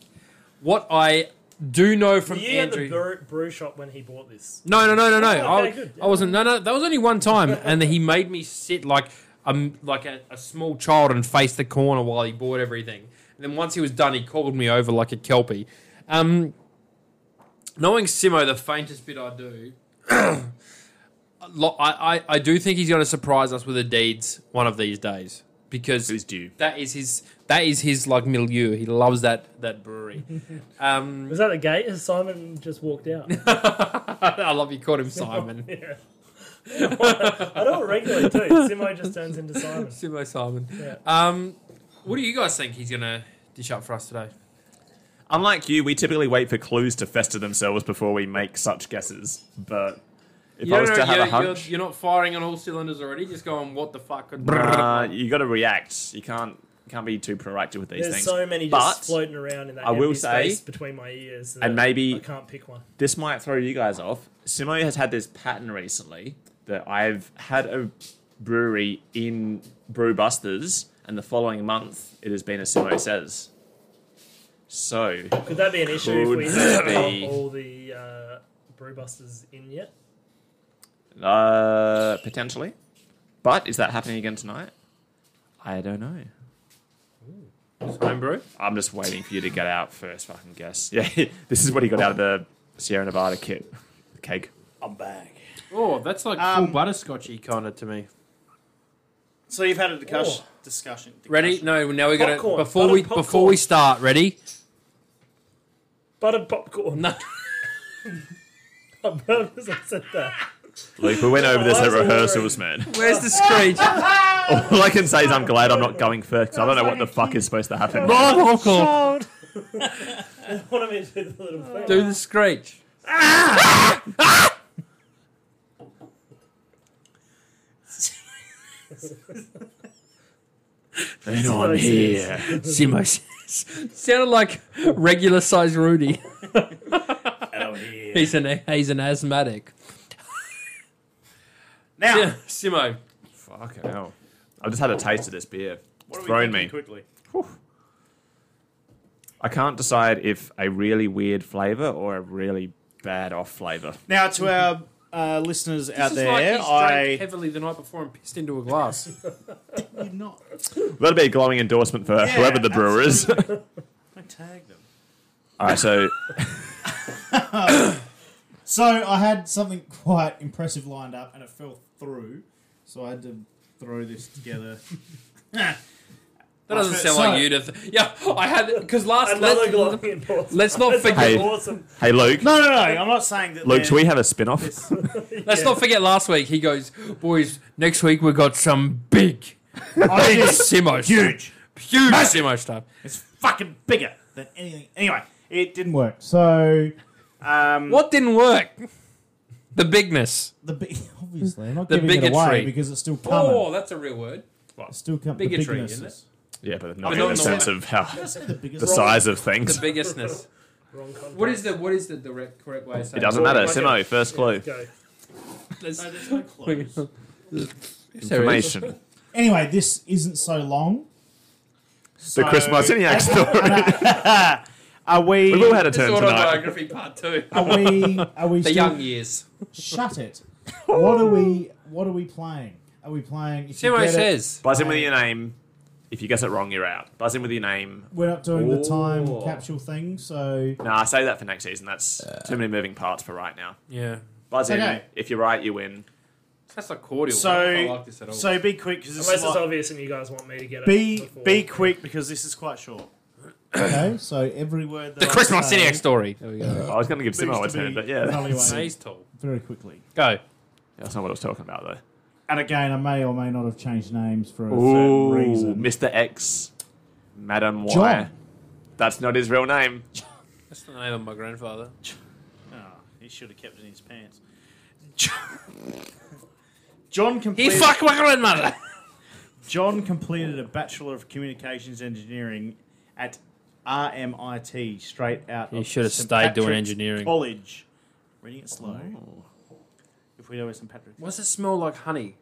Speaker 1: What I do know
Speaker 2: Were
Speaker 1: from
Speaker 2: you at
Speaker 1: Andrew.
Speaker 2: the brew, brew shop when he bought this?
Speaker 1: No, no, no, no, no.
Speaker 2: Oh, okay,
Speaker 1: I,
Speaker 2: good.
Speaker 1: I wasn't. No, no. That was only one time, and he made me sit like a like a, a small child and face the corner while he bought everything. And then once he was done, he called me over like a kelpie. Um, knowing Simo, the faintest bit I do, lo- I, I, I do think he's going to surprise us with the deeds one of these days because
Speaker 4: It is due.
Speaker 1: that is his that is his like milieu. He loves that that brewery. Um,
Speaker 2: Was that the gate? Simon just walked out.
Speaker 1: I love you called him Simon.
Speaker 2: yeah. I do it regularly too. Simo just turns into Simon.
Speaker 1: Simo Simon.
Speaker 2: Yeah.
Speaker 1: Um, what do you guys think he's going to dish up for us today?
Speaker 4: Unlike you, we typically wait for clues to fester themselves before we make such guesses. But if I was to have
Speaker 1: you're,
Speaker 4: a hunch,
Speaker 1: You're, you're not firing on all cylinders already. Just going, what the fuck? could-"
Speaker 4: uh, you got to react. You can't can't be too proactive with these
Speaker 2: There's
Speaker 4: things.
Speaker 2: so many just
Speaker 4: but
Speaker 2: floating around in that
Speaker 4: I will
Speaker 2: empty
Speaker 4: say-
Speaker 2: space between my ears,
Speaker 4: and
Speaker 2: that
Speaker 4: maybe-
Speaker 2: I can't pick one.
Speaker 4: this might throw you guys off. Simo has had this pattern recently that I've had a brewery in Brewbusters, and the following month it has been a Simo says. So
Speaker 2: Could that be an issue if
Speaker 4: Could
Speaker 2: we
Speaker 4: that
Speaker 2: haven't
Speaker 4: be-
Speaker 2: got all the uh, brewbusters in yet?
Speaker 4: Uh, potentially. But is that happening again tonight? I don't know.
Speaker 1: Homebrew.
Speaker 4: I'm just waiting for you to get out first, fucking guess. Yeah, this is what he got out of the Sierra Nevada kit. The keg.
Speaker 3: I'm back.
Speaker 1: Oh, that's like
Speaker 3: Um,
Speaker 1: full butterscotchy kind of to me.
Speaker 3: So you've had a discussion. discussion
Speaker 1: Oh. Ready? No, now we got to
Speaker 2: Popcorn,
Speaker 1: before we
Speaker 2: buttered
Speaker 1: before we
Speaker 2: popcorn.
Speaker 1: start. Ready?
Speaker 2: Buttered popcorn.
Speaker 1: No.
Speaker 2: On purpose, I said that.
Speaker 4: Luke, we went over this at
Speaker 2: That's
Speaker 4: rehearsals, man.
Speaker 1: Where's the screech?
Speaker 4: All I can say is I'm glad I'm not going first 'cause I don't know what the fuck is supposed to happen.
Speaker 1: popcorn.
Speaker 2: What I mean to do the little thing.
Speaker 1: Do the screech.
Speaker 4: And
Speaker 2: what
Speaker 4: I'm
Speaker 2: I said.
Speaker 4: here.
Speaker 1: Simo sounded like regular size Rudy. He's an he's an asthmatic.
Speaker 3: Now,
Speaker 1: Yeah, Simo.
Speaker 4: Fucking hell. I've just had a taste of this beer.
Speaker 3: what are we
Speaker 4: Thrown
Speaker 3: thinking
Speaker 4: me.
Speaker 3: quickly?
Speaker 4: I can't decide if a really weird flavour or a really bad off flavour.
Speaker 3: Now to our uh, listeners out
Speaker 1: This is like
Speaker 3: there,
Speaker 1: he's drank
Speaker 3: I
Speaker 1: heavily the night before and pissed into a glass.
Speaker 6: You're not.
Speaker 4: That'll be a glowing endorsement for
Speaker 3: Yeah,
Speaker 4: Uh, whoever the brewer is.
Speaker 3: I tag them.
Speaker 4: All right, so
Speaker 6: So I had something quite impressive lined up, and it fell through. So I had to throw this together.
Speaker 1: That doesn't sound
Speaker 6: So-
Speaker 1: like you to. Th- yeah, I had because last.
Speaker 2: Another
Speaker 1: Let,
Speaker 2: glowing endorsement.
Speaker 1: let's not
Speaker 2: That's
Speaker 1: forget-
Speaker 2: Awesome.
Speaker 4: hey, Luke.
Speaker 3: No, no, no. I'm not saying that.
Speaker 4: Luke,
Speaker 3: they're-
Speaker 4: do we have a spin off?
Speaker 3: It's-
Speaker 1: let's not forget last week. He goes, boys. Next week we got some big,
Speaker 3: I
Speaker 1: big
Speaker 3: just-
Speaker 1: Simo, stuff.
Speaker 3: huge.
Speaker 1: huge
Speaker 3: Massive.
Speaker 1: Simo stuff.
Speaker 3: It's fucking bigger than anything. Anyway, it didn't work.
Speaker 6: So
Speaker 3: Um,
Speaker 1: What didn't work? The bigness.
Speaker 6: the big, obviously, I'm not
Speaker 1: The
Speaker 6: giving it away
Speaker 1: bigotry.
Speaker 6: because it's still coming.
Speaker 1: Oh,
Speaker 3: Oh,
Speaker 1: that's a real word.
Speaker 6: It's still coming.
Speaker 1: bigotry,
Speaker 6: the
Speaker 1: isn't it?
Speaker 6: bigness.
Speaker 4: Yeah, but not
Speaker 1: But
Speaker 4: in
Speaker 1: not
Speaker 4: the
Speaker 1: in the
Speaker 4: sense
Speaker 1: way.
Speaker 4: of how
Speaker 6: Did I say the biggest?
Speaker 4: the size of things.
Speaker 1: The biggestness.
Speaker 2: Wrong context.
Speaker 1: What is the what is the direct correct way of saying
Speaker 4: It doesn't
Speaker 2: Well,
Speaker 4: matter.
Speaker 2: like
Speaker 4: Simo, first clue.
Speaker 2: Go.
Speaker 6: No, there's no close.
Speaker 4: Information.
Speaker 6: Anyway, this isn't so long.
Speaker 4: The
Speaker 6: So
Speaker 4: Chris Martiniak story.
Speaker 3: Are we?
Speaker 4: We've all had a turn tonight.
Speaker 1: autobiography part two.
Speaker 6: Are we? Are we?
Speaker 1: The
Speaker 6: still,
Speaker 1: young years.
Speaker 6: Shut it. What are we? What are we playing? Are we playing? If you
Speaker 1: Simo
Speaker 6: get it-
Speaker 1: says.
Speaker 4: Buzz in with your name. If you guess it wrong, you're out. Buzz in with your name.
Speaker 6: We're not doing the time
Speaker 4: Ooh.
Speaker 6: capsule thing, so
Speaker 4: Nah, save that for next season. That's too many moving parts for right now.
Speaker 1: Yeah.
Speaker 4: Buzz in.
Speaker 6: Okay.
Speaker 4: If you're right, you win.
Speaker 1: That's a cordial.
Speaker 3: So-
Speaker 1: I don't like this at all.
Speaker 3: So be quick because
Speaker 2: Unless
Speaker 3: this is
Speaker 2: it's
Speaker 3: like-
Speaker 2: obvious and you guys want me to get it.
Speaker 3: be
Speaker 2: before.
Speaker 3: be quick because this is quite short.
Speaker 6: okay. So every word that
Speaker 1: the Chris
Speaker 6: I
Speaker 1: Martiniak
Speaker 6: say
Speaker 1: story. There we go.
Speaker 4: I was going to give
Speaker 6: needs
Speaker 4: Simo a
Speaker 6: to
Speaker 4: turn,
Speaker 6: be
Speaker 4: but yeah.
Speaker 1: Say
Speaker 6: evaluated
Speaker 1: he's tall.
Speaker 6: very quickly.
Speaker 1: Go.
Speaker 4: That's not what I was talking about, though.
Speaker 6: And again, I may or may not have changed names for a
Speaker 4: Ooh,
Speaker 6: certain reason.
Speaker 4: Mr. X, Madam Y.
Speaker 6: John.
Speaker 4: That's not his real name.
Speaker 1: That's the name of my grandfather.
Speaker 3: Oh, he should have kept it in his pants. John
Speaker 1: He
Speaker 3: completed.
Speaker 1: fucked my grandmother.
Speaker 3: John completed a Bachelor of Communications Engineering at RMIT, straight out.
Speaker 1: He
Speaker 3: of
Speaker 1: should have
Speaker 3: St.
Speaker 1: stayed doing
Speaker 3: Patrick's
Speaker 1: engineering.
Speaker 3: College. Reading it slow. If we know where St Patrick.
Speaker 1: What's it smell like honey?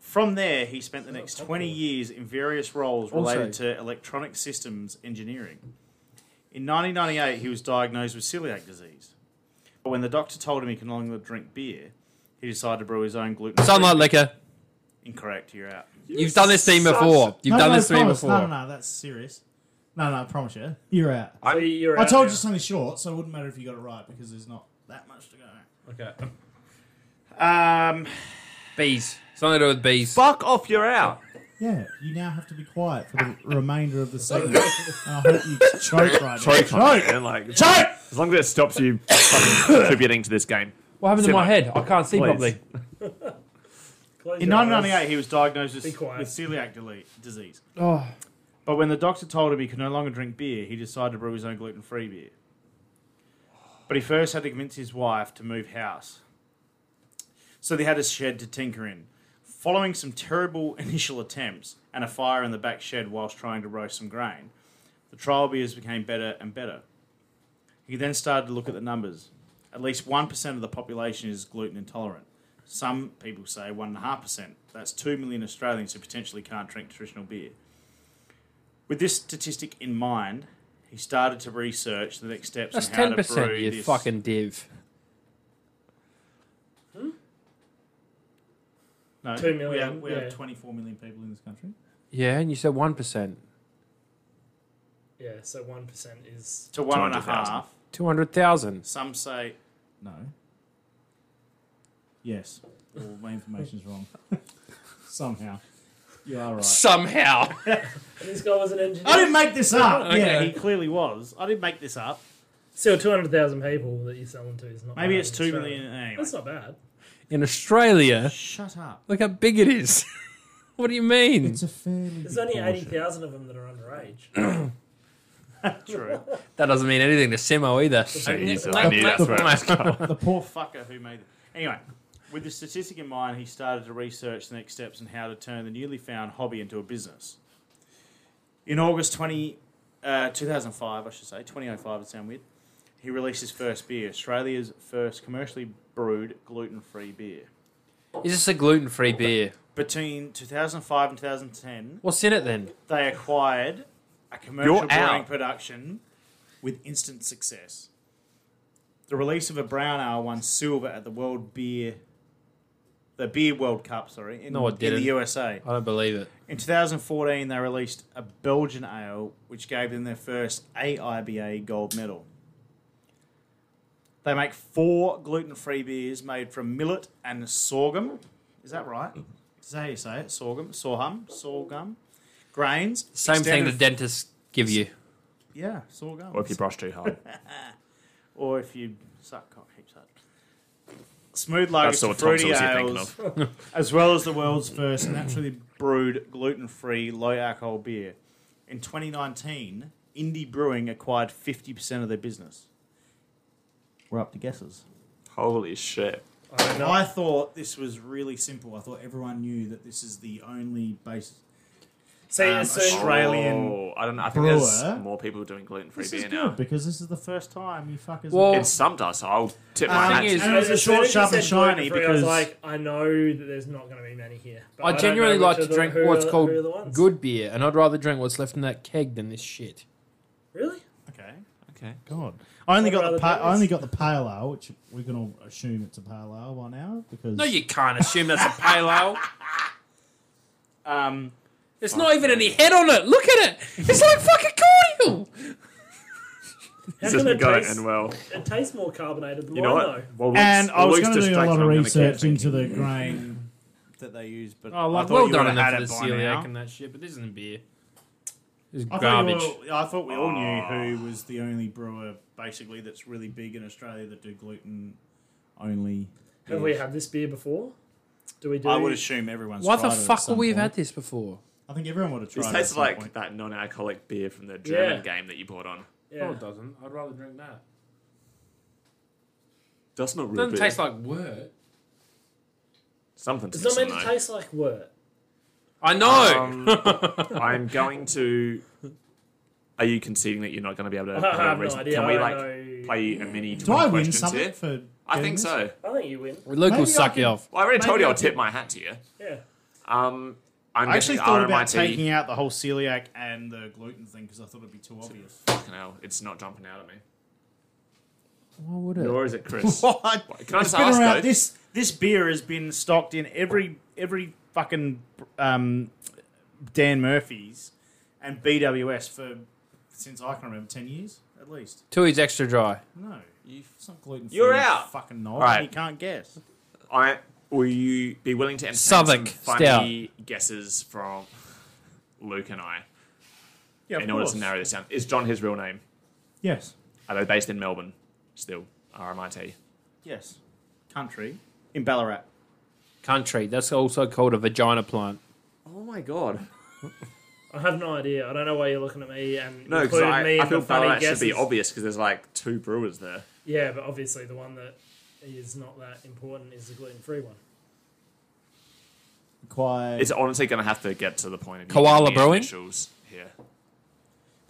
Speaker 3: From there, he spent
Speaker 6: Oh,
Speaker 3: the next 20 years in various roles
Speaker 1: Also-
Speaker 3: related to electronic systems engineering. In 1998, he was diagnosed with celiac disease. But when the doctor told him he could no longer drink beer, he decided to brew his own gluten.
Speaker 1: Sunlight liquor.
Speaker 3: Incorrect, you're out.
Speaker 1: You've done this theme before. You've
Speaker 6: No,
Speaker 1: done
Speaker 6: no,
Speaker 1: this theme
Speaker 6: promise.
Speaker 1: before.
Speaker 6: No, no, no, that's serious. No, no, I promise you, you're out.
Speaker 2: So you're
Speaker 6: I
Speaker 2: out
Speaker 6: told
Speaker 2: now.
Speaker 6: you something short, so it wouldn't matter if you got it right because there's not that much to go.
Speaker 1: Okay.
Speaker 3: Um,
Speaker 1: Bees. Something to do with bees.
Speaker 4: Fuck off, you're out.
Speaker 6: Yeah, you now have to be quiet for
Speaker 2: Ah.
Speaker 6: the remainder of the segment. I hope you choke right
Speaker 4: Choke
Speaker 6: now.
Speaker 4: on it, man. Like,
Speaker 6: Choke!
Speaker 4: As long as it stops you fucking contributing to this game.
Speaker 1: What happened to my
Speaker 4: Simo.
Speaker 1: head? I can't see
Speaker 4: Please.
Speaker 1: properly.
Speaker 2: Close
Speaker 3: In
Speaker 2: your eyes.
Speaker 3: 1998, he was diagnosed with,
Speaker 2: Be quiet.
Speaker 3: with celiac dele- disease.
Speaker 1: Oh.
Speaker 3: But when the doctor told him he could no longer drink beer, he decided to brew his own gluten free beer. But he first had to convince his wife to move house. So they had a shed to tinker in. Following some terrible initial attempts and a fire in the back shed whilst trying to roast some grain, the trial beers became better and better. He then started to look at the numbers. At least 1% of the population is gluten intolerant. Some people say 1.5%. That's 2 million Australians who potentially can't drink traditional beer. With this statistic in mind, he started to research the next steps
Speaker 1: That's
Speaker 3: on how
Speaker 1: ten
Speaker 3: to brew
Speaker 1: percent, you
Speaker 3: this.
Speaker 1: fucking div.
Speaker 3: no,
Speaker 2: Two
Speaker 3: We
Speaker 2: million,
Speaker 3: have, we
Speaker 2: yeah.
Speaker 6: have 24 million people in this country.
Speaker 1: Yeah, and you said one percent.
Speaker 2: Yeah, so 1% is.
Speaker 3: to one and a
Speaker 4: 200,000.
Speaker 3: half.
Speaker 1: Two hundred thousand.
Speaker 3: Some say
Speaker 6: No. Yes. Well, my information's wrong. Somehow. You are right.
Speaker 1: Somehow.
Speaker 2: And this guy was an engineer.
Speaker 6: I didn't make this up.
Speaker 1: Okay.
Speaker 3: yeah,
Speaker 6: Yeah.
Speaker 3: he clearly was. I didn't make this up.
Speaker 2: Still, 200,000 people that you're selling to is not
Speaker 3: Maybe
Speaker 2: bad
Speaker 3: it's
Speaker 2: in
Speaker 3: two
Speaker 2: Australia.
Speaker 3: million. Anyway.
Speaker 2: That's not bad.
Speaker 1: In Australia,
Speaker 6: Shut up.
Speaker 1: look how big it is. what do you mean?
Speaker 6: It's a fairly.
Speaker 2: There's
Speaker 6: big
Speaker 2: only
Speaker 6: portion.
Speaker 2: 80,000 of them that are
Speaker 4: Um,
Speaker 2: underage.
Speaker 3: True.
Speaker 1: That doesn't mean anything to Simo either.
Speaker 4: Jeez, I knew that's where it was going.
Speaker 6: The poor. F-
Speaker 3: Fucker who made it. Anyway, with the statistic in mind, he started to research the next steps and how to turn the newly found hobby into a business. In August 20, uh, 2005, I should say, 2005 would sound weird, he released his first beer, Australia's first commercially brewed gluten free beer.
Speaker 1: Is this a gluten free beer?
Speaker 3: Between 2005 and 2010,
Speaker 1: What's in it then?
Speaker 3: they acquired a commercial
Speaker 4: You're
Speaker 3: brewing
Speaker 4: out.
Speaker 3: production with instant success. The release of a brown ale won silver at the World Beer, the Beer World Cup, sorry, in,
Speaker 1: No, it
Speaker 3: in the
Speaker 1: didn't.
Speaker 3: USA.
Speaker 1: I don't believe it.
Speaker 3: In 2014, they released a Belgian ale, which gave them their first AIBA gold medal. They make four gluten-free beers made from millet and sorghum. Is that right? Is that how you say it? Sorghum, sorghum, sorghum, grains.
Speaker 1: Same thing the
Speaker 3: extended-
Speaker 1: dentists give you.
Speaker 3: yeah, sorghum.
Speaker 4: Or if you brush too hard.
Speaker 3: or if you suck cock heaps hard. Smooth
Speaker 4: That's
Speaker 3: lagers
Speaker 4: sort
Speaker 3: to
Speaker 4: of Tom
Speaker 3: fruity
Speaker 4: Sauce you're thinking
Speaker 3: ales,
Speaker 4: of.
Speaker 3: as well as the world's first naturally brewed gluten-free low-alcohol beer. In 2019, Indie Brewing acquired 50% of their business. We're up to guesses.
Speaker 4: Holy shit.
Speaker 2: I don't know.
Speaker 6: I thought this was really simple. I thought everyone knew that this is the only base.
Speaker 2: See,
Speaker 6: Um,
Speaker 2: as soon,
Speaker 6: Australia- Australian
Speaker 4: Oh, I don't know. I think
Speaker 6: brewer.
Speaker 4: there's more people doing gluten free
Speaker 6: This is
Speaker 4: beer
Speaker 6: good
Speaker 4: now.
Speaker 6: because this is the first time you fuckers.
Speaker 1: Well-
Speaker 4: It's some does. So I'll tip
Speaker 1: The
Speaker 4: my
Speaker 1: thing
Speaker 4: hat.
Speaker 1: is-
Speaker 2: as-
Speaker 6: And Uh, it was a
Speaker 2: as soon
Speaker 6: short,
Speaker 2: as you
Speaker 6: sharp, and
Speaker 2: said
Speaker 6: shiny
Speaker 2: gluten-free, I was
Speaker 6: because
Speaker 2: like, I know that there's not going to be many here. But
Speaker 1: I
Speaker 2: don't
Speaker 1: genuinely
Speaker 2: know
Speaker 1: like to
Speaker 2: which are
Speaker 1: drink
Speaker 2: the, who
Speaker 1: what's
Speaker 2: are,
Speaker 1: called
Speaker 2: who are the ones.
Speaker 1: good beer, and I'd rather drink what's left in that keg than this shit.
Speaker 2: Really?
Speaker 6: okay,
Speaker 4: okay.
Speaker 6: God. I only got
Speaker 2: What about
Speaker 6: the
Speaker 2: the
Speaker 6: pa- I
Speaker 2: beers?
Speaker 6: only got the pale ale, which we can all assume it's a pale ale by now because
Speaker 1: No, you can't assume that's a pale ale.
Speaker 3: Um,
Speaker 1: There's not even any head on it. Look at it. It's like fucking cordial.
Speaker 2: How
Speaker 4: This
Speaker 2: can
Speaker 4: isn't
Speaker 2: it,
Speaker 4: going
Speaker 2: taste,
Speaker 4: and well.
Speaker 2: it tastes more carbonated than
Speaker 4: You know
Speaker 2: wine,
Speaker 4: what? Well, Luke's-
Speaker 6: And I
Speaker 4: well,
Speaker 6: was
Speaker 4: Luke's
Speaker 6: going to do a
Speaker 4: distracted,
Speaker 6: lot
Speaker 4: I'm
Speaker 6: of
Speaker 4: gonna keep
Speaker 6: research
Speaker 4: thinking.
Speaker 6: into the grain that they use, but
Speaker 1: Oh,
Speaker 6: I
Speaker 1: like,
Speaker 6: thought
Speaker 1: well
Speaker 6: you
Speaker 1: done
Speaker 6: would
Speaker 1: on
Speaker 6: have
Speaker 1: them
Speaker 6: had
Speaker 1: for
Speaker 6: it by
Speaker 1: the
Speaker 6: now.
Speaker 1: celiac and that shit, but this isn't beer. It's
Speaker 6: I
Speaker 1: garbage.
Speaker 6: Thought we all, I thought we all knew
Speaker 4: Oh.
Speaker 6: who was the only brewer basically that's really big in Australia that do gluten only.
Speaker 2: though. Have we
Speaker 6: beers.
Speaker 2: had this beer before? Do we do?
Speaker 6: I would assume everyone's.
Speaker 1: Why the
Speaker 6: tried it at
Speaker 1: fuck
Speaker 6: some
Speaker 1: would we have
Speaker 6: point.
Speaker 1: had this before?
Speaker 6: I think everyone would have tried.
Speaker 4: This
Speaker 6: it at
Speaker 4: tastes
Speaker 6: some
Speaker 4: like
Speaker 6: point.
Speaker 4: that non alcoholic beer from the German
Speaker 2: Yeah.
Speaker 4: game that you bought on.
Speaker 2: Yeah.
Speaker 1: doesn't. I'd rather drink that.
Speaker 4: That's not real
Speaker 1: Doesn't
Speaker 4: beer.
Speaker 1: taste like wort.
Speaker 4: Something to
Speaker 2: It's not
Speaker 4: this
Speaker 2: meant
Speaker 4: one,
Speaker 2: to
Speaker 4: though.
Speaker 2: taste like wort.
Speaker 1: I know.
Speaker 4: Um, I'm going to. Are you conceding that you're not going to be able to?
Speaker 2: I have no
Speaker 4: reason-
Speaker 2: idea.
Speaker 4: Can we
Speaker 2: I
Speaker 4: like
Speaker 2: know-
Speaker 4: play a mini
Speaker 6: Do I win
Speaker 4: 20 questions
Speaker 6: something
Speaker 4: here?
Speaker 6: for?
Speaker 4: I
Speaker 6: doing
Speaker 4: think
Speaker 6: this?
Speaker 4: so.
Speaker 2: I think you win.
Speaker 1: Luke
Speaker 6: Maybe
Speaker 1: will
Speaker 6: I
Speaker 1: suck
Speaker 6: can-
Speaker 1: you off.
Speaker 4: Well, I already told
Speaker 6: Maybe
Speaker 4: you
Speaker 6: I
Speaker 4: I'll tip
Speaker 6: can-
Speaker 4: my hat to you.
Speaker 2: Yeah.
Speaker 4: Um, I'm
Speaker 3: I actually
Speaker 4: guessing
Speaker 3: thought
Speaker 4: RMIT.
Speaker 3: about taking out the whole celiac and the gluten thing because I thought it'd be too obvious.
Speaker 4: Fucking hell, it's not jumping out at me.
Speaker 1: Why would it?
Speaker 4: Nor is it Chris.
Speaker 3: What?
Speaker 4: Can I
Speaker 3: It's
Speaker 4: just
Speaker 3: been
Speaker 4: ask
Speaker 3: around-
Speaker 4: though?
Speaker 3: This this beer has been stocked in every every fucking um, Dan Murphy's and BWS for since I can remember ten years at least.
Speaker 1: Tui's extra dry.
Speaker 3: No,
Speaker 4: You
Speaker 3: Some gluten
Speaker 4: You're out.
Speaker 3: Fucking knob.
Speaker 4: Alright.
Speaker 3: He can't guess.
Speaker 4: I will you be willing to entertain
Speaker 1: Southwark
Speaker 4: some funny guesses from Luke and I
Speaker 7: Yeah,
Speaker 4: in order to narrow this down? Is John his real name?
Speaker 3: Yes.
Speaker 4: Are they based in Melbourne still? RMIT.
Speaker 3: Yes. Country.
Speaker 7: In Ballarat.
Speaker 1: Country. That's also called a vagina plant.
Speaker 4: Oh my god!
Speaker 2: I have no idea. I don't know why you're looking at me and
Speaker 4: No, because
Speaker 2: including
Speaker 4: I,
Speaker 2: me
Speaker 4: I
Speaker 2: in
Speaker 4: feel
Speaker 2: the funny
Speaker 4: Ballarat should
Speaker 2: guesses.
Speaker 4: be obvious because there's like two brewers there.
Speaker 2: Yeah, but obviously the one that is not that important is the gluten-free one.
Speaker 3: Required.
Speaker 4: It's honestly going to have to get to the point of you
Speaker 1: Koala
Speaker 4: giving me
Speaker 1: Brewing?
Speaker 4: initials here.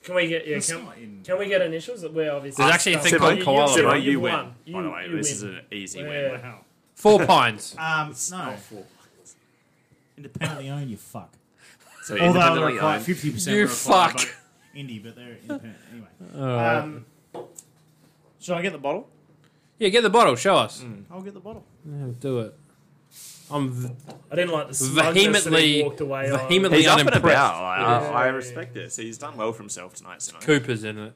Speaker 2: Can we get yeah?
Speaker 3: It's
Speaker 2: Can,
Speaker 3: not in-
Speaker 2: can we get initials? That we're obviously
Speaker 1: There's actually a thing
Speaker 2: Simo,
Speaker 1: called
Speaker 2: you-
Speaker 1: koala.
Speaker 2: Simo,
Speaker 1: Simo,
Speaker 4: you,
Speaker 2: you've
Speaker 4: win.
Speaker 2: won.
Speaker 4: by the
Speaker 2: You-
Speaker 4: way,
Speaker 2: you
Speaker 4: this
Speaker 2: win.
Speaker 4: is an easy win.
Speaker 2: Yeah.
Speaker 3: Wow.
Speaker 1: Four pines.
Speaker 3: Um, no.
Speaker 4: not full.
Speaker 3: Independently owned, you fuck.
Speaker 4: So
Speaker 3: Although they're
Speaker 4: independently
Speaker 3: required
Speaker 4: owned.
Speaker 3: 50%
Speaker 1: You
Speaker 3: were required
Speaker 1: fuck.
Speaker 3: by Indie, but they're independent. Anyway.
Speaker 1: Alright.
Speaker 3: Um, should I get the bottle?
Speaker 1: yeah, get the bottle. Show us.
Speaker 3: I'll get the bottle.
Speaker 1: Yeah, do it. I'm v-
Speaker 2: I didn't like the smugness that he
Speaker 1: vehemently,
Speaker 2: walked away on.
Speaker 1: vehemently
Speaker 4: He's up and
Speaker 1: unimpressed.
Speaker 4: about. I,
Speaker 2: Yeah.
Speaker 4: Uh, I, I respect this. He's done well for himself tonight. Simo.
Speaker 1: Cooper's in it.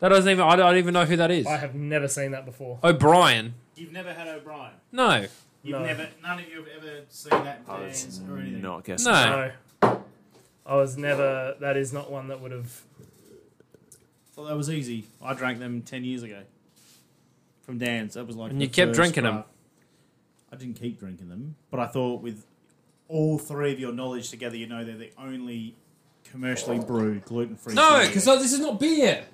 Speaker 1: That doesn't even. I don't even know who that is.
Speaker 2: I have never seen that before.
Speaker 1: O'Brien.
Speaker 3: You've never had O'Brien.
Speaker 1: No,
Speaker 3: You've
Speaker 2: No.
Speaker 3: never, none of you have ever seen that
Speaker 4: I
Speaker 3: dance
Speaker 4: was
Speaker 3: or anything.
Speaker 4: Oh, not guessing.
Speaker 1: no.
Speaker 2: No, I was never. That is not one that would have.
Speaker 3: Thought that was easy. I drank them ten years ago from Dan's. That was like,
Speaker 1: And
Speaker 3: the
Speaker 1: you kept
Speaker 3: first
Speaker 1: drinking 'em.
Speaker 3: craft. I didn't keep drinking them, but I thought with all three of your knowledge together, you know they're the only commercially brewed gluten free.
Speaker 1: No, because this is not beer.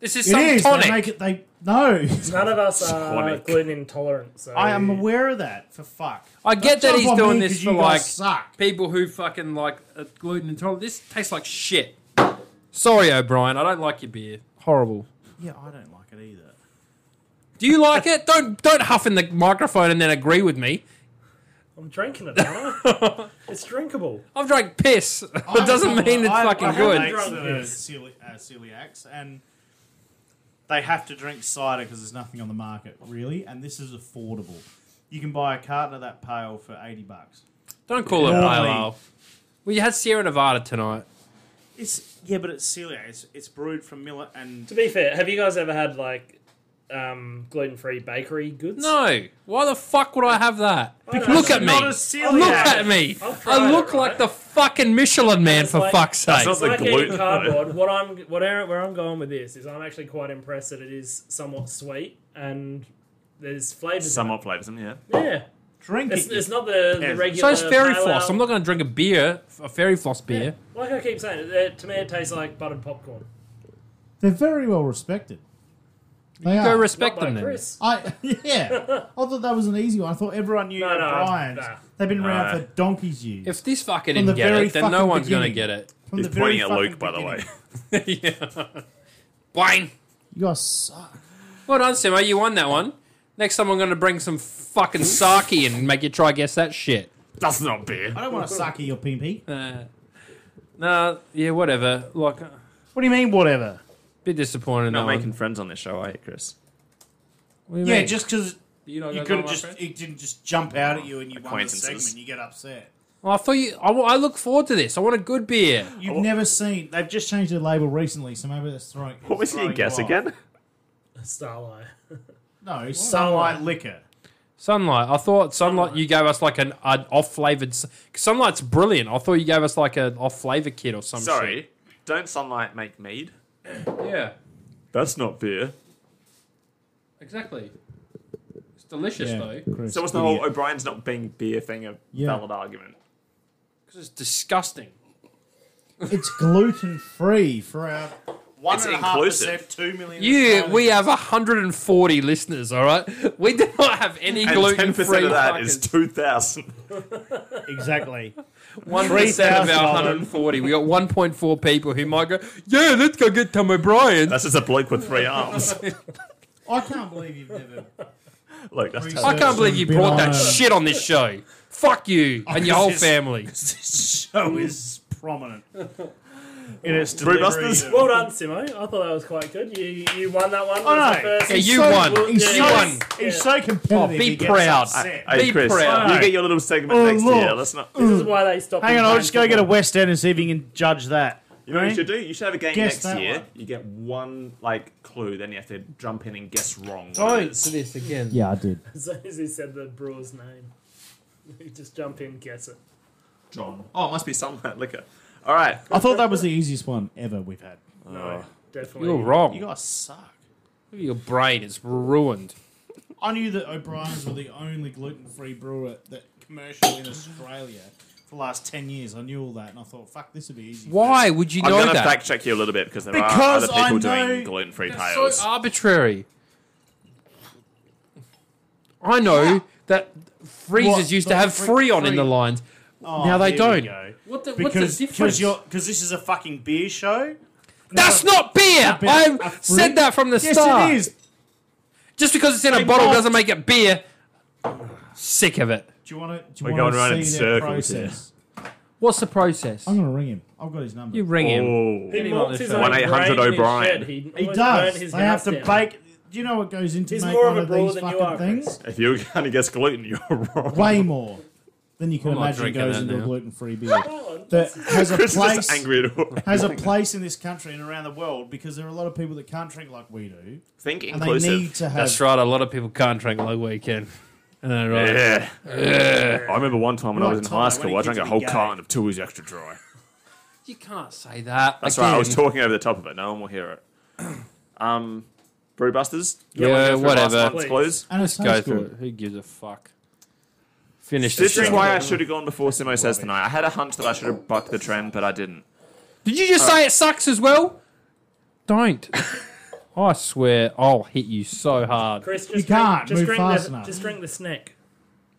Speaker 1: This is
Speaker 3: it
Speaker 1: some
Speaker 3: is.
Speaker 1: tonic.
Speaker 3: They make it. They no.
Speaker 2: None of us are
Speaker 4: Sonic.
Speaker 2: gluten intolerant. So
Speaker 3: I am aware of that. For fuck.
Speaker 1: I
Speaker 3: Don't
Speaker 1: get that
Speaker 3: jump
Speaker 1: he's
Speaker 3: on
Speaker 1: doing
Speaker 3: me
Speaker 1: this
Speaker 3: 'cause
Speaker 1: for
Speaker 3: you guys
Speaker 1: like
Speaker 3: suck.
Speaker 1: people who fucking like uh, gluten intolerant. This tastes like shit. Sorry, O'Brien. I don't like your beer. Horrible.
Speaker 3: Yeah, I don't like it either.
Speaker 1: Do you like it? Don't don't huff in the microphone and then agree with me.
Speaker 2: I'm drinking it. aren't I? it's drinkable.
Speaker 1: I've drank piss. It doesn't mean it's fucking
Speaker 3: have
Speaker 1: good.
Speaker 3: mates that are
Speaker 2: Drunk is.
Speaker 3: celi- uh, celiacs, and they have to drink cider because there's nothing on the market really, and this is affordable. You can buy a carton of that pale for eighty bucks.
Speaker 1: Don't call it
Speaker 3: Normally-
Speaker 1: pale ale. We had Sierra Nevada tonight.
Speaker 3: It's yeah, but it's celiac. It's, it's brewed from millet and
Speaker 2: To be fair, have you guys ever had like um, gluten-free bakery goods?
Speaker 1: No. Why the fuck would I have that?
Speaker 2: Because
Speaker 1: Look
Speaker 2: you're
Speaker 1: at me.
Speaker 3: not a celiac.
Speaker 1: Look at me.
Speaker 2: I've tried
Speaker 1: I look
Speaker 2: it,
Speaker 1: like
Speaker 2: right?
Speaker 1: the fucking Michelin man
Speaker 2: It's
Speaker 1: for
Speaker 2: like-
Speaker 1: fuck's sake.
Speaker 4: It's not
Speaker 2: like
Speaker 4: the
Speaker 2: eating
Speaker 4: gluten,
Speaker 2: cardboard. What I'm, what I- where I'm going with this is, I'm actually quite impressed that it is somewhat sweet and there's flavors.
Speaker 4: Somewhat flavors him, yeah.
Speaker 2: yeah.
Speaker 3: drink
Speaker 2: It's,
Speaker 3: it.
Speaker 2: it's not the, the
Speaker 3: Yeah.
Speaker 1: So
Speaker 2: regular.
Speaker 1: is Fairy
Speaker 2: pale
Speaker 1: Floss.
Speaker 2: ale.
Speaker 1: I'm not going to drink a beer, a Fairy Floss beer.
Speaker 2: Like I keep saying, it, it- to me it tastes like buttered popcorn.
Speaker 3: They're very well respected. They
Speaker 1: Go
Speaker 3: are.
Speaker 1: respect
Speaker 2: Not by
Speaker 1: them then.
Speaker 2: Chris.
Speaker 3: I yeah. I thought that was an easy one. I thought everyone knew
Speaker 2: No, no,
Speaker 3: Brian's.
Speaker 2: nah.
Speaker 3: They've been around
Speaker 4: No.
Speaker 3: for donkey's years.
Speaker 1: If this
Speaker 3: From
Speaker 1: fucker
Speaker 3: the
Speaker 1: didn't get
Speaker 3: very
Speaker 1: it, then no
Speaker 3: fucking
Speaker 1: one's going to get
Speaker 3: beginning.
Speaker 1: it.
Speaker 3: From
Speaker 4: He's
Speaker 3: the very
Speaker 4: pointing at
Speaker 3: fucking
Speaker 4: Luke, by the way.
Speaker 3: beginning.
Speaker 1: yeah. Blaine.
Speaker 3: You guys suck.
Speaker 1: Well done, Simo. You won that one. Next time I'm going to bring some fucking sake and make you try guess that shit.
Speaker 4: That's not beer.
Speaker 3: I don't want to suck at your pimpy.
Speaker 1: Uh, nah, yeah, whatever. Like, a
Speaker 3: What do you mean, whatever?
Speaker 1: bit disappointed. in
Speaker 4: Not
Speaker 1: that one.
Speaker 4: making friends on this show, are you, Chris?
Speaker 1: What do you
Speaker 3: Yeah,
Speaker 1: mean?
Speaker 3: just because
Speaker 1: you, know,
Speaker 3: you
Speaker 1: guys
Speaker 3: could have
Speaker 1: aren't my
Speaker 3: just
Speaker 1: friends?
Speaker 3: it didn't just jump out at you and you won the
Speaker 4: Acquaintances.
Speaker 3: segment, you get upset.
Speaker 1: Well, I thought you. I, wa- I look forward to this. I want a good beer.
Speaker 4: Oh.
Speaker 3: You've never seen. They've just changed their label recently, so maybe that's throwing.
Speaker 4: What was your
Speaker 3: throwing
Speaker 4: guess
Speaker 3: you off.
Speaker 4: again?
Speaker 2: Starlight.
Speaker 3: No, sunlight liquor.
Speaker 1: Sunlight. I thought sunlight. You gave us like an, an off flavored. Sunlight's brilliant. I thought you gave us like an off flavor kit or some
Speaker 4: Sorry.
Speaker 1: shit.
Speaker 4: Don't sunlight make mead?
Speaker 1: Yeah.
Speaker 4: That's not beer.
Speaker 1: Exactly. It's delicious though.
Speaker 4: So what's the whole O'Brien's not being beer thing a
Speaker 3: Yeah.
Speaker 4: valid argument?
Speaker 1: Because it's disgusting.
Speaker 3: It's gluten free for our one
Speaker 4: It's
Speaker 3: and a half
Speaker 4: inclusive.
Speaker 3: percent, two million.
Speaker 1: You,
Speaker 3: Australians.
Speaker 1: we have 140 listeners, all right? We do not have any
Speaker 4: And
Speaker 1: gluten
Speaker 4: ten
Speaker 1: free.
Speaker 4: percent of that is two thousand.
Speaker 3: exactly.
Speaker 1: 1% of our 140. We got 1.4 people who might go, yeah, let's go get Tom O'Brien.
Speaker 4: That's just a bloke with three arms.
Speaker 3: I can't believe you've never.
Speaker 4: Look, that's
Speaker 3: Research.
Speaker 4: terrible.
Speaker 1: I can't believe you
Speaker 3: Been
Speaker 1: brought that
Speaker 3: on a-
Speaker 1: shit on this show. Fuck you and your whole family.
Speaker 3: this show is prominent in its
Speaker 4: Brew
Speaker 3: delivery. Oh,
Speaker 4: Busters?
Speaker 3: of-
Speaker 2: Well done, Simo. I thought that was quite good. You you won that one.
Speaker 3: Oh,
Speaker 2: It was
Speaker 3: no.
Speaker 2: the first-
Speaker 1: Yeah, you won.
Speaker 2: Well,
Speaker 3: He's Oh,
Speaker 1: You
Speaker 3: so,
Speaker 1: won.
Speaker 3: He's
Speaker 2: Yeah.
Speaker 3: so competitive.
Speaker 1: be
Speaker 3: he gets
Speaker 1: proud.
Speaker 3: upset.
Speaker 4: Hey,
Speaker 1: Be
Speaker 4: Chris,
Speaker 1: proud.
Speaker 4: you get your little segment
Speaker 3: Oh,
Speaker 4: next
Speaker 3: look.
Speaker 4: year. Let's not.
Speaker 2: This is why they stopped.
Speaker 3: Hang
Speaker 2: him
Speaker 3: on, I'll
Speaker 2: playing
Speaker 3: just go get a
Speaker 2: football.
Speaker 3: West End and see if you can judge that.
Speaker 4: You know what you
Speaker 6: Right?
Speaker 4: should do? You should have a game
Speaker 6: Guess
Speaker 4: next
Speaker 6: that
Speaker 4: year.
Speaker 6: one.
Speaker 4: You get one like clue, then you have to jump in and guess wrong. what
Speaker 1: Oh,
Speaker 4: it
Speaker 1: it's
Speaker 4: is.
Speaker 1: this again.
Speaker 3: Yeah, I did.
Speaker 2: As soon as he said the brewer's name, you just jump in, guess it.
Speaker 4: John. Oh, it must be some liquor. All right.
Speaker 6: I thought that was the easiest one ever we've had.
Speaker 2: No,
Speaker 4: Oh.
Speaker 2: definitely.
Speaker 1: You're wrong.
Speaker 6: You guys suck.
Speaker 1: Your brain is ruined.
Speaker 6: I knew that O'Brien's were the only gluten-free brewer that commercial in Australia for the last ten years. I knew all that, and I thought, "Fuck, this would be easy."
Speaker 1: Why would you
Speaker 4: I'm
Speaker 1: know
Speaker 4: going to
Speaker 1: that?
Speaker 4: fact check you a little bit because there
Speaker 6: Because
Speaker 4: are other people
Speaker 6: I know-
Speaker 4: doing gluten free
Speaker 1: That's
Speaker 4: tales.
Speaker 1: so arbitrary. I know that freezers
Speaker 6: What?
Speaker 1: used to
Speaker 6: The
Speaker 1: have
Speaker 6: free-
Speaker 1: free on in
Speaker 6: free-
Speaker 1: the lines.
Speaker 6: Oh,
Speaker 1: Now
Speaker 6: here
Speaker 1: they
Speaker 6: we
Speaker 1: don't.
Speaker 6: go.
Speaker 1: What the,
Speaker 6: Because because you're because this is a fucking beer show.
Speaker 1: That's not beer.
Speaker 6: bit-
Speaker 1: I
Speaker 6: a fruit-
Speaker 1: said that from the
Speaker 6: Yes,
Speaker 1: start.
Speaker 6: it is. Do
Speaker 1: Just because it's in a
Speaker 6: Been
Speaker 1: bottle
Speaker 6: bought.
Speaker 1: doesn't make it beer. Sick of it.
Speaker 6: you want to?
Speaker 4: We're going around in circles here.
Speaker 1: What's the process?
Speaker 6: I'm gonna ring him. I've got his number.
Speaker 1: You ring him.
Speaker 2: He
Speaker 4: Oh.
Speaker 2: milks his own
Speaker 4: 1-800
Speaker 2: brain in his
Speaker 4: O'Brien.
Speaker 2: shed. He,
Speaker 6: he
Speaker 2: almost burned
Speaker 6: does.
Speaker 2: his
Speaker 6: They have
Speaker 2: house
Speaker 6: to
Speaker 2: down.
Speaker 6: bake. Do you know what goes into
Speaker 2: He's
Speaker 6: make
Speaker 2: more
Speaker 6: one
Speaker 2: of a
Speaker 6: of
Speaker 2: bro
Speaker 6: these
Speaker 2: than you
Speaker 6: fucking
Speaker 2: are, Chris.
Speaker 6: things?
Speaker 4: If you were going to guess gluten, you're wrong.
Speaker 6: Way more than you can
Speaker 1: I'm not
Speaker 6: imagine
Speaker 1: drinking
Speaker 6: goes
Speaker 1: that
Speaker 6: into a
Speaker 1: now.
Speaker 6: gluten-free beer.
Speaker 2: Oh,
Speaker 6: that has a
Speaker 4: Chris is
Speaker 6: place
Speaker 4: just angry at all.
Speaker 6: has a place in this country and around the world because there are a lot of people that can't drink like we do,
Speaker 4: Think
Speaker 6: and they need
Speaker 4: inclusive.
Speaker 6: to have.
Speaker 1: That's right. A lot of people can't drink like we can. And they're right.
Speaker 4: Yeah. I remember one time when I
Speaker 6: Right,
Speaker 4: was in
Speaker 6: Tom,
Speaker 4: high
Speaker 6: when
Speaker 4: school,
Speaker 6: you
Speaker 4: I
Speaker 6: get
Speaker 4: drank
Speaker 6: to
Speaker 4: a
Speaker 6: be
Speaker 4: whole
Speaker 6: gay.
Speaker 4: carton of Tui's Extra Dry.
Speaker 1: You can't say that.
Speaker 4: That's right. I was
Speaker 1: again.
Speaker 4: talking over the top of it. No one will hear it. Um, Brewbusters. you
Speaker 1: Yeah,
Speaker 4: wanna go through last
Speaker 1: whatever.
Speaker 4: month's
Speaker 2: Please.
Speaker 4: clues?
Speaker 6: And it's
Speaker 1: Go
Speaker 6: taste
Speaker 1: through it.
Speaker 6: good.
Speaker 1: Who gives a fuck? Finish
Speaker 4: This
Speaker 1: the
Speaker 4: is
Speaker 1: show.
Speaker 4: why I should have gone before Simo says tonight. I had a hunch that I should have bucked the trend, but I didn't.
Speaker 1: Did you just say it sucks as well? Don't. I swear I'll hit you so hard.
Speaker 2: Chris, just
Speaker 6: You can't
Speaker 2: drink, just
Speaker 6: move
Speaker 2: drink
Speaker 6: fast
Speaker 2: the,
Speaker 6: enough.
Speaker 2: Just drink the snack.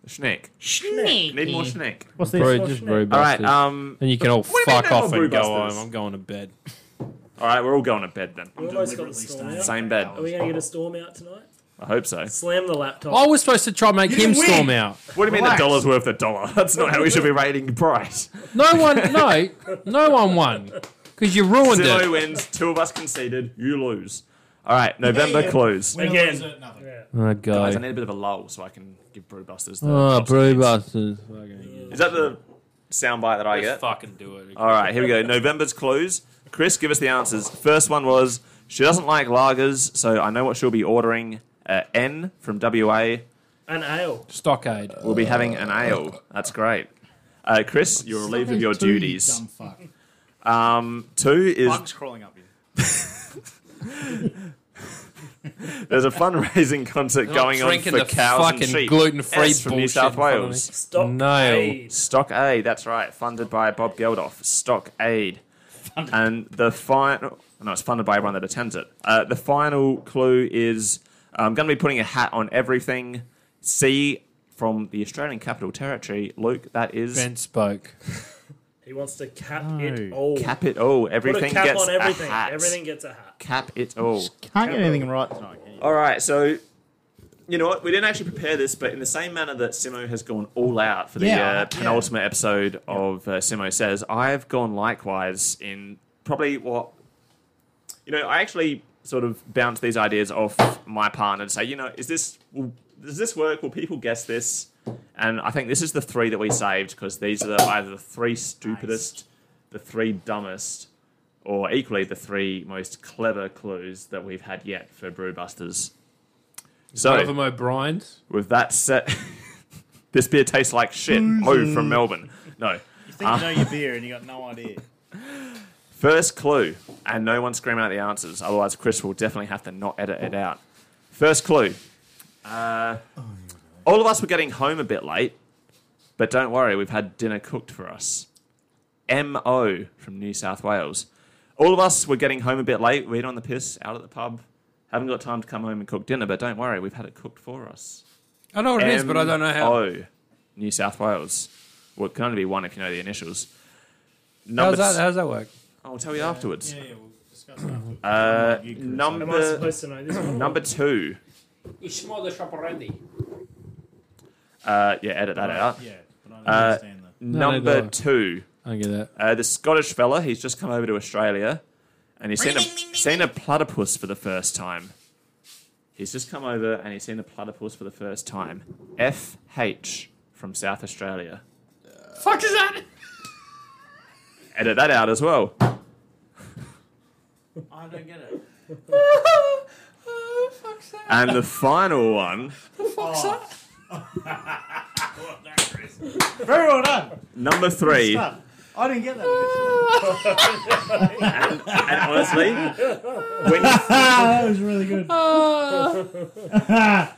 Speaker 4: Schnick.
Speaker 2: Schneck.
Speaker 4: Need more schnick.
Speaker 6: What's this?
Speaker 1: Bro,
Speaker 2: not
Speaker 1: just
Speaker 2: Schneck.
Speaker 1: brew
Speaker 4: All right.
Speaker 1: busters.
Speaker 4: Um.
Speaker 1: and you can all
Speaker 4: do you
Speaker 1: fuck
Speaker 4: know
Speaker 1: off
Speaker 4: about
Speaker 1: and go
Speaker 4: Brewbusters?
Speaker 1: home. I'm going to bed.
Speaker 4: All right. We're all going to bed then.
Speaker 2: We almost got the storm out.
Speaker 4: Same bed.
Speaker 2: Are we going to get a storm out tonight?
Speaker 4: I hope so.
Speaker 2: Slam the laptop.
Speaker 6: Oh.
Speaker 1: I was supposed to try and make
Speaker 6: You
Speaker 1: him
Speaker 6: didn't
Speaker 1: storm
Speaker 6: win.
Speaker 1: out.
Speaker 4: What do you mean
Speaker 6: Relax.
Speaker 4: the dollar's worth a dollar? That's not how we should be rating price.
Speaker 1: No one, no, no one won because you ruined
Speaker 4: Simo
Speaker 1: it.
Speaker 4: wins. Two of us conceded. You lose. All right. November
Speaker 6: Yeah.
Speaker 4: clues.
Speaker 6: Winner,
Speaker 2: Again.
Speaker 6: loser, nothing.
Speaker 2: Yeah.
Speaker 1: Oh
Speaker 4: Guys, I
Speaker 1: god.
Speaker 4: need a bit of a lull so I can give Brewbusters. The
Speaker 1: Oh,
Speaker 4: props.
Speaker 1: brewbusters.
Speaker 4: Is that the soundbite that I get?
Speaker 1: fucking do it.
Speaker 4: All right, here we go. November's clues. Chris, give us the answers. First one was she doesn't like lagers, so I know what she'll be ordering. Uh, N from WA
Speaker 2: An ale.
Speaker 1: Stockade.
Speaker 4: will be having an ale. That's great. Uh, Chris, you're relieved
Speaker 6: Fucking
Speaker 4: of your
Speaker 6: two, you
Speaker 4: duties.
Speaker 6: Dumb fuck.
Speaker 4: Um, two
Speaker 6: Bugs
Speaker 4: is
Speaker 6: crawling up you.
Speaker 4: there's a fundraising concert going on
Speaker 1: drinking
Speaker 4: for
Speaker 1: the
Speaker 4: cows
Speaker 1: fucking
Speaker 4: and sheep.
Speaker 1: gluten-free
Speaker 4: S from New
Speaker 1: bullshit
Speaker 4: South
Speaker 1: in front of
Speaker 4: Wales.
Speaker 2: Stop.
Speaker 1: Nail.
Speaker 2: aid.
Speaker 4: Stock Aid, that's right, funded by Bob Geldof. Stock Aid. And the final, no, it's funded by everyone that attends it. Uh, the final clue is I'm going to be putting a hat on everything. C from the Australian Capital Territory. Luke, that is
Speaker 1: Ben spoke.
Speaker 2: He wants to cap
Speaker 6: No.
Speaker 2: it all.
Speaker 4: cap it all.
Speaker 2: Put a
Speaker 4: Everything
Speaker 2: cap
Speaker 4: gets
Speaker 2: on everything.
Speaker 4: a hat.
Speaker 2: Everything gets a hat.
Speaker 4: Cap it all.
Speaker 6: Can't get anything right tonight.
Speaker 4: All right, so you know what? We didn't actually prepare this, but in the same manner that Simo has gone all out for the
Speaker 6: Yeah,
Speaker 4: uh,
Speaker 6: yeah.
Speaker 4: penultimate episode of uh, Simo Says, I've gone likewise in probably what you know. I actually sort of bounce these ideas off my partner and say, you know, is this will, does this work? Will people guess this? And I think this is the three that we saved because these are the, either the three stupidest, the three dumbest, or equally the three most clever clues that we've had yet for Brewbusters. So,
Speaker 1: Oliver O'Brien's.
Speaker 4: with that set, this beer tastes like shit. Oh, from Melbourne. No.
Speaker 6: You think
Speaker 3: Ah.
Speaker 6: you know your beer and you got no idea.
Speaker 4: First clue, and no one scream out the answers, otherwise, Chris will definitely have to not edit it out. First clue. Uh, all of us were getting home a bit late, but don't worry, we've had dinner cooked for us. MO from New South Wales. All of us were getting home a bit late, we'd on the piss, out at the pub. Haven't got time to come home and cook dinner, but don't worry, we've had it cooked for us.
Speaker 1: I know what it is, but I don't know how.
Speaker 4: Oh, New South Wales. Well, it can only be one if you know the initials.
Speaker 1: How's
Speaker 4: Number
Speaker 1: that? How's that work?
Speaker 4: I'll tell you afterwards.
Speaker 6: Yeah, yeah, we'll discuss that. afterwards.
Speaker 4: Uh,
Speaker 6: You, Chris.
Speaker 2: Am I
Speaker 4: number
Speaker 2: supposed to know this one?
Speaker 4: number two.
Speaker 1: You smell the shop already.
Speaker 4: Uh, yeah, edit that out.
Speaker 6: Yeah, but I don't
Speaker 4: Uh,
Speaker 6: understand that.
Speaker 1: No, no,
Speaker 4: Number
Speaker 1: no.
Speaker 4: two.
Speaker 1: I don't get that.
Speaker 4: Uh, the Scottish fella, he's just come over to Australia, and he's seen a seen a platypus for the first time. He's just come over and he's seen a platypus for the first time. F H from South Australia.
Speaker 1: Fuck is that?
Speaker 4: Edit that out as well.
Speaker 3: I don't get it.
Speaker 1: oh, fuck's that?
Speaker 4: And the final one,
Speaker 1: The fuck's that?
Speaker 3: Very well done.
Speaker 4: number three.
Speaker 3: Done. I didn't get that.
Speaker 4: And honestly, when you,
Speaker 3: that was really good. I think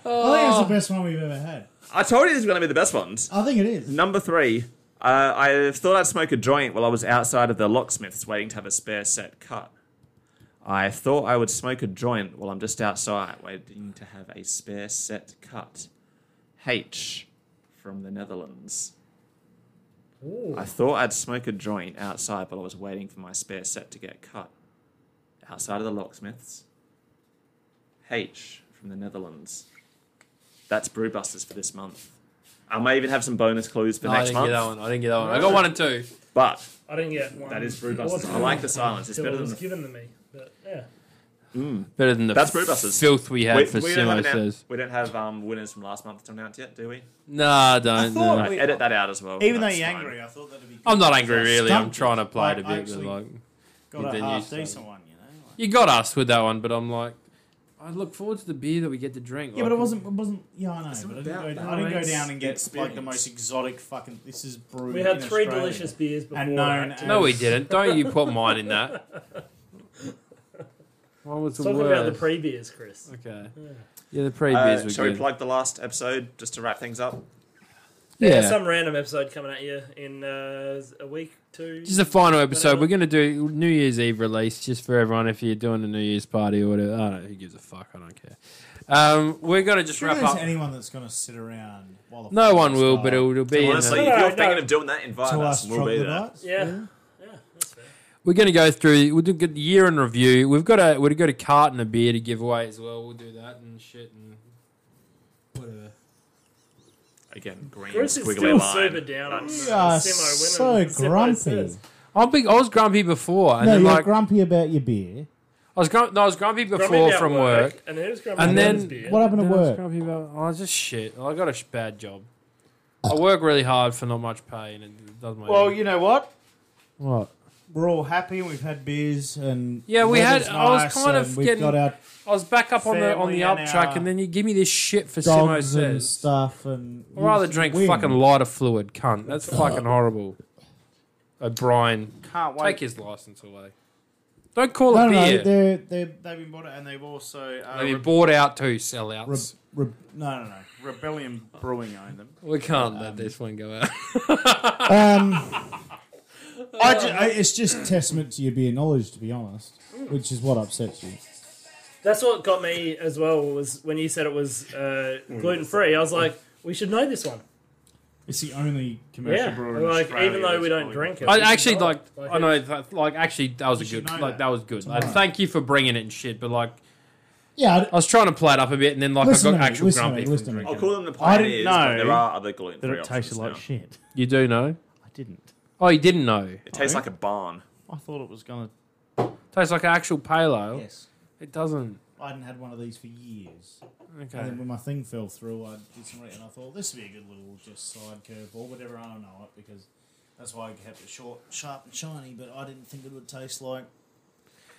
Speaker 3: it's the best one we've ever had.
Speaker 4: I told you these were going to be the best ones.
Speaker 3: I think it is.
Speaker 4: Number three, uh, I thought I'd smoke a joint while I was outside of the locksmiths waiting to have a spare set cut. I thought I would smoke a joint while I'm just outside waiting to have a spare set cut. H from the Netherlands. I thought I'd smoke a joint outside while I was waiting for my spare set to get cut. Outside of the locksmiths. H from the Netherlands. That's Brewbusters for this month. I may even have some bonus clues for
Speaker 1: No, I
Speaker 4: next
Speaker 1: didn't get that
Speaker 4: month.
Speaker 1: one. I didn't get that one. I got one and two.
Speaker 4: But
Speaker 2: I didn't get one.
Speaker 4: that is
Speaker 2: Wasn't
Speaker 4: Brewbusters. I like the silence. It's
Speaker 2: until
Speaker 4: better
Speaker 2: it
Speaker 4: than
Speaker 2: was
Speaker 4: the
Speaker 2: given to me. But yeah,
Speaker 1: Better than the
Speaker 4: That's Brewbusters.
Speaker 1: filth we had
Speaker 4: hmm. We-
Speaker 1: for
Speaker 4: we don't have
Speaker 1: Simo
Speaker 4: an-
Speaker 1: says.
Speaker 4: We don't have um, winners from last month to announce yet, do we?
Speaker 1: Nah, don't.
Speaker 3: I thought-
Speaker 1: no.
Speaker 4: Right,
Speaker 3: we-
Speaker 4: edit that out as well.
Speaker 3: Even though
Speaker 4: That's
Speaker 3: you're
Speaker 4: fine.
Speaker 3: angry, I thought that'd be. Good.
Speaker 1: I'm not angry really. I'm
Speaker 3: Stumped
Speaker 1: trying to
Speaker 3: it.
Speaker 1: play
Speaker 3: I-
Speaker 1: it a
Speaker 3: I
Speaker 1: bit, but
Speaker 3: actually
Speaker 1: like
Speaker 3: got a
Speaker 1: Then you
Speaker 3: half
Speaker 1: started.
Speaker 3: decent one, you know. like-
Speaker 1: you got us with that one, but I'm like, I look forward to the beer that we get to drink.
Speaker 3: Yeah,
Speaker 1: Like,
Speaker 3: but it wasn't. It wasn't. Yeah, I know.
Speaker 4: It's
Speaker 3: But I
Speaker 4: about
Speaker 3: didn't, go,
Speaker 4: that.
Speaker 3: I didn't go
Speaker 4: It's
Speaker 3: down and get like the
Speaker 4: experience.
Speaker 3: most exotic fucking. This is brewed.
Speaker 2: we had
Speaker 3: in
Speaker 2: three
Speaker 3: Australia.
Speaker 2: delicious beers before.
Speaker 3: And known
Speaker 2: that,
Speaker 3: as-
Speaker 2: too.
Speaker 1: No, we didn't. Don't you put mine in that. What was the
Speaker 2: Talk
Speaker 1: word?
Speaker 2: about the pre beers, Chris.
Speaker 1: okay.
Speaker 2: Yeah.
Speaker 1: Yeah, the pre beers
Speaker 4: Uh,
Speaker 1: were
Speaker 4: shall
Speaker 1: good.
Speaker 4: we plug the last episode just to wrap things up?
Speaker 1: yeah.
Speaker 2: Some random episode coming at you in uh, a week, two.
Speaker 1: Just a final episode.
Speaker 2: Whatever.
Speaker 1: We're going to do New Year's Eve release just for everyone if you're doing a New Year's party or whatever. I don't know. Who gives a fuck? I don't care. Um, we're going to just
Speaker 3: Sure,
Speaker 1: wrap
Speaker 3: there's
Speaker 1: up.
Speaker 3: anyone that's going to sit around while the
Speaker 1: No
Speaker 3: fucking
Speaker 1: one will,
Speaker 3: style.
Speaker 1: but it will be. in
Speaker 4: Honestly,
Speaker 1: the-
Speaker 4: if you're
Speaker 2: No, no.
Speaker 4: thinking of doing that, invite
Speaker 3: to
Speaker 4: us.
Speaker 3: us
Speaker 4: We'll be there.
Speaker 3: troglodytes.
Speaker 2: yeah. yeah. that's fair.
Speaker 1: We're going to go through. We'll do get the year in review. We've got a we've got a cart and a beer to give away as well. We'll do that and shit and whatever.
Speaker 4: Again, green
Speaker 2: Chris is
Speaker 4: squiggly
Speaker 2: still
Speaker 4: line.
Speaker 2: super down on
Speaker 3: You
Speaker 2: uh,
Speaker 3: are
Speaker 2: Simo
Speaker 3: so
Speaker 2: winning. Simo
Speaker 3: grumpy.
Speaker 2: says-
Speaker 1: I'm big. I was grumpy before, and
Speaker 3: No,
Speaker 1: then
Speaker 3: you're
Speaker 1: like
Speaker 3: grumpy about your beer.
Speaker 1: I was grumpy. No, I was grumpy before
Speaker 2: Grumpy about
Speaker 1: from work.
Speaker 2: and then, it was grumpy
Speaker 1: And
Speaker 2: about
Speaker 1: then-
Speaker 2: his beer.
Speaker 3: What happened at
Speaker 1: Then I was
Speaker 3: work?
Speaker 1: grumpy about. I was just shit. I got a sh- bad job. I work really hard for not much pay, and it doesn't make.
Speaker 3: Well, you know what?
Speaker 1: what?
Speaker 3: We're all happy and we've had beers and
Speaker 1: Yeah, we had-
Speaker 3: weather's
Speaker 1: I was
Speaker 3: nice
Speaker 1: kind of
Speaker 3: and we've
Speaker 1: getting
Speaker 3: got our
Speaker 1: I was back up on the on
Speaker 3: Family
Speaker 1: the
Speaker 3: and
Speaker 1: up track,
Speaker 3: our
Speaker 1: and then you give me this shit for Simo
Speaker 3: dogs and
Speaker 1: says.
Speaker 3: stuff and
Speaker 1: I'd rather drink fucking lighter fluid, cunt. That's fucking horrible. O'Brien,
Speaker 3: can't
Speaker 1: take his license away. Don't call
Speaker 3: No, no,
Speaker 1: it beer.
Speaker 3: no, they're, they're, they've been bought it and they've also uh,
Speaker 1: They've been
Speaker 3: Re-
Speaker 1: bought out too, sellouts.
Speaker 3: Re- Re- no, no, no. Rebellion Brewing owned them.
Speaker 1: we can't let this one go out.
Speaker 3: Um, I ju- I- it's just testament to your beer knowledge, to be honest, which is what upsets you.
Speaker 2: That's what got me as well was when you said it was uh, gluten free. I was like, we should know this one.
Speaker 3: It's the only commercial
Speaker 2: Yeah, like even though we don't drink it,
Speaker 1: I
Speaker 2: we should
Speaker 1: actually
Speaker 2: know
Speaker 1: like.
Speaker 2: it.
Speaker 1: I know. that- Like actually, that was a
Speaker 3: You should
Speaker 1: good.
Speaker 3: know
Speaker 1: Like
Speaker 3: that
Speaker 1: that was good. Like,
Speaker 3: tomorrow.
Speaker 1: thank you for bringing it and shit. But like,
Speaker 3: Yeah,
Speaker 1: I was trying to play it up a bit, and then like
Speaker 3: Listen
Speaker 1: I
Speaker 3: to
Speaker 1: got
Speaker 3: me,
Speaker 1: actual
Speaker 3: listen to
Speaker 1: grumpy.
Speaker 3: me,
Speaker 1: from
Speaker 3: listen to me.
Speaker 1: drinking.
Speaker 4: I'll call them the
Speaker 3: I
Speaker 4: pioneers,
Speaker 3: didn't
Speaker 4: but
Speaker 3: know
Speaker 4: there are other gluten
Speaker 8: That
Speaker 4: free
Speaker 8: it tasted
Speaker 4: options
Speaker 8: like
Speaker 4: now.
Speaker 8: shit.
Speaker 1: You do know?
Speaker 8: I didn't.
Speaker 1: Oh, you didn't know.
Speaker 4: It tastes like a barn.
Speaker 8: I thought it was gonna.
Speaker 1: Tastes like an actual pale ale.
Speaker 3: Yes.
Speaker 1: It doesn't.
Speaker 3: I hadn't had one of these for years. And
Speaker 1: Okay.
Speaker 3: then when my thing fell through, I did some reading and I thought this would be a good little just side curveball, but everyone will know it because that's why I kept it short, sharp, and shiny. But I didn't think it would taste like.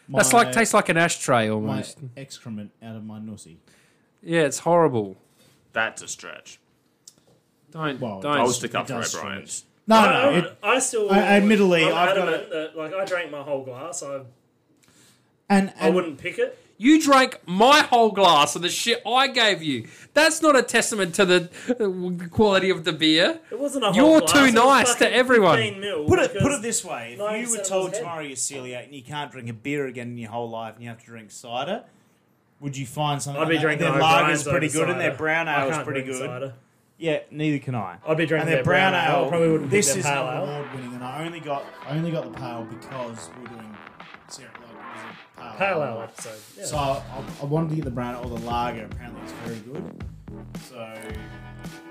Speaker 1: That's
Speaker 3: my-
Speaker 1: like tastes like an ashtray
Speaker 3: my
Speaker 1: almost.
Speaker 3: excrement out of my nussie.
Speaker 1: Yeah, it's horrible.
Speaker 4: That's a stretch.
Speaker 1: Don't
Speaker 3: Well,
Speaker 1: don't.
Speaker 4: I'll
Speaker 3: It's-
Speaker 4: stick up
Speaker 3: it
Speaker 4: for
Speaker 3: does
Speaker 4: O'Brien.
Speaker 3: stretch. No,
Speaker 2: I,
Speaker 3: no,
Speaker 2: I,
Speaker 3: it,
Speaker 2: I still.
Speaker 3: I- admittedly,
Speaker 2: I'm
Speaker 3: I've got
Speaker 2: adamant that like I drank my whole glass. I,
Speaker 3: and,
Speaker 2: I
Speaker 3: and
Speaker 2: wouldn't pick it.
Speaker 1: You drank my whole glass of the shit I gave you. That's not a testament to the uh, quality of the beer.
Speaker 2: It wasn't a whole
Speaker 1: You're
Speaker 2: glass.
Speaker 1: too
Speaker 2: it was
Speaker 1: nice to
Speaker 2: fucking
Speaker 1: everyone.
Speaker 2: 15 mil
Speaker 3: Put it put
Speaker 2: because-
Speaker 3: it this way:
Speaker 2: Nine
Speaker 3: if you were
Speaker 2: percent of
Speaker 3: told
Speaker 2: us had-
Speaker 3: tomorrow you're celiac and you can't drink a beer again in your whole life and you have to drink cider, would you find something?
Speaker 2: I'd be
Speaker 3: like that?
Speaker 2: drinking
Speaker 3: their
Speaker 2: O'Brien's
Speaker 3: lager's pretty
Speaker 2: over
Speaker 3: good and their
Speaker 2: cider.
Speaker 3: brown
Speaker 2: I
Speaker 3: ale is
Speaker 2: can't
Speaker 3: pretty
Speaker 2: drink
Speaker 3: good.
Speaker 2: cider.
Speaker 3: Yeah, neither can I.
Speaker 2: I'd be drinking
Speaker 3: and their, brown, ale.
Speaker 2: I probably wouldn't pick
Speaker 3: This
Speaker 2: their
Speaker 3: is
Speaker 2: pale
Speaker 3: an
Speaker 2: ale.
Speaker 3: award winning, and I only got I only got the pale because we're doing Sarah like it was a pale,
Speaker 2: Pale ale episode. Yeah.
Speaker 3: So I, I, I wanted to get the brown ale or the lager. Apparently, it's very good. So.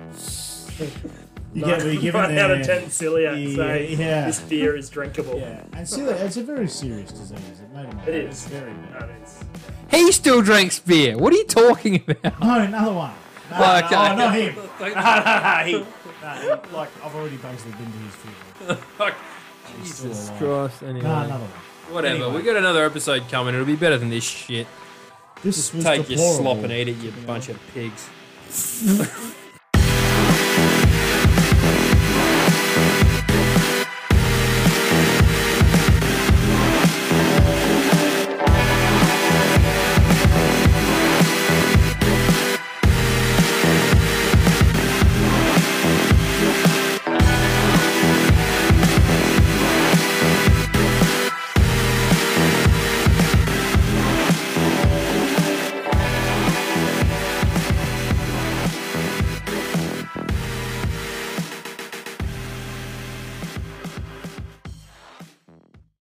Speaker 3: You get what you give
Speaker 2: One
Speaker 3: it
Speaker 2: out of ten celiac say
Speaker 3: Yeah, yeah.
Speaker 2: this beer is drinkable.
Speaker 3: Yeah, and see, it's a very serious disease. It, made him
Speaker 2: It is.
Speaker 3: It's very bad.
Speaker 2: And it's-
Speaker 1: He still drinks beer. What are you talking about?
Speaker 3: No, Oh, another one. No,
Speaker 1: Oh,
Speaker 3: no,
Speaker 1: okay.
Speaker 3: oh, not him. no, no, no, he, no, he, like I've already basically been to his funeral.
Speaker 1: Fuck.
Speaker 3: He's still
Speaker 1: Jesus
Speaker 3: alive.
Speaker 1: Christ. Anyway.
Speaker 3: No, another one.
Speaker 1: Whatever.
Speaker 6: Anyway.
Speaker 1: We got another episode coming. It'll be better than this shit.
Speaker 9: This was
Speaker 1: Take your slop
Speaker 9: deplorable.
Speaker 1: and eat it, you bunch of pigs.